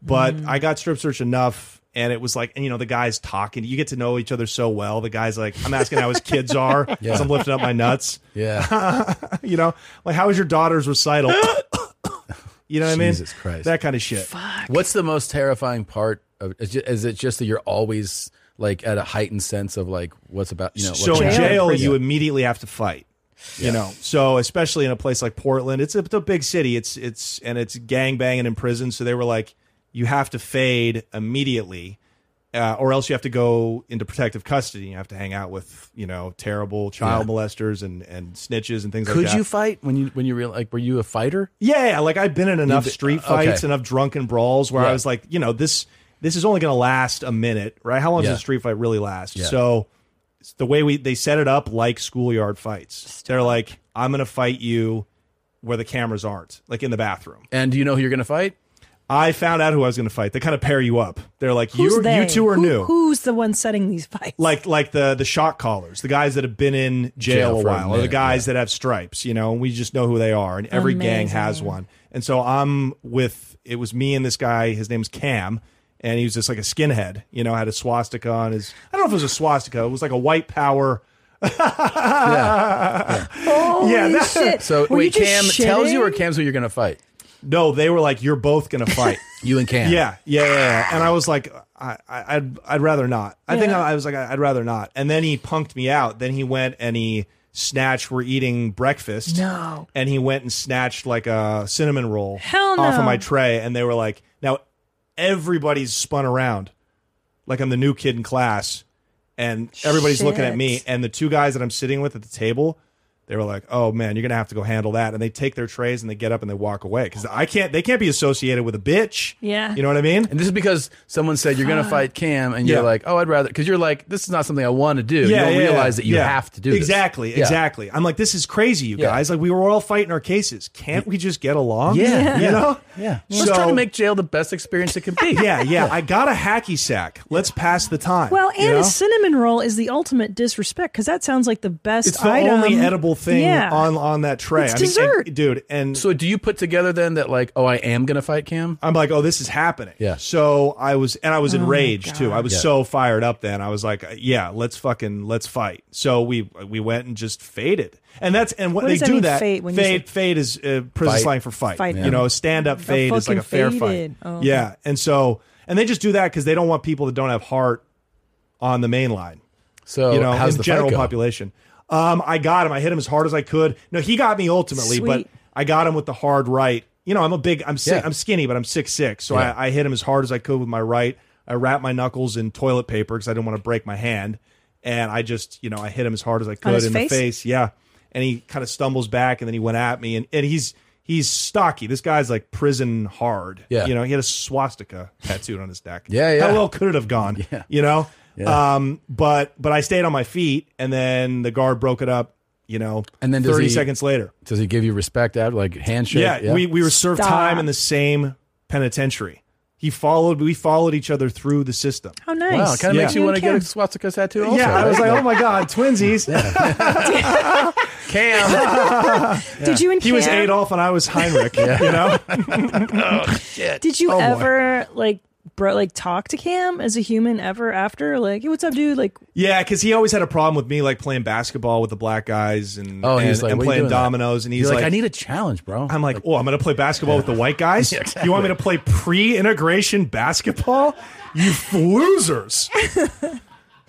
C: but i got strip searched enough and it was like and you know the guys talking you get to know each other so well the guys like i'm asking how his kids are
B: Yeah.
C: as i'm lifting up my nuts
B: Yeah.
C: you know like how was your daughter's recital you know what i mean
B: Jesus Christ.
C: that kind of shit
B: What's the most terrifying part of? Is, ju- is it just that you're always like at a heightened sense of like what's about? You know,
C: so
B: what's
C: in
B: happening?
C: jail
B: Yeah.
C: you immediately have to fight
B: Yeah.
C: you know so especially in a place like portland it's a, it's a big city it's it's and it's gang banging in prison so they were like you have to fade immediately uh, or else you have to go into protective custody you have to hang out with you know terrible child
B: Yeah.
C: molesters and and snitches and things
B: Could
C: like that
B: you fight when you when you real like were you a fighter?
C: yeah, yeah, like I've been in enough
B: You've- uh,
C: street
B: okay.
C: fights, enough drunken brawls where I
B: Right.
C: was like, you know, this this is only going to last a minute, right? How long
B: Yeah.
C: does a street fight really last?
B: Yeah.
C: So it's the way we they set it up like schoolyard fights. They're like, I'm going to fight you where the cameras aren't, like in the bathroom.
B: And do you know who you're going to fight?
C: I found out who I was going to fight. They kind of pair you up. They're like,
A: Who's
C: you
A: they?
C: you two are
A: Who-
C: new
A: Who's the one setting these fights?
C: like like the the shot callers, the guys that have been in
B: Jail
C: jail, a
B: for a
C: while, or the
B: minute,
C: guys that have stripes. You know, and we just know who they are, and every gang has
A: Amazing.
C: one. And so I'm with it was me and this guy. His name's Cam, and he was just like a skinhead. You know, had a swastika on his. I don't know if it was a swastika. It was like a white power.
A: Holy
C: Yeah, that-
A: shit!
B: So
A: Were you
B: wait,
A: just
B: Cam tells you or
A: shitting?
B: Cam's who you're going to fight?
C: No, they were like, "You're both gonna fight."
B: You and Cam.
C: Yeah, yeah, yeah, yeah. And I was like, I, I, I'd, I'd rather not. I think
B: Yeah.
C: I, I was like, I'd rather not. And then he punked me out. Then he went and he snatched. We're eating breakfast.
A: No.
C: And he went and snatched like a cinnamon roll
A: Hell
C: off
A: no.
C: of my tray. And they were like, now everybody's spun around, like I'm the new kid in class, and everybody's looking at me.
A: Shit.
C: And the two guys that I'm sitting with at the table. They were like, "Oh man, you're gonna have to go handle that," and they take their trays and they get up and they walk away because I can't. They can't be associated with a bitch.
A: Yeah.
C: You know what I mean?
B: And this is because someone said you're going to
A: Fuck.
B: fight Cam, and you're
C: Yeah.
B: like, oh, I'd rather because you're like, this is not something I want to do. you don't realize that you
C: yeah.
B: have to do this.
C: exactly,
B: Yeah.
C: exactly. I'm like, this is crazy, you
B: Yeah.
C: guys. Like, we were all fighting our cases. Can't we just get along?
B: Yeah, yeah.
C: you know.
B: Yeah.
C: So-
B: Let's try to make jail the best experience it can be.
C: yeah, yeah. I got a hacky sack. Let's pass the time.
A: Well, and
C: you know?
A: a cinnamon roll is the ultimate disrespect because that sounds like the best.
C: it's the
A: item.
C: only edible thing
A: Yeah.
C: on on that tray.
A: It's
C: I mean, and-
A: dessert.
C: dude. And
B: So do you put together then that like, oh, I am going to fight Cam?
C: I'm like, oh, this is happening.
B: Yeah.
C: So I was, and I was
A: Oh my
C: enraged too. I was
B: Yeah.
C: so fired up then. I was like, yeah, let's fucking let's fight. So we we went and just faded, and that's and what,
A: What
C: they
A: does that
C: do
A: mean,
C: that
A: fade, when you
C: fade
A: say-
C: fade is uh, prison
B: Fight.
C: slang for fight.
A: Fight. Yeah.
C: You know, stand up fade is
A: fucking
C: like a fair
A: faded.
C: fight.
A: Oh.
C: Yeah, and so and they just do that because they don't want people that don't have heart on the main line.
B: So
C: you know,
B: how's
C: in
B: the
C: general
B: fight go?
C: population. Um, I got him. I hit him as hard as I could. No, he got me ultimately, but
A: Sweet.
C: I got him with the hard right. You know, I'm a big, I'm si-
B: Yeah.
C: I'm skinny, but I'm six six. So
B: Yeah.
C: I, I hit him as hard as I could with my right. I wrapped my knuckles in toilet paper because I didn't want to break my hand, and I just, you know, I hit him as hard as I could
A: his
C: in
A: face?
C: the face. Yeah, and he kind of stumbles back, and then he went at me, and and he's he's stocky. This guy's like prison hard.
B: Yeah.
C: you know, he had a swastika tattooed on his neck.
B: Yeah, yeah.
C: How well could it have gone?
B: Yeah.
C: you know.
B: Yeah.
C: Um, but but I stayed on my feet, and then the guard broke it up. You know,
B: And then does
C: thirty
B: he-
C: seconds later,
B: Does he give you respect after like handshake?
C: yeah, we we were served
A: Stop.
C: time in the same penitentiary. He followed. We followed each other through the system.
A: How nice!
B: Wow, it kind of
C: Yeah.
B: makes you want to
A: You
B: get a
A: and
B: swastika tattoo. Also,
C: yeah, I
B: right?
C: was like, oh my god, twinsies.
B: Cam.
A: Did you and
C: He was
A: Cam-
C: Adolf, and I was Heinrich. You know,
A: Did you
C: Oh, boy.
A: ever like bro like talk to Cam as a human ever after? Like, hey, what's up, dude? Like,
C: yeah, because he always had a problem with me, like playing basketball with the black guys, and
B: Oh,
C: and,
B: he's like,
C: and
B: "What are you
C: playing
B: doing that?"
C: dominoes, and he's
B: You're like,
C: like
B: I need a challenge, bro.
C: I'm like, oh, I'm going to play basketball with the white guys.
B: Yeah, exactly.
C: You want me to play pre-integration basketball? You f- losers,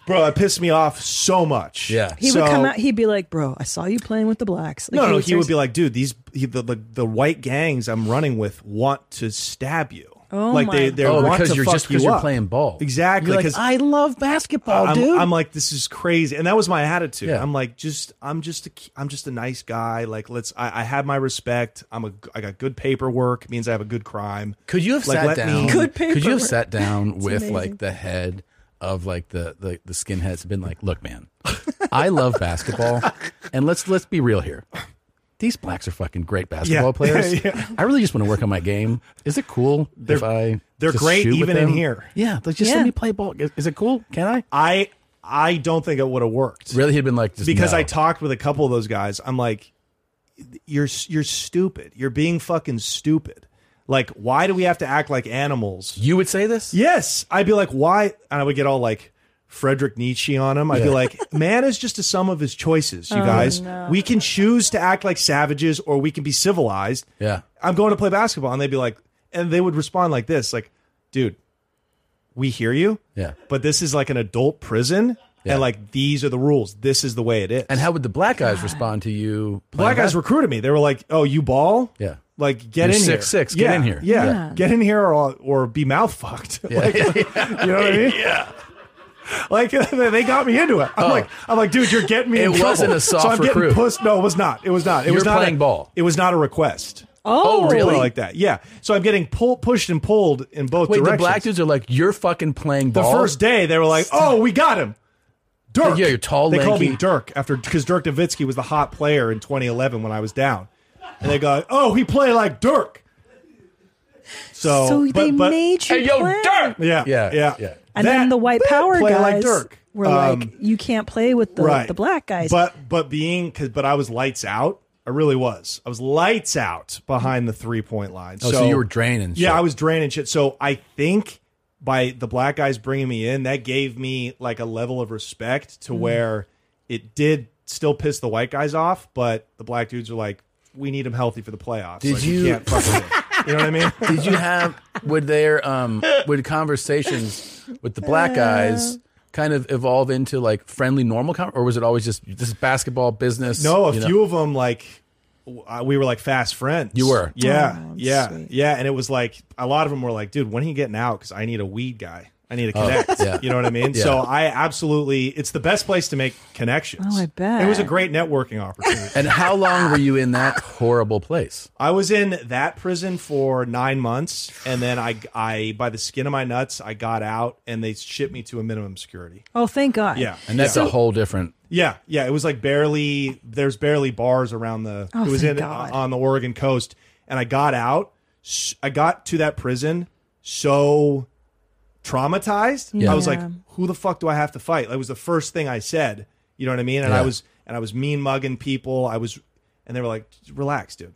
C: bro! That pissed me off so much.
B: Yeah.
A: he
C: So-
A: would come out. He'd be like, "Bro, I saw you playing with the blacks." Like,
C: no, no, he would be
A: seriously-
C: like, dude, these he, the, the the white gangs I'm running with want to stab you.
A: Oh
C: like they
A: my
C: they
A: God.
C: want
B: because
C: to
B: you're
C: fuck
B: just
C: you
B: because you're
C: up.
B: playing ball.
C: Exactly.
B: You're like,
C: Because
B: I love basketball,
C: I'm,
B: dude.
C: I'm like, this is crazy, and that was my attitude.
B: Yeah.
C: I'm like, just, I'm just, a, ki- I'm just a nice guy. Like, let's, I, I have my respect. I'm a, I got good paperwork. Means I have a good crime.
B: Could you have
C: Like,
B: sat
C: let me-
B: down? Could you have sat down with like the head of like the the, the skinheads and been like, look, man, I love basketball, and let's let's be real here. These blacks are fucking great basketball
C: Yeah.
B: players.
C: Yeah.
B: I really just want to work on my game. Is it cool if
C: They're-
B: I?
C: they're
B: just
C: great
B: shoot with
C: even in
B: them?
C: here.
B: Yeah, like, just
C: Yeah.
B: let me play ball. Is, is it cool? Can I?
C: I, I don't think it would have worked.
B: Really, he'd been like, just
C: because
B: no.
C: I talked with a couple of those guys. I'm like, you're you're stupid. You're being fucking stupid. Like, why do we have to act like animals?
B: You would say this?
C: Yes, I'd be like, why? And I would get all like Frederick Nietzsche on him. I'd be
B: Yeah.
C: like, man is just a sum of his choices. You
B: Oh,
C: guys,
B: no.
C: we can choose to act like savages or we can be civilized.
B: Yeah.
C: I'm going to play basketball, and they'd be like, and they would respond like this, like, dude, we hear you.
B: Yeah.
C: But this is like an adult prison. And like these are the rules. This is the way it is. And
B: how would the black guys respond to you?
C: Black guys recruited me. They were like, "Oh, you ball?
B: Yeah.
C: Like get
B: You're
C: in here.
B: 6'6", get
C: Yeah,
B: in here.
C: Yeah.
B: Yeah.
C: Get in here or or be mouth fucked. like, You know what I mean?
B: Yeah.
C: Like they got me into it. I'm
B: Oh.
C: like I'm like, dude, you're getting me.
B: It
C: in trouble.
B: wasn't a soft
C: So I'm
B: recruit.
C: getting pussed. No, it was not. It was not. It
B: You're
C: was not
B: playing
C: a,
B: ball.
C: It was not a request.
B: Oh, Oh, really?
C: Like that? Yeah. So I'm getting pull, pushed and pulled in both
B: Wait, the
C: directions.
B: black dudes are like, you're fucking playing
C: The
B: ball.
C: first day, they were like, "Oh, we got him." Dirk.
B: Yeah, you're tall,
C: They called
B: lanky.
C: me Dirk after because Dirk Nowitzki was the hot player in 2011 when I was down, and they go, "Oh, he played like Dirk." So,
A: So
C: but,
A: they
C: but,
A: made you Hey, yo, play. Dirk!
C: Yeah,
B: Yeah,
C: yeah, yeah.
B: yeah.
A: And then the white power
C: play
A: guys
C: like Dirk.
A: were like,
C: Um,
A: you can't play with the,
C: right.
A: the black guys.
C: But but being cause, but I was lights out. I really was. I was lights out behind the three point line.
B: Oh, so you were draining
C: Yeah,
B: shit.
C: I was draining shit. So I think by the black guys bringing me in, that gave me like a level of respect to
A: Mm-hmm.
B: Mm.
C: where it did still piss the white guys off, but the black dudes are like, we need him healthy for the playoffs.
B: Did
C: Like,
B: you-
C: We can't fuck with him. You know what I mean?
B: Did you have would their um would conversations with the black guys kind of evolve into like friendly normal con- or was it always just this is basketball business?
C: No, a
B: you know?
C: few of them like w- uh, we were like fast friends.
B: You were.
C: yeah,
B: Oh, that's
C: yeah,
B: sweet.
C: yeah. And it was like a lot of them were like, "Dude, when are you getting out? Because I need a weed guy. I need to
B: Oh,
C: connect."
B: yeah.
C: You know what I mean?
B: Yeah.
C: So I absolutely, it's the best place to make connections.
A: Oh, I bet.
C: it was a great networking opportunity.
B: And how long were you in that horrible place?
C: I was in that prison for nine months, and then I, I by the skin of my nuts, I got out, and they shipped me to a minimum security.
A: oh, thank God.
C: Yeah,
B: And that's
C: yeah.
B: a whole different
C: Yeah, yeah, it was like barely there's barely bars around the
A: Oh,
C: it was
A: thank
C: in
A: God.
C: on the Oregon coast and I got out s- I got to that prison so traumatized.
B: Yeah.
C: I was like
B: Yeah.
C: who the fuck do I have to fight? That was the first thing I said. You know what I mean? And I
B: Yeah.
C: was and I was mean mugging people. I was and they were like relax, dude.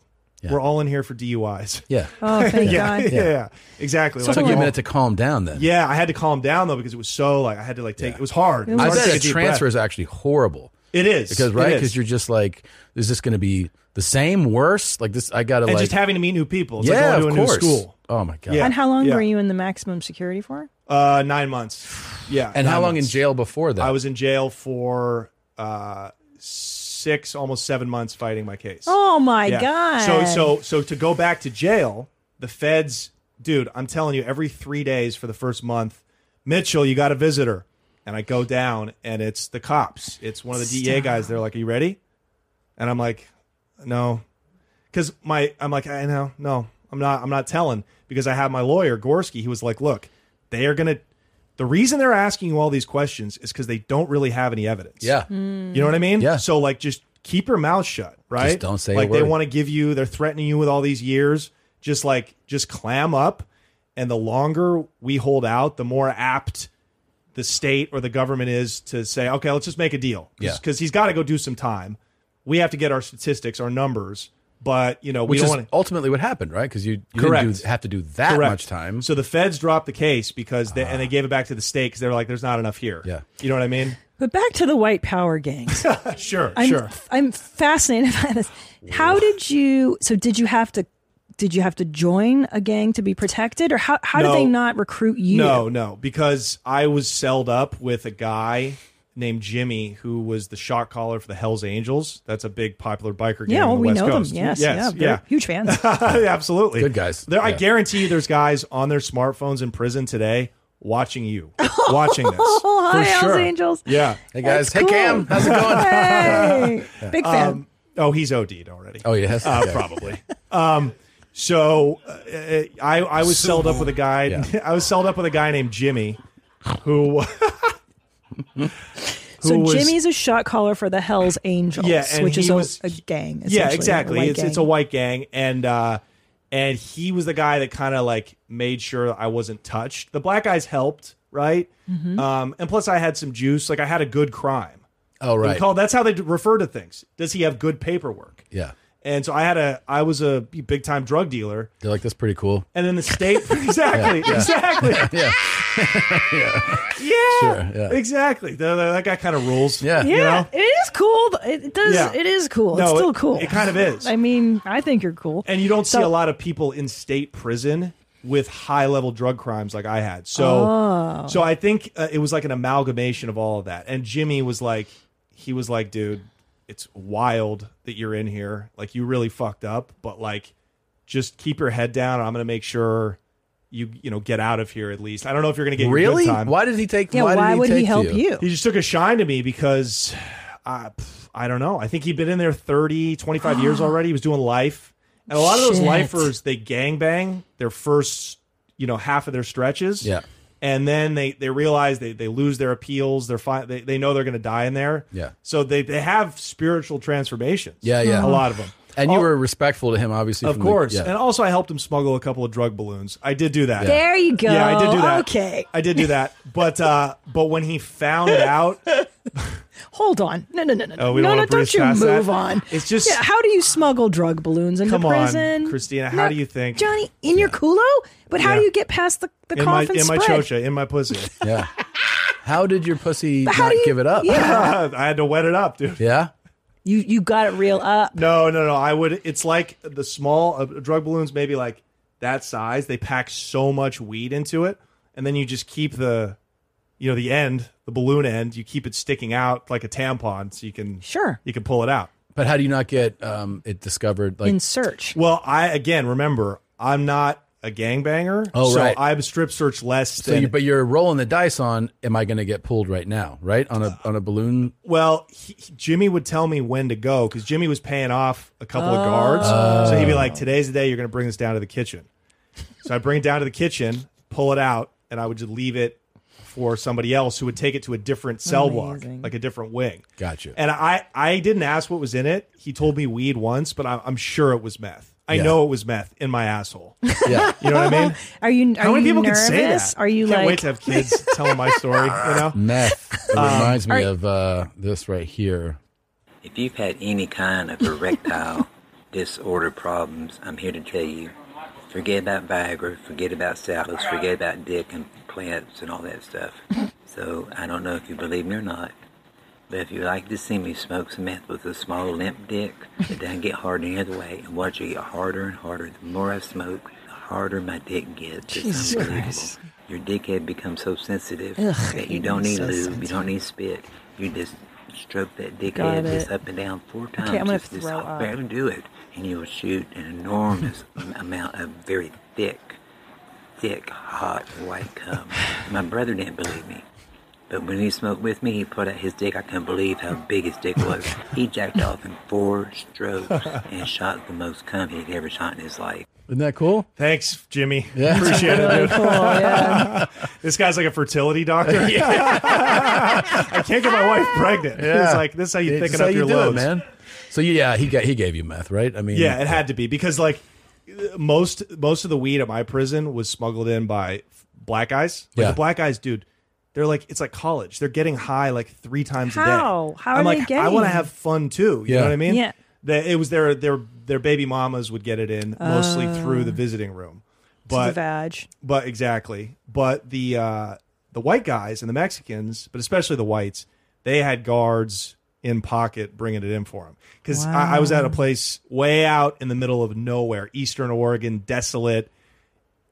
C: We're all in here for DUIs.
B: Yeah.
A: Oh, thank
C: yeah,
A: God.
C: Yeah, yeah. exactly.
B: So
C: Like,
B: it took you
C: we're
B: a
C: all-
B: minute to calm down then.
C: Yeah, I had to calm down though because it was so like I had to like take it was hard. It was
B: I
C: hard to
B: bet a
C: take a deep
B: transfer
C: breath.
B: is actually horrible.
C: It is.
B: Because
C: It
B: right?
C: is.
B: Because you're just like, is this gonna be the same, worse? Like this I gotta
C: and
B: like
C: just having to meet new people. It's
B: yeah,
C: like going to
B: of
C: a new
B: course.
C: school.
B: Oh my god.
A: and how long
C: yeah.
A: were you in the maximum security for?
C: Uh, nine months. Yeah.
B: And how
C: nine
B: long
C: months.
B: in jail before that?
C: I was in jail for uh six, almost seven months fighting my case.
A: Oh, my
C: So
A: God.
C: so so to go back to jail, the feds, dude, I'm telling you, every three days for the first month, Mitchell, you got a visitor. And I go down and it's the cops. It's one of the DEA
B: Stop.
C: guys. They're like, Are you ready? And I'm like, No. Cause my I'm like, I know, no, I'm not I'm not telling because I have my lawyer, Gorski, he was like, Look, they are gonna the reason they're asking you all these questions is because they don't really have any evidence.
B: Yeah.
C: You know what I mean? Yeah. So like just keep your mouth shut, right?
B: Just don't say a
C: like they
B: word.
C: want to give you they're threatening you with all these years. Just like just clam up and the longer we hold out, the more apt the state or the government is to say, okay, let's just make a deal.
B: Yeah.
C: Because he's got to go do some time. We have to get our statistics, our numbers, but you know,
B: Which
C: we don't
B: is
C: want to
B: ultimately what happened, right? Because you, you didn't
C: Correct.
B: do, have to do that
C: Correct.
B: much time. Ah.
C: So the feds dropped the case because they, and they gave it back to the state because they were like, "There's not enough here." Yeah, you know what I mean?
A: But back to the white power gangs.
C: sure,
A: I'm,
C: sure.
A: I'm fascinated by this. How did you? So did you have to? Did you have to join a gang to be protected, or how? How
C: No.
A: did they not recruit you?
C: No, no, because I was celled up with a guy named Jimmy who was the shot caller for the Hells Angels. That's a big popular biker gang.
A: Yeah,
C: on
A: well,
C: the
A: we
C: West
A: know
C: Coast.
A: them. Yes, yeah,
C: yes,
A: very-
C: yeah.
A: huge fans. Oh,
C: Absolutely. Good
B: guys.
C: There, I
B: Yeah.
C: guarantee you there's guys on their smartphones in prison today watching you, watching this.
A: Oh, hi,
C: For
A: Hells
C: sure.
A: Angels.
C: Yeah.
B: Hey, guys. That's Hey, cool. Cam. How's it going?
A: Hey. Big fan.
C: Um, oh, he's OD'd already.
B: Oh, yes.
C: Uh,
B: Yeah.
C: Probably. Um, so uh, I, I was
B: So-
C: celled up with a guy.
B: Yeah.
C: I was celled up with a guy named Jimmy who. who
A: So
C: was-
A: Jimmy's a shot caller for the Hells Angels,
C: Yeah, and
A: which
C: he
A: is a,
C: was-
A: a gang.
C: yeah,
A: essentially, a
C: exactly.
A: white
C: it's it's a
A: gang.
C: white gang, and uh, and he was the guy that kind of like made sure I wasn't touched. The black guys helped, right?
A: Mm-hmm.
P: Mhm.
C: Um, and plus, I had some juice. Like I had a good crime.
B: Oh, right.
C: Called, that's how they d- refer to things. Does he have good paperwork?
B: Yeah.
C: And so I had a I was a big time drug dealer,
B: They're like, that's pretty cool.
C: and then the state exactly
B: Yeah, yeah.
C: exactly
B: yeah.
C: yeah,
B: Sure, yeah.
C: exactly. Th- th- That guy kind of rules. Yeah, you
A: yeah,
C: know?
A: it is cool. but It does.
C: Yeah.
A: It is cool.
C: No,
A: it's still
C: it-
A: cool.
C: it kind of is.
A: I mean, I think you're cool.
C: And you don't see
A: So-
C: a lot of people in state prison with high level drug crimes like I had. So,
A: Oh.
C: so I think uh, it was like an amalgamation of all of that. And Jimmy was like, he was like, dude, it's wild that you're in here. Like you really fucked up, but like, just keep your head down. I'm gonna make sure you you know get out of here at least. I don't know if you're gonna get your good
B: Really?
C: time.
B: Why did he take- Yeah, why did why he would he take help you? you?
C: He just took a shine to me because I, pff, I don't know. I think he'd been in there 30, 25 years already. He was doing life. And a lot of those
B: Shit.
C: lifers, they gangbang their first, you know, half of their stretches.
B: Yeah.
C: And then they, they realize they, they lose their appeals. They're fine. They, they know they're going to die in there.
B: Yeah.
C: So they, they have spiritual transformations.
B: Yeah, yeah.
C: A lot of them.
B: And you were respectful to him, obviously.
C: Of
B: from the-
C: course.
B: yeah.
C: And also, I helped him smuggle a couple of drug balloons. I did do that.
A: There you go.
C: Yeah, I did do that.
A: Okay.
C: I did do that. But uh, but when he found out
A: Hold on. No, no, no, no.
C: Oh, we
A: no,
C: don't
A: no,
C: wanna breeze
A: don't you
C: past
A: move
C: that.
A: on.
C: It's just-
A: Yeah, how do you smuggle drug balloons into
C: Come on,
A: prison?
C: Christina, how do you think-
A: Johnny, in your culo? But how
C: Yeah.
A: do you get past the, the
C: in my
A: coffin
C: in my
A: spread?
C: chocha, in my pussy.
B: Yeah. How did your pussy
A: But how
B: not
A: do you-
B: give it up?
A: Yeah.
C: I had to wet it up, dude.
B: Yeah.
A: You you got it real up.
C: No, no, no. I would. It's like the small uh, drug balloons, maybe like that size. They pack so much weed into it, and then you just keep the, you know, the end, the balloon end. You keep it sticking out like a tampon, so you can
A: sure
C: you can pull it out.
B: But how do you not get um, it discovered? Like,
A: search.
C: Well, I again remember I'm not a gangbanger.
B: Oh,
C: so
B: right.
C: I'm strip search less
B: so
C: than
B: you, but you're rolling the dice on. Am I going to get pulled right now? Right on a on a balloon.
C: Well, he, he- Jimmy would tell me when to go because Jimmy was paying off a couple of guards.
B: Oh.
C: So he'd be like, "Today's the day you're going to bring this down to the kitchen." So I bring it down to the kitchen, pull it out, and I would just leave it for somebody else who would take it to a different cell block, like a different wing.
B: Gotcha.
C: And I, I didn't ask what was in it. He told me weed once, but I, I'm sure it was meth. I
B: Yeah.
C: know it was meth in my asshole.
B: Yeah.
C: You know what I mean?
A: Are you are
C: How many
A: you
C: people
A: nervous?
C: can say that?
A: Are you
C: Can't
A: like
C: wait to have kids telling my story? You know,
B: Meth. It
C: Um,
B: reminds me
C: are-
B: of uh, this right here.
Q: If you've had any kind of erectile disorder problems, I'm here to tell you, forget about Viagra, forget about salads, forget about dick and plants and all that stuff. So I don't know if you believe me or not, but if you like to see me smoke some meth with a small limp dick, it doesn't get hard any other way, and watch it get harder and harder. The more I smoke, the harder my dick gets. It's
R: Jesus
Q: unbelievable.
R: Christ.
Q: Your dickhead becomes so sensitive
R: Ugh,
Q: that you
R: it
Q: don't
R: is
Q: need
R: so
Q: lube, you
R: sensitive.
Q: don't need spit. You just stroke that
R: Got
Q: dickhead
R: it.
Q: just up and down four
R: Okay, I'm
Q: times.
R: gonna
Q: just this
R: throw
Q: I'll
R: up.
Q: barely do it, and you'll shoot an enormous am- amount of very thick, thick, hot white cum. My brother didn't believe me. But when he smoked with me, he put out his dick. I couldn't believe how big his dick was. He jacked off in four strokes and shot the most cum he'd ever shot in his life.
B: Isn't that cool?
C: Thanks, Jimmy.
B: Yeah.
C: Appreciate it.
A: Oh,
B: Really
C: dude.
B: cool, yeah.
C: this guy's like a fertility doctor. I can't get my wife pregnant. It's like this is how you
B: It's
C: thicken
B: just how
C: up
B: you
C: your
B: do it,
C: loads.
B: man. So yeah, he got he gave you meth, right? I mean,
C: yeah, it had to be because like most most of the weed at my prison was smuggled in by black guys. Like
B: Yeah.
C: the black guys, dude. They're like it's like college. They're getting high like three times a day.
A: How? How are
C: I'm
A: they
C: like I want to
A: getting-
C: have fun too. You
B: Yeah.
C: know what I mean?
A: Yeah.
C: They- it was their their their baby mamas would get it in mostly
A: Oh.
C: through the visiting room.
A: To the
C: But
A: vag.
C: But exactly. But the uh, the white guys and the Mexicans, but especially the whites, they had guards in pocket bringing it in for them. Because I, I was at a
B: Wow.
C: place way out in the middle of nowhere, Eastern Oregon, desolate.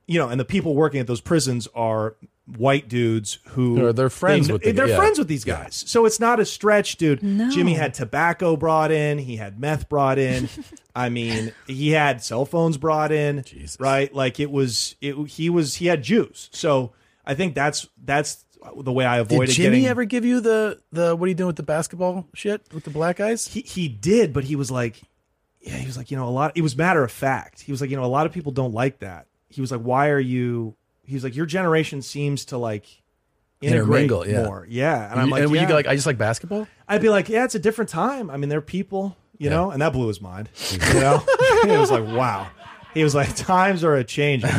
C: You know, and the people working at those prisons are white dudes who
B: Or they're friends
C: they-
B: with the-
C: they're
B: yeah.
C: friends with these guys. So it's not a stretch, dude.
B: No.
C: Jimmy had tobacco brought in, he had meth brought in. I mean, he had cell phones brought in, right? Like it was it he was he had Jews. So I think that's that's the way I
B: Did
C: avoided
B: Jimmy
C: getting
B: ever give you the the what are you doing with the basketball shit with the black guys?
C: He he did, but he was like yeah, he was like, you know, a lot. It was matter of fact. He was like, you know, a lot of people don't like that. He was like, why are you? He was like, your generation seems to like integrate
B: Intermingle, yeah.
C: more. Yeah, and, I'm
B: You-
C: like,
B: and were you
C: yeah.
B: like, I just like basketball.
C: I'd be like, yeah, it's a different time. I mean, they're people, you
B: Yeah.
C: know, and that blew his mind. You know, it was like, wow. He was like, times are a changing.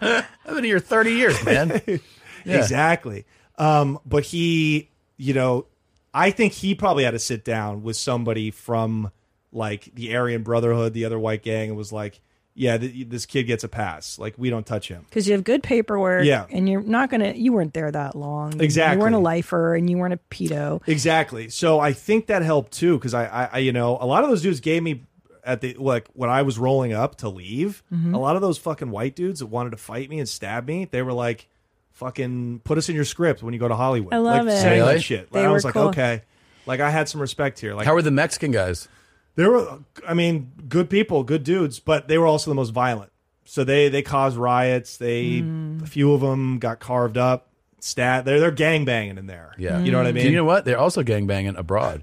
B: I've been here 30 years, man. Yeah.
C: Exactly. Um, but he, you know, I think he probably had to sit down with somebody from like the Aryan Brotherhood, the other white gang, and was like, yeah, th- this kid gets a pass. Like, we don't touch him.
A: Because you have good paperwork,
C: Yeah.
A: and you're not gonna. You weren't there that long.
C: Exactly.
A: You weren't a lifer, and you weren't a pedo.
C: Exactly. So I think that helped too, because I, I, I, you know, a lot of those dudes gave me at the like when I was rolling up to leave.
A: Mm-hmm.
P: Mhm.
C: A lot of those fucking white dudes that wanted to fight me and stab me, they were like, "Fucking put us in your script when you go to Hollywood."
A: I love
C: like,
A: it.
C: Saying
B: Really?
C: that shit.
A: They
C: Like, I
A: were
C: was like,
A: cool.
C: okay, like I had some respect here. Like,
B: How were the Mexican guys?
C: They were, I mean, good people, good dudes, but they were also the most violent. So they they caused riots. They
A: Mm.
C: a few of them got carved up. Stat, they're they're gang banging in there.
B: Yeah,
C: you know what I mean.
B: You know what? They're also gangbanging abroad.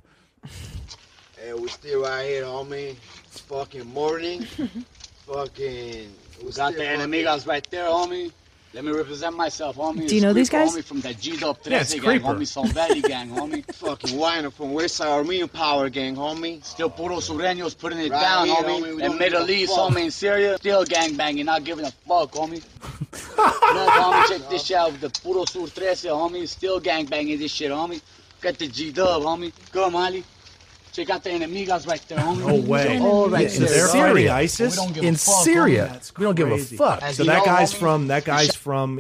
F: Hey, we still right here, homie. It's fucking morning. fucking. We
R: Got the enemigos right there, homie. Let me represent myself, homie.
F: Do you know these
R: Creeper,
F: guys?
R: Homie from the Gido
F: Yeah, it's
R: 13 gang,
F: Creeper.
R: homie Solvetti gang, homie.
F: Fucking whiner from Westside Armenian Power Gang, homie.
R: Still puro sureños putting it
F: Right
R: down,
F: here, homie. We
R: homie.
F: don't
R: And
F: give
R: Middle
F: a
R: East,
F: fuck.
R: homie, in Syria, still gang banging, not giving a fuck, homie. Look, homie, check this shit out. The puro sur 13, homie, still gang banging this shit, homie. Got the G Dub, homie. Go, Mali. Check out the enemigos right there, homie.
C: No way.
R: All right,
C: in
R: there.
C: Syria, ISIS
R: We don't give a
C: in
R: fuck, homie.
C: Syria.
R: That's
C: we don't give a
R: crazy.
C: fuck.
R: As
C: So
R: you
C: that
R: know,
C: guy's
R: homie,
C: from that guy's from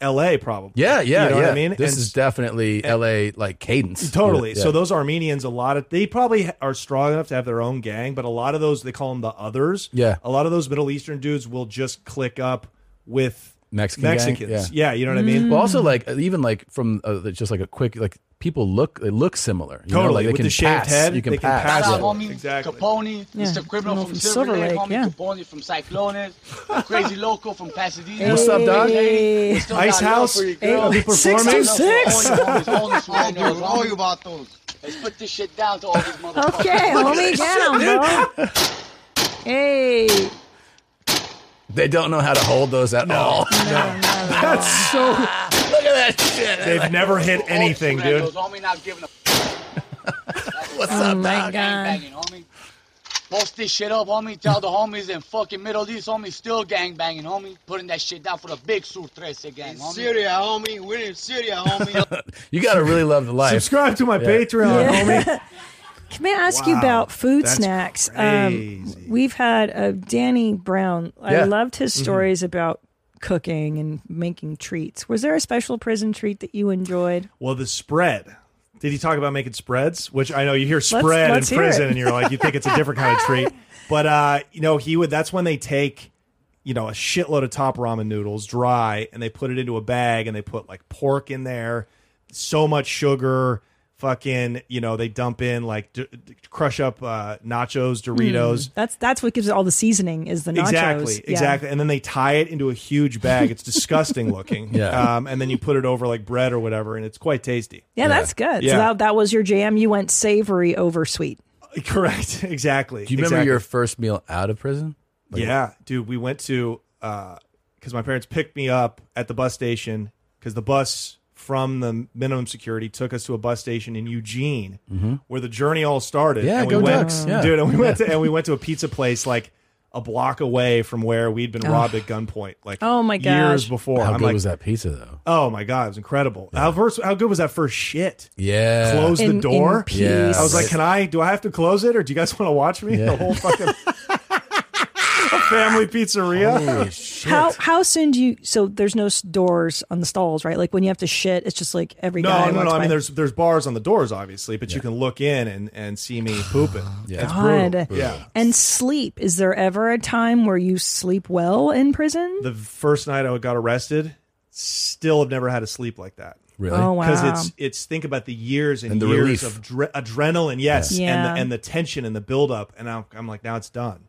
C: L.A. Probably.
B: Yeah, yeah,
C: You know
B: yeah.
C: what I mean?
B: this
C: And
B: is definitely L.A. like cadence.
C: Totally.
B: Yeah.
C: So those Armenians, a lot of they probably ha- are strong enough to have their own gang, but a lot of those they call them the others.
B: Yeah.
C: A lot of those Middle Eastern dudes will just click up with
B: Mexican gang,
C: Mexicans. yeah. you know what I
R: Mm.
C: mean.
B: Well, also like even like from uh, just like a quick like people look they look similar. You know,
C: Totally.
B: like, they
C: With
B: can
C: the shaved
B: pass.
C: head,
B: you can
C: they can
R: Shout
B: pass.
R: out,
B: Yeah.
R: homie. Capone, Mr. Criminal from, Silver Lake, homie. Capone from Cyclones, the Crazy Loco from Pasadena.
C: What's up, dog?
R: Hey. We still got
C: Ice
R: love
C: House?
R: for you,
C: Hey, I'll
R: girl.
C: be Six performing. two six.
R: All you homies, all this right now,
C: All
R: homie. Let's put this shit down to all these motherfuckers.
A: Okay, homie, get him, bro. hey.
B: They don't know how to hold those at all.
C: That's so. Look
B: at that shit.
C: They've never
R: Oh,
C: hit anything, dude.
R: Homie not giving a
B: What's
A: up, Oh, my
R: Gang banging, homie. Post this shit up, homie. Tell the homies in fucking Middle East, homie, still gang banging, homie. Putting that shit down for the big Sur 13 gang, homie.
F: Syria, homie. We're in Syria, homie.
B: You gotta really love the life.
C: Subscribe to my Patreon, homie.
A: Can I ask you
B: Wow,
A: about food
B: that's
A: snacks? Um, we've had uh, Danny Brown. I
B: Yeah.
A: loved his
B: Mhm.
A: stories about cooking and making treats. Was there a special prison treat that you enjoyed?
C: Well, the spread. Did he talk about making spreads? Which I know you hear
A: Let's-
C: spread
A: let's
C: in
A: hear
C: prison,
A: it.
C: and you're like, you think it's a different kind of treat. But uh, you know, he would. That's when they take, you know, a shitload of top ramen noodles dry, and they put it into a bag, and they put like pork in there, so much sugar, fucking, you know, they dump in like d- d- crush up uh, nachos, Doritos,
A: Mm, that's that's what gives it all the seasoning is the nachos.
C: Exactly,
A: Yeah.
C: exactly. And then they tie it into a huge bag. It's disgusting looking.
B: Yeah.
C: Um, and then you put it over like bread or whatever, and it's quite tasty.
A: Yeah, that's good. So that, that was your jam. You went savory over sweet.
C: Correct. Exactly.
B: Do you remember
C: Exactly.
B: your first meal out of prison? Like-
C: yeah, dude, we went to because my parents picked me up at the bus station because the bus from the minimum security took us to a bus station in Eugene
B: Mhm.
C: where the journey all started.
B: Yeah,
C: and
B: go
C: went,
B: Ducks. Yeah.
C: dude. And we went
B: Yeah.
C: to and we went to a pizza place like a block away from where we'd been
B: Ugh.
C: robbed at gunpoint. Like
A: Oh my
C: years
A: gosh.
C: before.
B: How
C: I'm
B: good
C: like,
B: was that pizza though?
C: Oh my god, it was incredible. How first, how good was that first shit?
B: Yeah.
C: Close
B: In-
C: the door.
B: in peace. Yeah,
C: I was like,
B: right.
C: can I? Do I have to close it, or do you guys want to watch me the whole fucking? a family pizzeria.
A: How how soon do you? So there's no s- doors on the stalls, right? Like when you have to shit, it's just like every
C: No,
A: guy.
C: no, no.
A: walks
C: I
A: by.
C: mean, there's there's bars on the doors, obviously, but you can look in and, and see me pooping. yeah, it's
A: God.
C: brutal. Yeah.
A: And sleep. Is there ever a time where you sleep well in prison?
C: The first night I got arrested, still have never had to sleep like that.
A: Really? Oh, wow.
C: Because it's it's think about the years and,
B: And the
C: years
B: relief.
C: of dre- adrenaline, yes,
A: Yeah.
C: and the, and the tension and the buildup, and I'm, I'm like, now it's done.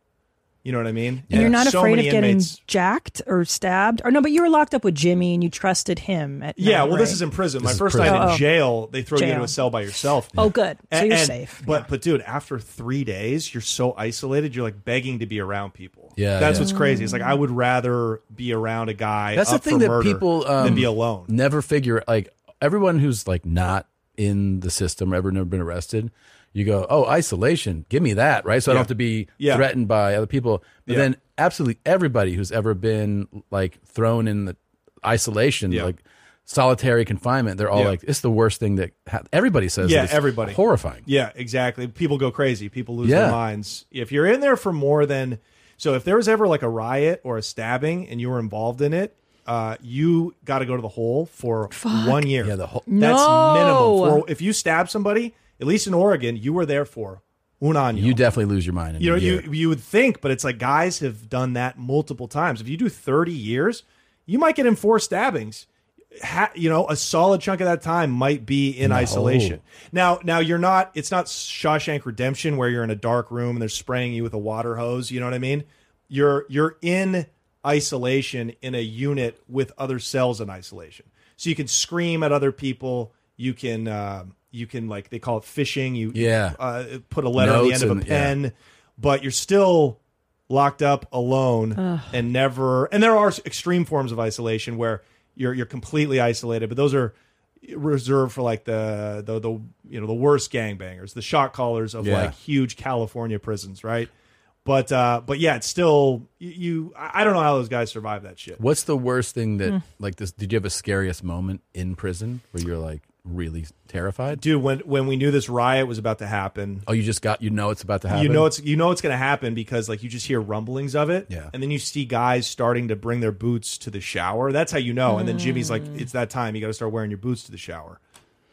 C: You know what I mean?
A: And you're
C: And
A: not
C: so
A: afraid of
C: many
A: getting
C: inmates-
A: jacked or stabbed, or no? But you were locked up with Jimmy, and you trusted him. At
C: Yeah,
A: night,
C: well, this
A: right?
C: is in prison. My first night
A: Oh,
C: in
A: oh.
C: jail, they throw you
A: Jail.
C: into a cell by yourself.
A: Oh, good. So
C: And-
A: you're
C: and-
A: safe.
C: But but dude, after three days, you're so isolated. You're like begging to be around people.
B: Yeah,
C: that's
B: yeah.
C: what's crazy. It's like I would rather be around a guy.
B: That's the
C: up for
B: thing that
C: murder
B: people um,
C: than be alone.
B: Never figure like everyone who's like not in the system, ever never been arrested. You go, oh, isolation, give me that, right? So I
C: Yeah.
B: don't have to be
C: Yeah.
B: threatened by other people. But
C: Yeah.
B: then, absolutely everybody who's ever been like thrown in the isolation, like solitary confinement, they're all
C: Yeah.
B: like, it's the worst thing that ha-. everybody says. that
C: Yeah,
B: it's
C: everybody
B: horrifying.
C: Yeah, exactly. People go crazy. People lose
B: Yeah.
C: their minds if you're in there for more than. So if there was ever like a riot or a stabbing and you were involved in it. Uh, you got to go to the hole for one year. Yeah, the hole. That's
B: No.
C: minimum. For, if you stab somebody, at least in Oregon, you were there for un año.
B: You definitely lose your mind. In
C: you know
B: a year.
C: you you would think but it's like guys have done that multiple times if you do 30 years you might get in four stabbings ha, you know a solid chunk of that time might be in
B: No.
C: isolation now now you're not it's not shawshank redemption where you're in a dark room and they're spraying you with a water hose you know what i mean you're you're in isolation in a unit with other cells in isolation so you can scream at other people you can uh, you can like they call it fishing you
B: Yeah.
C: uh, put a letter on the
B: Notes
C: end of a
B: and- yeah.
C: pen but you're still locked up alone
B: Ugh.
C: and never and there are extreme forms of isolation where you're you're completely isolated but those are reserved for like the the, the you know the worst gangbangers the shot callers of
B: Yeah.
C: like huge california prisons right but uh but yeah it's still you, you i I don't know how those guys survive that shit
B: What's the worst thing that
C: Hmm.
B: like this? Did you have a scariest moment in prison where you're like really terrified?
C: dude when when we knew this riot was about to happen
B: Oh, you just got you know it's about to happen.
C: You know it's you know it's going to happen because like you just hear rumblings of it,
B: Yeah.
C: and then you see guys starting to bring their boots to the shower. That's how you know. And then Jimmy's like,
B: Mm.
C: "It's that time. You got to start wearing your boots to the shower."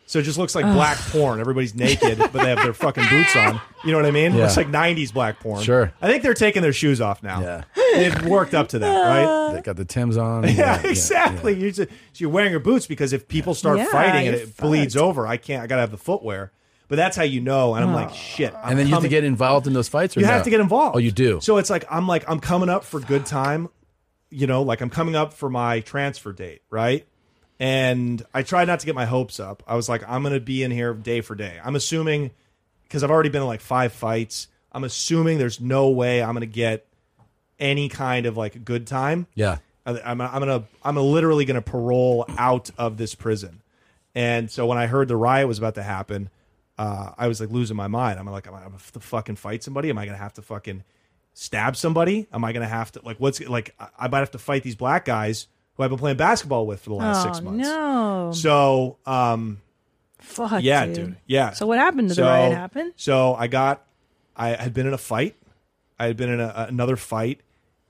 C: So it just looks like
B: Ugh.
C: black porn. Everybody's naked, but they have their fucking boots on. You know what I mean?
B: Yeah.
C: Looks like '90s black porn.
B: Sure.
C: I think they're taking their shoes off now. Yeah, they've worked up to that, right?
B: They got the Tim's on.
C: Yeah, exactly. You're just, so you're wearing your boots because if people start
B: Yeah,
C: fighting and
B: you're
C: it bleeds over, I can't. I gotta have the footwear. But that's how you know. And I'm like,
B: Oh.
C: shit. I'm
B: and then you have to
C: coming-
B: get involved in those fights. Or
C: Um, you have
B: no?
C: to get involved.
B: Oh, you do.
C: So it's like I'm like I'm coming up for good time, you know, like I'm coming up for my transfer date, right? And I tried not to get my hopes up. I was like, I'm gonna be in here day for day. I'm assuming because I've already been in like five fights. I'm assuming there's no way I'm gonna get any kind of like good time.
B: Yeah.
C: I- I'm, I'm gonna I'm literally gonna parole out of this prison. And so when I heard the riot was about to happen, uh, I was like losing my mind. I'm like, am I gonna have to fucking fight somebody? Am I gonna have to fucking stab somebody? Am I gonna have to like what's like I- I might have to fight these black guys who I've been playing basketball with for the last
A: Oh,
C: six months.
A: No.
C: So um
A: fuck.
C: yeah,
A: dude.
C: dude. Yeah.
A: So what happened? Did
C: So-
A: the riot happen?
C: So I got, I had been in a fight. I had been in a, another fight,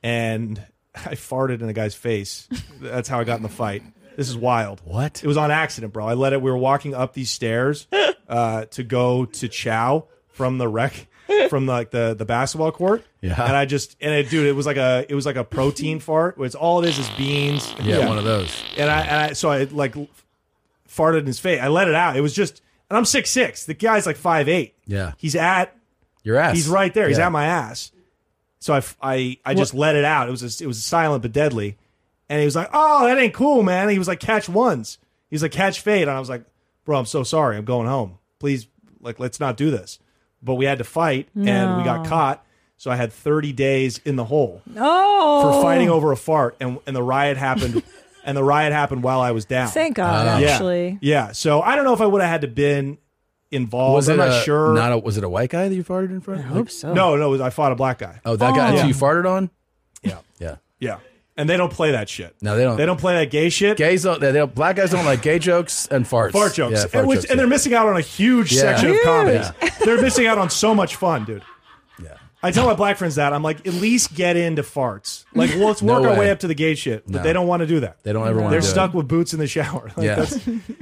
C: and I farted in a guy's face. That's how I got in the fight. This is wild. What? It was on accident, bro. I let it. We were walking up these stairs uh, to go to Chow from the rec, from like the the basketball court.
B: Yeah.
C: And I just and it, dude, it was like a it was like a protein fart. Where it's all it is is beans.
B: Yeah, one of those.
C: And I, and I so I like farted in his face. I let it out. It was just, and I'm six six. The guy's like five eight.
B: Yeah.
C: He's at
B: Your ass.
C: He's right there. He's
B: Yeah.
C: at my ass. So I, f- I, I just let it out. It was a, it was silent but deadly. And he was like, "Oh, that ain't cool, man." He was like, "Catch ones." He's like, "Catch fade," and I was like, "Bro, I'm so sorry. I'm going home. Please, like, let's not do this." But we had to fight, and we got
A: No.
C: caught. So I had 30 days in the hole
A: No.
C: for fighting over a fart, and and the riot happened, and the riot happened while I was down.
A: Thank God,
C: Yeah.
A: actually.
C: yeah. So I don't know if I would have had to been involved.
B: Was
C: I'm
B: it
C: not
B: a-
C: sure.
B: Not a, was it a white guy that you farted in front? of? hope
A: so.
C: No, no, it was- I fought a black guy.
B: Oh, that guy
C: Yeah.
B: that you farted on?
C: Yeah.
B: Yeah.
C: Yeah. And they don't play that shit.
B: No, they don't.
C: They don't play that gay shit.
B: Gays don't. They don't black guys don't like gay jokes and farts.
C: Fart jokes.
B: Yeah,
C: and,
B: fart
C: which,
B: jokes.
C: and they're missing out on a huge
B: Yeah.
C: section
B: Huge.
C: of comedy.
B: Yeah.
C: They're missing out on so much fun, dude. I tell my black friends that I'm like, at least get into farts. Like, well, let's
B: No
C: work our
B: way.
C: way up to the gay shit, but
B: No.
C: they don't want to do that.
B: They don't ever wanna
C: They're
B: do it.
C: stuck with boots in the shower. Like,
B: Yeah.
C: that's-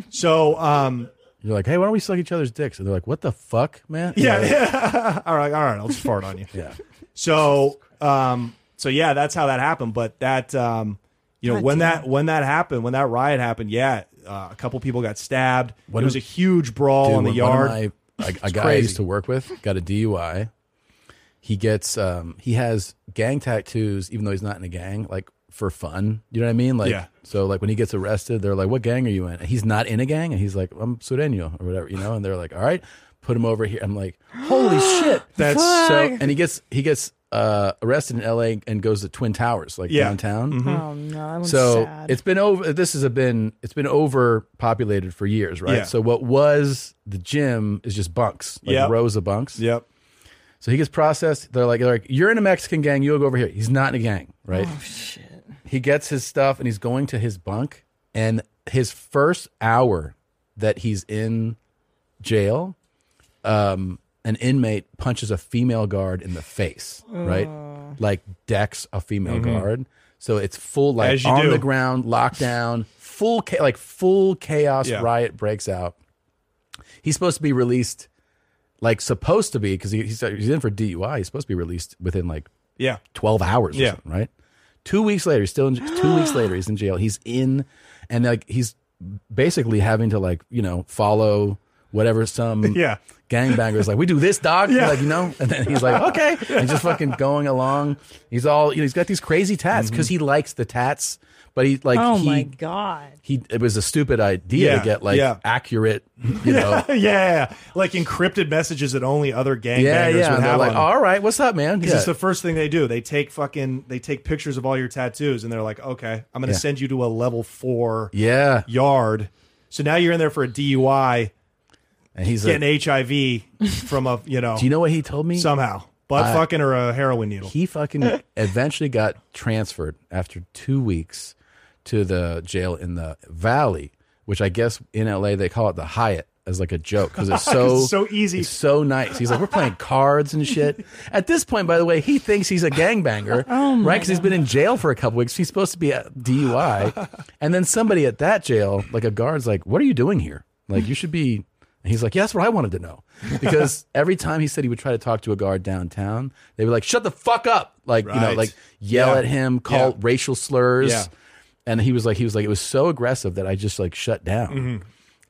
C: so, um,
B: You're like, hey, why don't we suck each other's dicks? And they're like, what the fuck, man?
C: yeah, yeah. all right, all right, I'll just fart on you.
B: Yeah.
C: So, um, so yeah, that's how that happened. But that, um, you know,
B: God
C: when
B: damn.
C: that when that happened, when that riot happened, yeah, uh, a couple people got stabbed. it
B: What
C: was a
B: if-
C: huge brawl
B: Dude,
C: in the
B: when one
C: yard.
B: of my- a- a
C: It's
B: guy I
C: crazy.
B: used to work with got a DUI. He gets um, he has gang tattoos, even though he's not in a gang, like for fun. You know what I mean? Like
C: Yeah.
B: so like when he gets arrested, they're like, What gang are you in? And he's not in a gang and he's like, I'm Sureño or whatever, you know, and they're like, All right, put him over here. I'm like, Holy shit.
C: That's-
B: so
C: Fuck.
B: and he gets he gets uh, arrested in LA and goes to Twin Towers, like
C: Yeah.
B: downtown.
C: Mhm.
A: Oh, no, that one's
B: so
A: sad.
B: it's been over this has been it's been overpopulated for years, right?
C: Yeah.
B: So what was the gym is just bunks, like
C: Yep.
B: rows of bunks.
C: Yep.
B: So he gets processed. They're like, they're like, you're in a Mexican gang. You go over here. He's not in a gang, right?
A: Oh, shit.
B: He gets his stuff and he's going to his bunk. And his first hour that he's in jail, um, an inmate punches a female guard in the face, right?
A: Oh.
B: Like decks a female
C: Mhm.
B: guard. So it's full like
C: As you
B: on
C: do.
B: the ground lockdown, full cha- like full chaos
C: Yeah.
B: riot breaks out. He's supposed to be released, like supposed to be because he, he's he's in for DUI. He's supposed to be released within like
C: Yeah.
B: twelve hours. Or
C: Yeah.
B: something, right. Two weeks later, he's still in, two weeks later, he's in jail. He's in, and like he's basically having to like you know follow whatever some
C: Yeah.
B: gangbangers like we do this dog
C: Yeah.
B: like you know and then he's like okay and just fucking going along he's all you know he's got these crazy tats
C: Mm-hmm.
B: because he likes the tats but he like
A: oh
B: he
A: my god.
B: he it was a stupid idea
C: Yeah,
B: to get like
C: yeah.
B: accurate you know
C: yeah, yeah, like encrypted messages that only other gangbangers
B: yeah yeah
C: would
B: and they're
C: have.
B: like
C: on them.
B: all right what's up man
C: Because
B: Yeah.
C: it's the first thing they do. They take fucking they take pictures of all your tattoos and they're like, okay, I'm gonna
B: Yeah.
C: send you to a level four
B: yeah
C: yard. So now you're in there for a DUI,
B: and he's like
C: getting HIV from a you know
B: do you know what he told me
C: somehow butt
B: I-
C: fucking or a heroin needle.
B: he fucking eventually got transferred after two weeks to the jail in the valley which i guess in la they call it the hyatt as like a joke because it's so
C: It's so easy.
B: it's so nice he's like we're playing cards and shit at this point by the way he thinks he's a gangbanger
C: Oh
B: right because he's been in jail for a couple weeks he's supposed to be at dui and then somebody at that jail like a guard's like what are you doing here like you should be and he's like, yeah, that's what I wanted to know. Because every time he said he would try to talk to a guard downtown, they were like, shut the fuck up. Like, you know,
C: Right.
B: like yell
C: Yeah.
B: at him, call
C: Yeah.
B: racial slurs.
C: Yeah.
B: And he was like, he was like, it was so aggressive that I just like shut down.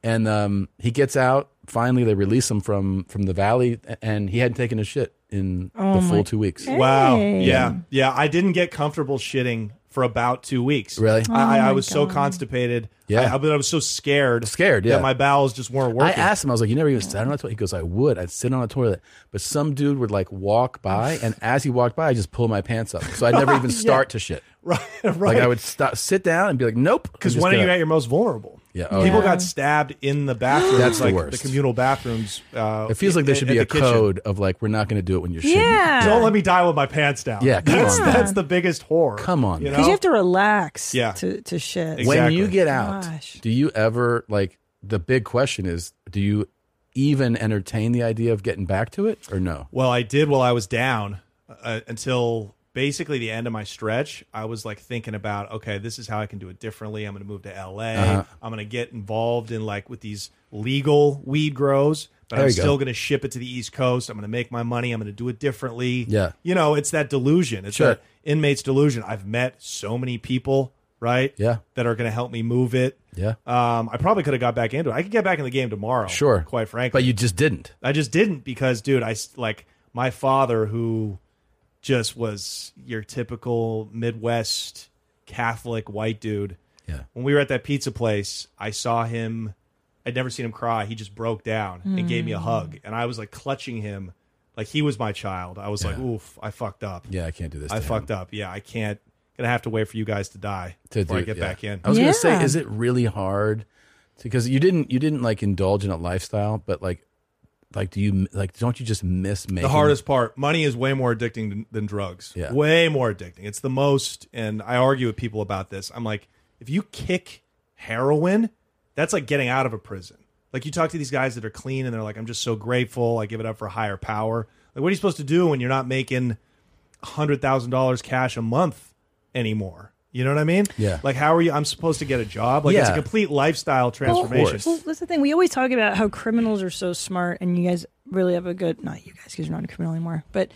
B: And um, he gets out. Finally, they release him from from the valley, and he hadn't taken a shit in
A: Oh
B: the full two weeks.
C: Wow.
A: Hey.
C: Yeah. Yeah. I didn't get comfortable shitting for about two weeks.
B: Really? Oh
C: I, I
A: my
C: was so
A: God.
C: constipated.
B: Yeah.
C: I, I- but I was so scared.
B: Scared, yeah.
C: That my bowels just weren't
B: I
C: working.
B: asked him, I was like, you never even sat on a toilet? He goes, I would. I'd sit on a toilet. But some dude would like walk by, and as he walked by, I just pull my pants up. So I'd never even start to shit.
C: right. Right.
B: Like I would stop, sit down and be like, nope.
C: Because when are you at your most vulnerable?
B: Yeah, oh,
C: People
B: yeah.
C: got stabbed in the bathrooms.
B: That's the
C: like
B: worst.
C: communal bathrooms. Uh,
B: It feels like there
C: at-
B: should
C: at
B: be
C: the
B: a
C: kitchen.
B: code of like, we're not going to do it when you're shitting.
A: Yeah.
C: Don't let me die with my pants down.
B: Yeah, come
C: that's,
B: on, man.
C: that's the biggest horror.
B: Come on,
C: you
B: man.
A: Because you
C: know.
A: have to relax
C: Yeah.
A: to, to shit.
C: Exactly.
B: When you get out,
A: Gosh.
B: do you ever like the big question is, do you even entertain the idea of getting back to it or no?
C: Well, I did while I was down uh, until basically the end of my stretch. I was like thinking about, okay, this is how I can do it differently. I'm going to move to LA.
B: Uh-huh.
C: I'm going to get involved in like with these legal weed grows, but
B: There
C: I'm
B: you go.
C: still going to ship it to the East Coast. I'm going to make my money. I'm going to do it differently.
B: Yeah.
C: You know, it's that delusion. It's
B: Sure.
C: that inmate's delusion. I've met so many people, right?
B: Yeah.
C: That are going to help me move it.
B: Yeah.
C: Um, I probably could have got back into it. I could get back in the game tomorrow.
B: Sure.
C: Quite frankly.
B: But you just didn't.
C: I just didn't because, dude, I s- like my father who just was your typical Midwest Catholic white dude.
B: Yeah.
C: When we were at that pizza place, I saw him. I'd never seen him cry. He just broke down and gave me a hug, and I was like clutching him, like he was my child. I was like, "Oof, I fucked up.
B: Yeah. I can't do this.
C: I fucked up. Yeah, I can't. Gonna have to wait for you guys to die
B: to
C: before
B: do
C: I get
B: yeah.
C: back in."
B: I was going to say,
A: Yeah.
B: is it really hard? Because you didn't, you didn't like indulge in a lifestyle, but like, like, do you like? Don't you just miss making
C: the hardest part money is way more addicting than, than drugs
B: Yeah.
C: way more addicting it's the most and i argue with people about this i'm like if you kick heroin that's like getting out of a prison Like you talk to these guys that are clean and they're like, I'm just so grateful. I give it up for higher power. Like, what are you supposed to do when you're not making hundred thousand dollars cash a month anymore? You know what I mean?
B: Yeah.
C: Like, how are you? I'm supposed to get a job. Like, it's a
B: Yeah.
C: complete lifestyle transformation.
A: Well, that's the thing. We always talk about how criminals are so smart, and you guys really have a good. Not you guys, because you're not a criminal anymore. But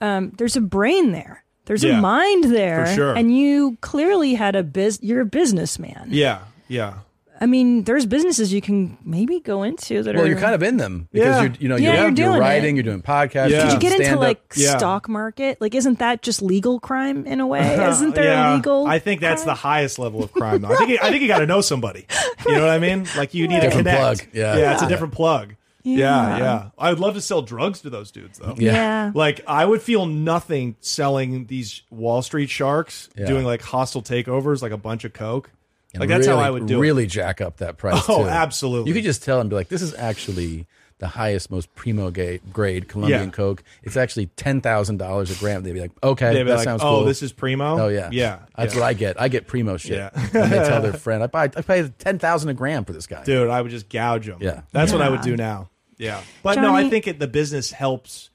A: um, there's a brain there. There's
C: Yeah.
A: a mind there,
C: For sure.
A: and you clearly had a biz. You're a businessman.
C: Yeah. Yeah.
A: I mean, there's businesses you can maybe go into that are.
B: Well, you're kind of in them because
A: Yeah.
B: you're, you know,
A: Yeah,
B: you're,
A: you're doing
B: you're writing,
A: it.
B: you're doing podcasts.
A: Did you get into
B: stand-up.
A: like stock market? Like, isn't that just legal crime in a way? Isn't there
C: Yeah.
A: legal?
C: I think that's the highest level of crime. Though. I think I think you got to know somebody. You know what I mean? Like you need
B: Different
C: a connect.
B: plug. Yeah.
C: it's a
B: Yeah.
C: different plug. Yeah.
B: Yeah.
C: yeah, I would love to sell drugs to those dudes though.
B: Yeah. Yeah.
C: Like I would feel nothing selling these Wall Street sharks
B: Yeah.
C: doing like hostile takeovers, like a bunch of coke.
B: And
C: like that's how
B: really-
C: I would do it.
B: Really jack up that price.
C: Oh,
B: too.
C: absolutely.
B: You could just tell and be like, "This is actually the highest, most primo ga- grade Colombian
C: Yeah.
B: Coke. It's actually ten thousand dollars a gram." They'd be like, "Okay,
C: They'd be
B: that
C: like,
B: sounds
C: "Oh,
B: cool.
C: this is primo?"
B: Oh yeah,
C: Yeah,
B: That's
C: yeah.
B: what I get. I get primo shit.
C: Yeah.
B: and they tell their friend, "I buy, I pay ten thousand a gram for this guy."
C: Dude, I would just gouge them.
B: Yeah.
C: That's what I would
B: Yeah.
C: do now. Yeah. But no,
B: Johnny-
C: I think it, the business helps.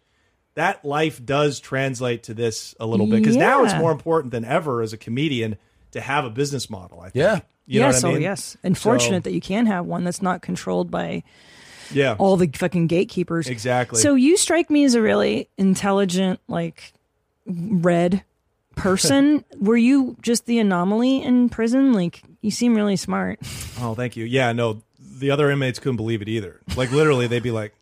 C: That life does translate to this a little bit because now it's
A: Yeah.
C: more important than ever as a comedian to have a business model. I think.
B: Yeah.
C: You know
A: yes,
C: what I
A: oh
C: mean?
A: yes. And
C: So,
A: fortunate that you can have one that's not controlled by
C: yeah.
B: Oh.
A: all the fucking gatekeepers.
C: Exactly.
A: So you strike me as a really intelligent, like red person. Were you just the anomaly in prison? Like you seem really smart.
C: Oh, thank you. Yeah. No, the other inmates couldn't believe it either. Like literally, they'd be like,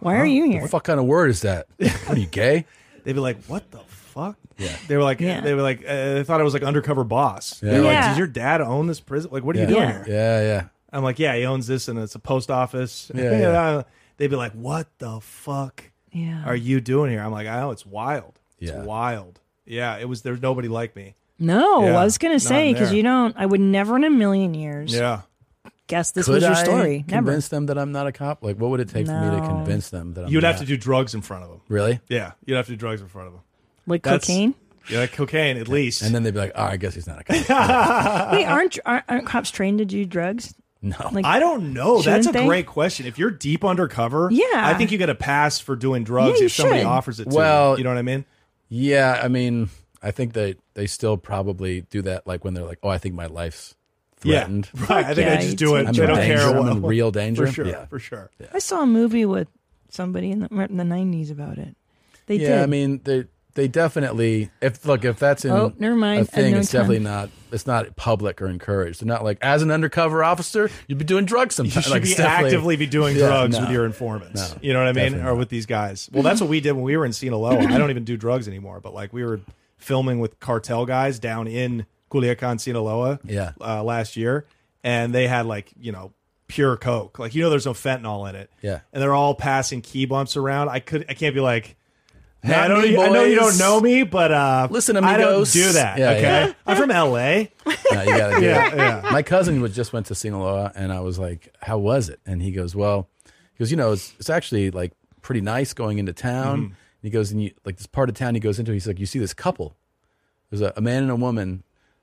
A: Why are you here?
B: What fuck kind of word is that? What are you gay?
C: They'd be like, what the fuck?
B: Yeah.
C: They were like, they were like, uh, they thought I was like undercover boss. They
B: Yeah.
C: were like,
B: Yeah.
C: does your dad own this prison? Like, what are
B: yeah.
C: you doing here?
B: yeah, yeah.
C: I'm like, yeah, he owns this and it's a post office.
B: Yeah,
C: yeah. They'd be like, what the fuck
A: Yeah.
C: are you doing here? I'm like, I know, it's wild. It's
B: Yeah.
C: wild. Yeah, it was, there's nobody like me.
A: No,
C: Yeah,
A: I was gonna
C: not
A: say because
C: there.
A: you don't. I would never in a million years.
C: Yeah.
A: Guess this
B: Could
A: was your
B: I
A: story. Never.
B: Convince them that I'm not a cop. Like, what would it take for me to
A: No.
B: convince them that I'm?
C: You'd
B: not?
C: have to do drugs in front of them.
B: Really?
C: Yeah, you'd have to do drugs in front of them.
A: Like cocaine?
C: Yeah, like cocaine at least.
B: And then they'd be like, oh, I guess he's not a cop.
A: Wait, aren't, aren't aren't cops trained to do drugs?
B: No,
A: Like,
C: I don't know. That's
A: shouldn't
C: a
A: they?
C: great question. If you're deep undercover,
A: Yeah.
C: I think you get a pass for doing drugs
A: you
C: if somebody
A: should.
C: offers it to
B: Well,
C: you. You know what I mean?
B: Yeah, I mean, I think that they still probably do that, like when they're like, "Oh, I think my life's
C: Yeah.
B: threatened."
C: Right, I think they
A: Yeah,
C: just
A: you
C: do it.
A: do.
B: I'm
C: They
B: in
C: don't
B: danger.
C: care
B: I'm
C: what.
B: in real danger.
C: For sure,
B: Yeah.
C: for sure.
A: I saw a movie with somebody in the, in the 90s about it. They
B: yeah,
A: did.
B: I mean, they they definitely if look if that's in
A: Oh, never mind.
B: a
A: I
B: thing,
A: know
B: it's
A: ton.
B: definitely not it's not public or encouraged. They're not like as an undercover officer, you'd be doing drugs sometimes.
C: You should
B: like,
C: be
B: it's definitely-
C: actively be doing
B: Yeah,
C: drugs
B: no.
C: with your informants.
B: No,
C: you know what I mean?
B: definitely
C: Or with these guys. Well, that's what we did when we were in Sinaloa. I don't even do drugs anymore, but like we were filming with cartel guys down in Culiacan, Sinaloa.
B: Yeah.
C: Uh, last year, and they had like you know pure coke. Like you know, there's no fentanyl in it.
B: Yeah.
C: And they're all passing key bumps around. I could. I can't be like. Hey,
B: Not
C: I, don't, e,
B: me,
C: I know you don't
B: boys.
C: know me, but uh,
B: Listen,
C: I don't
B: amigos.
C: do that.
B: Yeah,
C: okay,
B: yeah.
C: I'm from L.A.
B: No, you gotta do
C: Yeah,
B: it.
C: yeah.
B: My cousin was just went to Sinaloa, and I was like, "How was it?" And he goes, "Well, he goes, you know, it's, it's actually like pretty nice going into town."
C: Mm-hmm.
B: And he goes, "And you like this part of town he goes into, he's like, you see this couple. There's a, a man and a woman,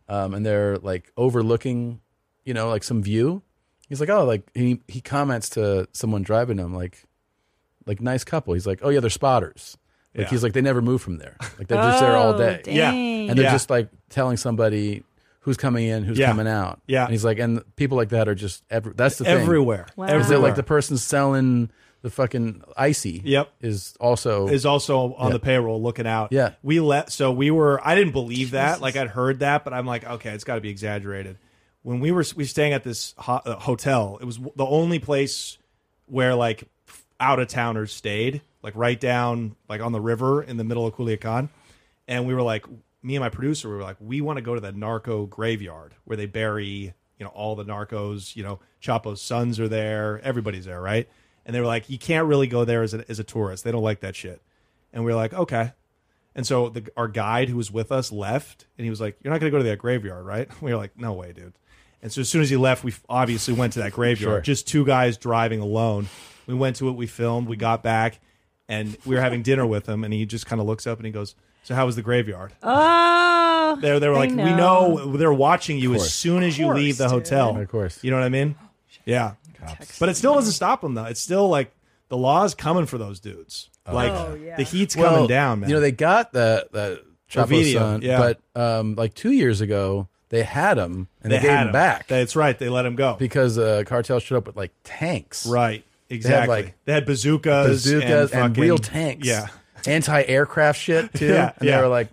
B: um, and they're like overlooking, you know, like some view." He's like, "Oh, like he he comments to someone driving him, like, like nice couple." He's like, "Oh yeah, they're spotters." Like
C: Yeah.
B: he's like, they never move from there. Like they're just there all
A: Oh,
B: day.
A: Yeah. dang.
B: and they're
A: Yeah.
B: just like telling somebody who's coming in, who's
C: Yeah.
B: coming out.
C: Yeah.
B: And he's like, and people like that are just every, that's the thing.
C: Everywhere. Wow.
B: Is that
C: Everywhere.
B: like the person selling the fucking icy?
C: Yep.
B: Is also
C: is also on
B: Yeah.
C: the payroll looking out.
B: Yeah.
C: We let so we were I didn't believe that. Like I'd heard that, but I'm like, okay, it's got to be exaggerated. When we were we were staying at this ho- uh, hotel, it was w- the only place where like out of towners stayed, like right down like on the river in the middle of Culiacan. And we were like me and my producer we were like we want to go to the narco graveyard where they bury, you know, all the narcos, you know, Chapo's sons are there, everybody's there, right? And they were like you can't really go there as a, as a tourist. They don't like that shit. And we were like, okay. And so the, our guide who was with us left, and he was like, "You're not going to go to that graveyard, right?" We were like, "No way, dude." And so as soon as he left, we f- obviously went to that graveyard.
B: Sure.
C: Just two guys driving alone. We went to it. We filmed. We got back, and we were having dinner with him. And he just kind of looks up and he goes, "So how was the graveyard?"
A: Oh,
C: They they were
A: I
C: like, "We know they're watching you as soon as you
A: course,
C: leave the hotel."
B: Of course.
C: You know what I mean? Yeah. But it still doesn't stop them though. It's still like the law's coming for those dudes. Like
B: Oh,
C: the heat's
B: Well,
C: coming down, man.
B: You know, they got the the Chapo
C: Ovidio,
B: son,
C: yeah.
B: but um, like two years ago, they had him and they,
C: They
B: gave
C: had
B: him
C: him.
B: back.
C: That's right. They let him go
B: because uh, cartel showed up with like tanks.
C: Right.
B: They had,
C: Exactly.
B: like
C: They had bazookas and
B: bazookas and,
C: fucking-
B: real tanks.
C: Yeah.
B: anti-aircraft shit too.
C: Yeah,
B: and
C: yeah.
B: they were like,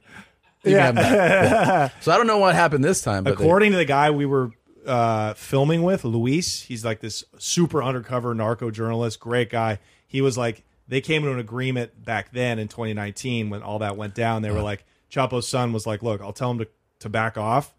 B: you
C: Yeah.
B: can have them back. Yeah. So I don't know what happened this time, but they-
C: According to the guy we were uh, filming with, Luis, he's like this super undercover narco journalist, great guy. He was like, they came to an agreement back then in 2019 when all that went down.
B: Uh-huh.
C: They were like, Chapo's son was like, look, I'll tell him to, to back off.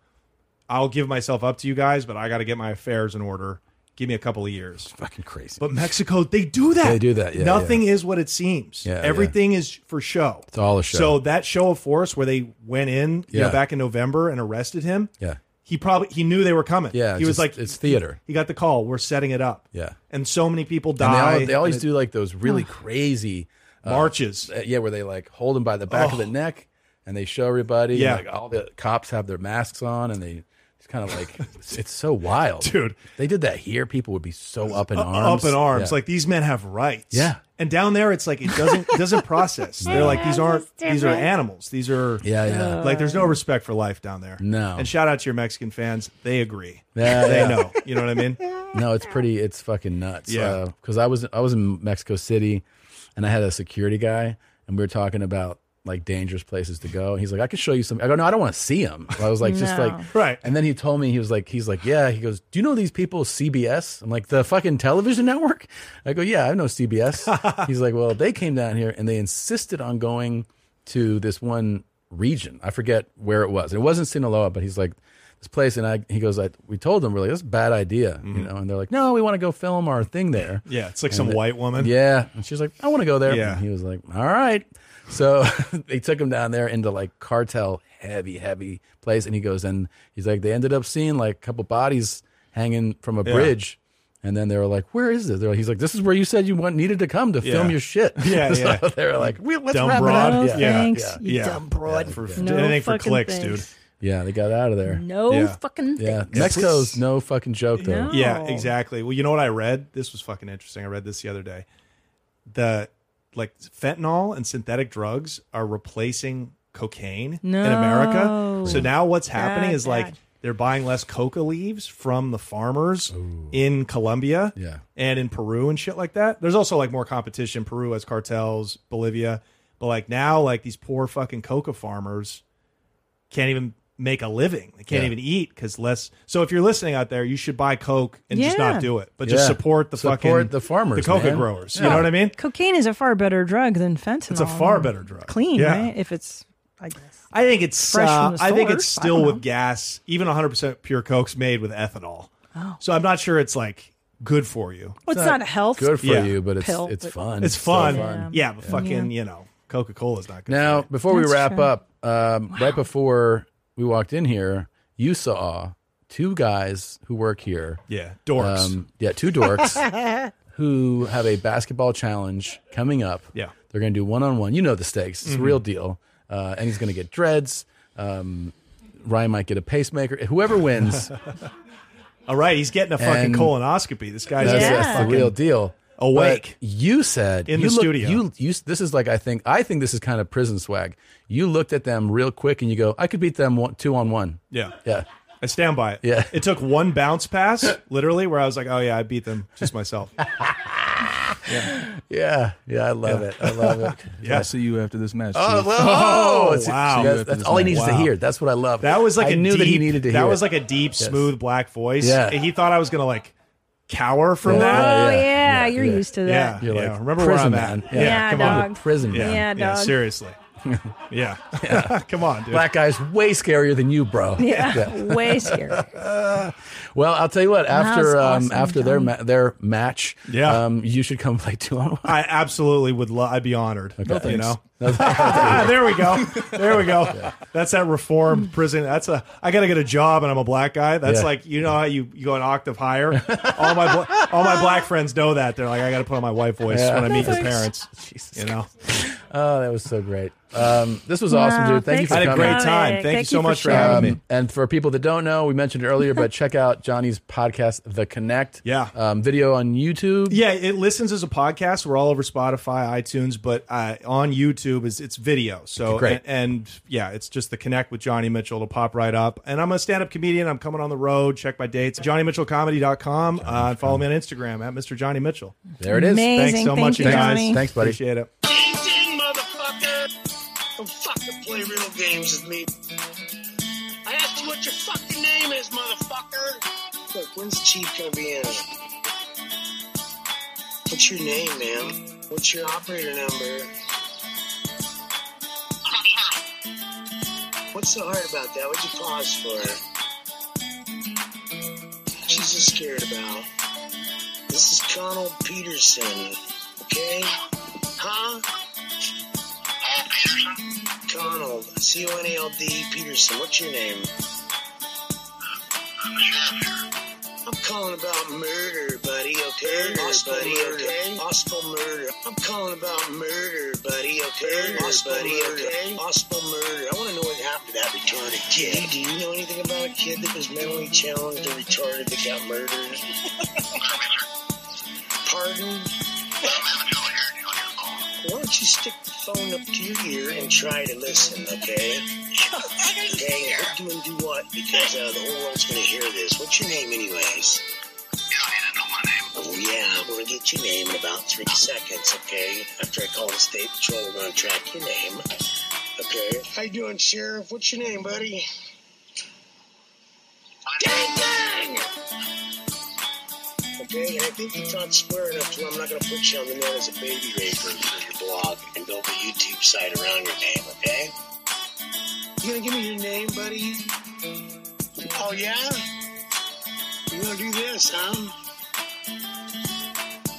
C: I'll give myself up to you guys, but I got to get my affairs in order. Give me a couple of years.
B: fucking crazy.
C: But Mexico, they do that.
B: They do that, yeah,
C: Nothing is what it seems.
B: Yeah, yeah.
C: Everything is for show.
B: It's all a show.
C: So that show of force where they went in, you know,
B: Yeah.
C: back in November and arrested him.
B: Yeah.
C: He probably he knew they were coming.
B: Yeah,
C: He was
B: just-
C: like,
B: it's theater.
C: He got the call. We're setting it up.
B: Yeah.
C: And so many people
B: And they,
C: die.
B: al- they always
C: And it-
B: do like those really crazy uh,
C: Marches.
B: uh, yeah, where they like hold them by the back of the neck and they show everybody. and,
C: Oh. Yeah.
B: like all the cops have their masks on and they. It's kind of like it's, it's so wild,
C: Dude.
B: They did that here. People would be so up in
C: Uh,
B: arms,
C: Up in arms.
B: Yeah.
C: Like these men have rights.
B: Yeah.
C: And down there, it's like it doesn't it doesn't process. They're like these aren't these are
B: different.
C: animals. These are
B: Yeah, yeah.
C: Like there's no respect for life down there.
B: No.
C: And shout out to your Mexican fans. They agree.
B: Yeah,
C: they
B: yeah.
C: know. You know what I mean?
B: no, it's pretty. It's fucking nuts.
C: Yeah.
B: because I was I was in Mexico City, and I had a security guy, and we were talking about like dangerous places to go. And he's like, I could show you some. I go, no, I don't want to see him. I was like, just
C: No.
B: like
C: right.
B: And then he told me he was like, he's like, yeah. He goes, do you know these people CBS? I'm like, the fucking television network. I go, yeah, I know CBS. he's like, well, they came down here and they insisted on going to this one region. I forget where it was. It wasn't Sinaloa, but he's like. This place, and I, he goes. I, we told them, we're like, that's a bad idea, you know. And they're like, no, we want to go film our thing there.
C: Yeah, it's like
B: And
C: some
B: the-
C: white woman.
B: Yeah, and she's like, I want to go there.
C: Yeah.
B: And he was like, all right. So they took him down there into like cartel heavy, heavy place, and he goes and he's like, they ended up seeing like a couple bodies hanging from a
C: Yeah.
B: bridge. And then they were like, "Where is this?" They're like, he's like, "This is where you said you want, needed to come to film
C: Yeah.
B: your shit."
C: Yeah,
B: so
C: yeah.
B: They were like, we, "Let's
C: Dumb
B: wrap
C: broad.
B: it
C: No
B: up."
C: thanks, you
B: yeah.
C: dumb
B: broad.
C: For,
A: No
C: anything for
A: fucking
C: clicks, dude.
A: thanks.
B: Yeah, they got out of there.
A: No
C: Yeah.
A: fucking thing.
B: Yeah, Mexico's no fucking joke though.
C: Yeah, exactly. Well, you know what I read? This was fucking interesting. I read this the other day. The like fentanyl and synthetic drugs are replacing cocaine in
A: No.
C: America. So now what's happening
A: Bad,
C: is like
A: bad.
C: they're buying less coca leaves from the farmers in Colombia
B: Yeah.
C: and in Peru and shit like that. There's also like more competition. Peru has cartels, Bolivia, but like now like these poor fucking coca farmers can't even make a living. They can't
B: Yeah.
C: even eat because less. So if you're listening out there, you should buy coke and just
A: Yeah.
C: not do it, but just
B: Yeah.
C: support the
B: Support
C: fucking
B: the farmers,
C: the coca
B: man.
C: growers. You
B: Yeah.
C: know what I mean?
A: Cocaine is a far better drug than fentanyl.
C: It's a far better drug.
A: Clean,
C: Yeah.
A: right? If it's, I guess.
C: I think it's
A: Fresh from
C: uh,
A: the
C: I think
A: source.
C: it's
A: I don't
C: still
A: know.
C: with gas. Even 100 percent pure coke's made with ethanol.
A: Oh.
C: So I'm not sure it's like good for you.
A: Well, it's not a health
B: good for
C: Yeah.
B: you, but it's
A: Pill,
B: it's
A: but-
B: fun.
C: It's
B: so
C: fun.
B: fun.
C: Yeah, but fucking you know Coca Cola's not good.
B: Now, before we
A: That's
B: wrap
A: true.
B: up, um, right before we walked in here, you saw two guys who work here. Um,
C: Yeah, dorks.
B: yeah, two dorks who have a basketball challenge coming up.
C: Yeah.
B: They're going to do one on one. You know the stakes. It's
C: Mhm.
B: a real deal. Uh, and he's going to get dreads. Um, Ryan might get a pacemaker. Whoever wins,
C: All right, he's getting a fucking
B: And-
C: colonoscopy. This guy's
B: that's,
C: just
B: that's the
C: fucking-
B: real deal.
C: awake.
B: But you said
C: In
B: you
C: the
B: look-
C: studio.
B: You, you this is like I think I think this is kind of prison swag. You looked at them real quick and you go, I could beat them one, two on one.
C: Yeah.
B: Yeah.
C: I stand by it.
B: Yeah.
C: It took one bounce pass, literally, where I was like, oh, yeah, I beat them just myself.
B: Yeah. Yeah. I love it. I love it.
I: Yeah. I'll see you after this match.
B: Oh,
I: Chief.
B: well,
C: Oh,
B: oh, it's-
C: wow.
B: that's, that's all he needs to
C: Wow.
B: hear. That's what I love.
C: That was like
B: I
C: a
B: knew
C: deep,
B: that he needed to hear.
C: That was
B: it.
C: like a deep,
B: Yes.
C: smooth black voice.
B: Yeah.
C: He thought I was going to like cower from
B: Yeah,
C: that.
A: Oh yeah,
B: yeah,
A: you're
B: yeah.
A: used to
C: Yeah.
A: that.
B: You're
C: yeah.
B: like,
C: Remember
B: prison,
C: where I'm
B: man.
C: at.
B: Yeah.
A: Yeah,
C: Come on.
A: dog.
B: prison.
C: Yeah.
A: Yeah,
C: yeah,
A: dog.
C: seriously. Yeah. Come on, dude.
B: Black guy's way scarier than you, bro.
A: Yeah, way scary.
B: Well, I'll tell you what.
A: That was
B: After
A: awesome,
B: um, after their
A: Johnny.
B: ma- their match,
C: Yeah.
B: um, you should come play two on one.
C: I absolutely would love, I'd be honored. you
B: thanks.
C: know? Ah, there we go. There we go. That's that reform prison. That's a. I gotta get a job, and I'm a black guy. That's
B: Yeah.
C: like you know how you, you go an octave higher. all my bla- all my black friends know that. They're like, I gotta put on my white voice
B: Yeah.
C: when I
B: No,
C: meet your
B: thanks.
C: parents. you know.
B: Oh, that was so great. Um, this was awesome,
C: Wow,
B: dude. Thank you
C: thanks
B: for
C: I had a
B: coming.
C: great time. Thank, you so much for having me.
B: Um, And for people that don't know, we mentioned it earlier, but check out Johnny's podcast, The Connect. Yeah. Um, video on YouTube.
C: Yeah, it listens as a podcast. We're all over Spotify, iTunes, but uh, on YouTube is it's video. So
B: Okay, great.
C: And, and, yeah, it's just the connect with Johnny Mitchell. It'll pop right up. And I'm a stand-up comedian. I'm coming on the road. Check my dates. JohnnyMitchellComedy.com. Uh, and follow me on Instagram at Mr. Johnny Mitchell.
B: There it is. Amazing.
C: Thanks so
B: Thank
C: much,
B: you,
C: guys.
B: Johnny. Thanks, buddy.
C: Appreciate it.
O: Don't fucking play real games with me. I asked you what your fucking name is, motherfucker. Look, when's the chief gonna be in? What's your name, man? What's your operator number? What's so hard about that? What'd you pause for? She's just scared about. This is Connell Peterson, okay? Huh? Conald, C O N A L D Peterson. What's your name? I'm calling about murder, buddy. Okay, murder, buddy. Okay, possible murder. I'm calling about murder, buddy. Okay, possible buddy. Murder. Okay, possible murder. I want to know what happened to that retarded kid. Do you know anything about a kid that was mentally challenged or retarded that got murdered? Pardon? Why don't you stick the phone up to your ear and try to listen, okay? okay, what do and do what? Because uh, the whole world's going to hear this. What's your name, anyways? You don't need to know my name. Oh, yeah, I'm going to get your name in about three seconds, okay? After I call the state patrol, we're going to track your name, okay? How you doing, Sheriff? What's your name, buddy? Gang Gang! Okay, and I think you taught square enough to where I'm not going to put you on the net as a baby raper for your blog and build a YouTube site around your name, okay? You going to give me your name, buddy? Oh, yeah? You going to do this, huh?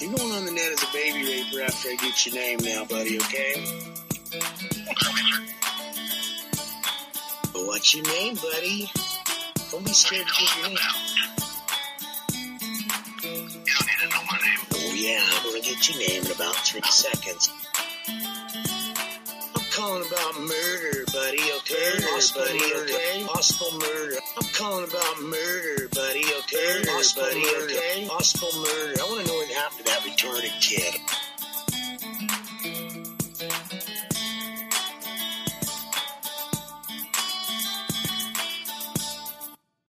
O: You're going on the net as a baby raper after I get your name now, buddy, okay? But what's your name, buddy? Don't be scared to give your name. Oh yeah, I'm gonna get your name in about three seconds. I'm calling about murder, buddy. Okay, possible buddy. Murder. Okay, possible murder. I'm calling about murder, buddy. Okay, murder, possible buddy. Murder. Okay, possible murder. I want to know what happened to that retarded kid.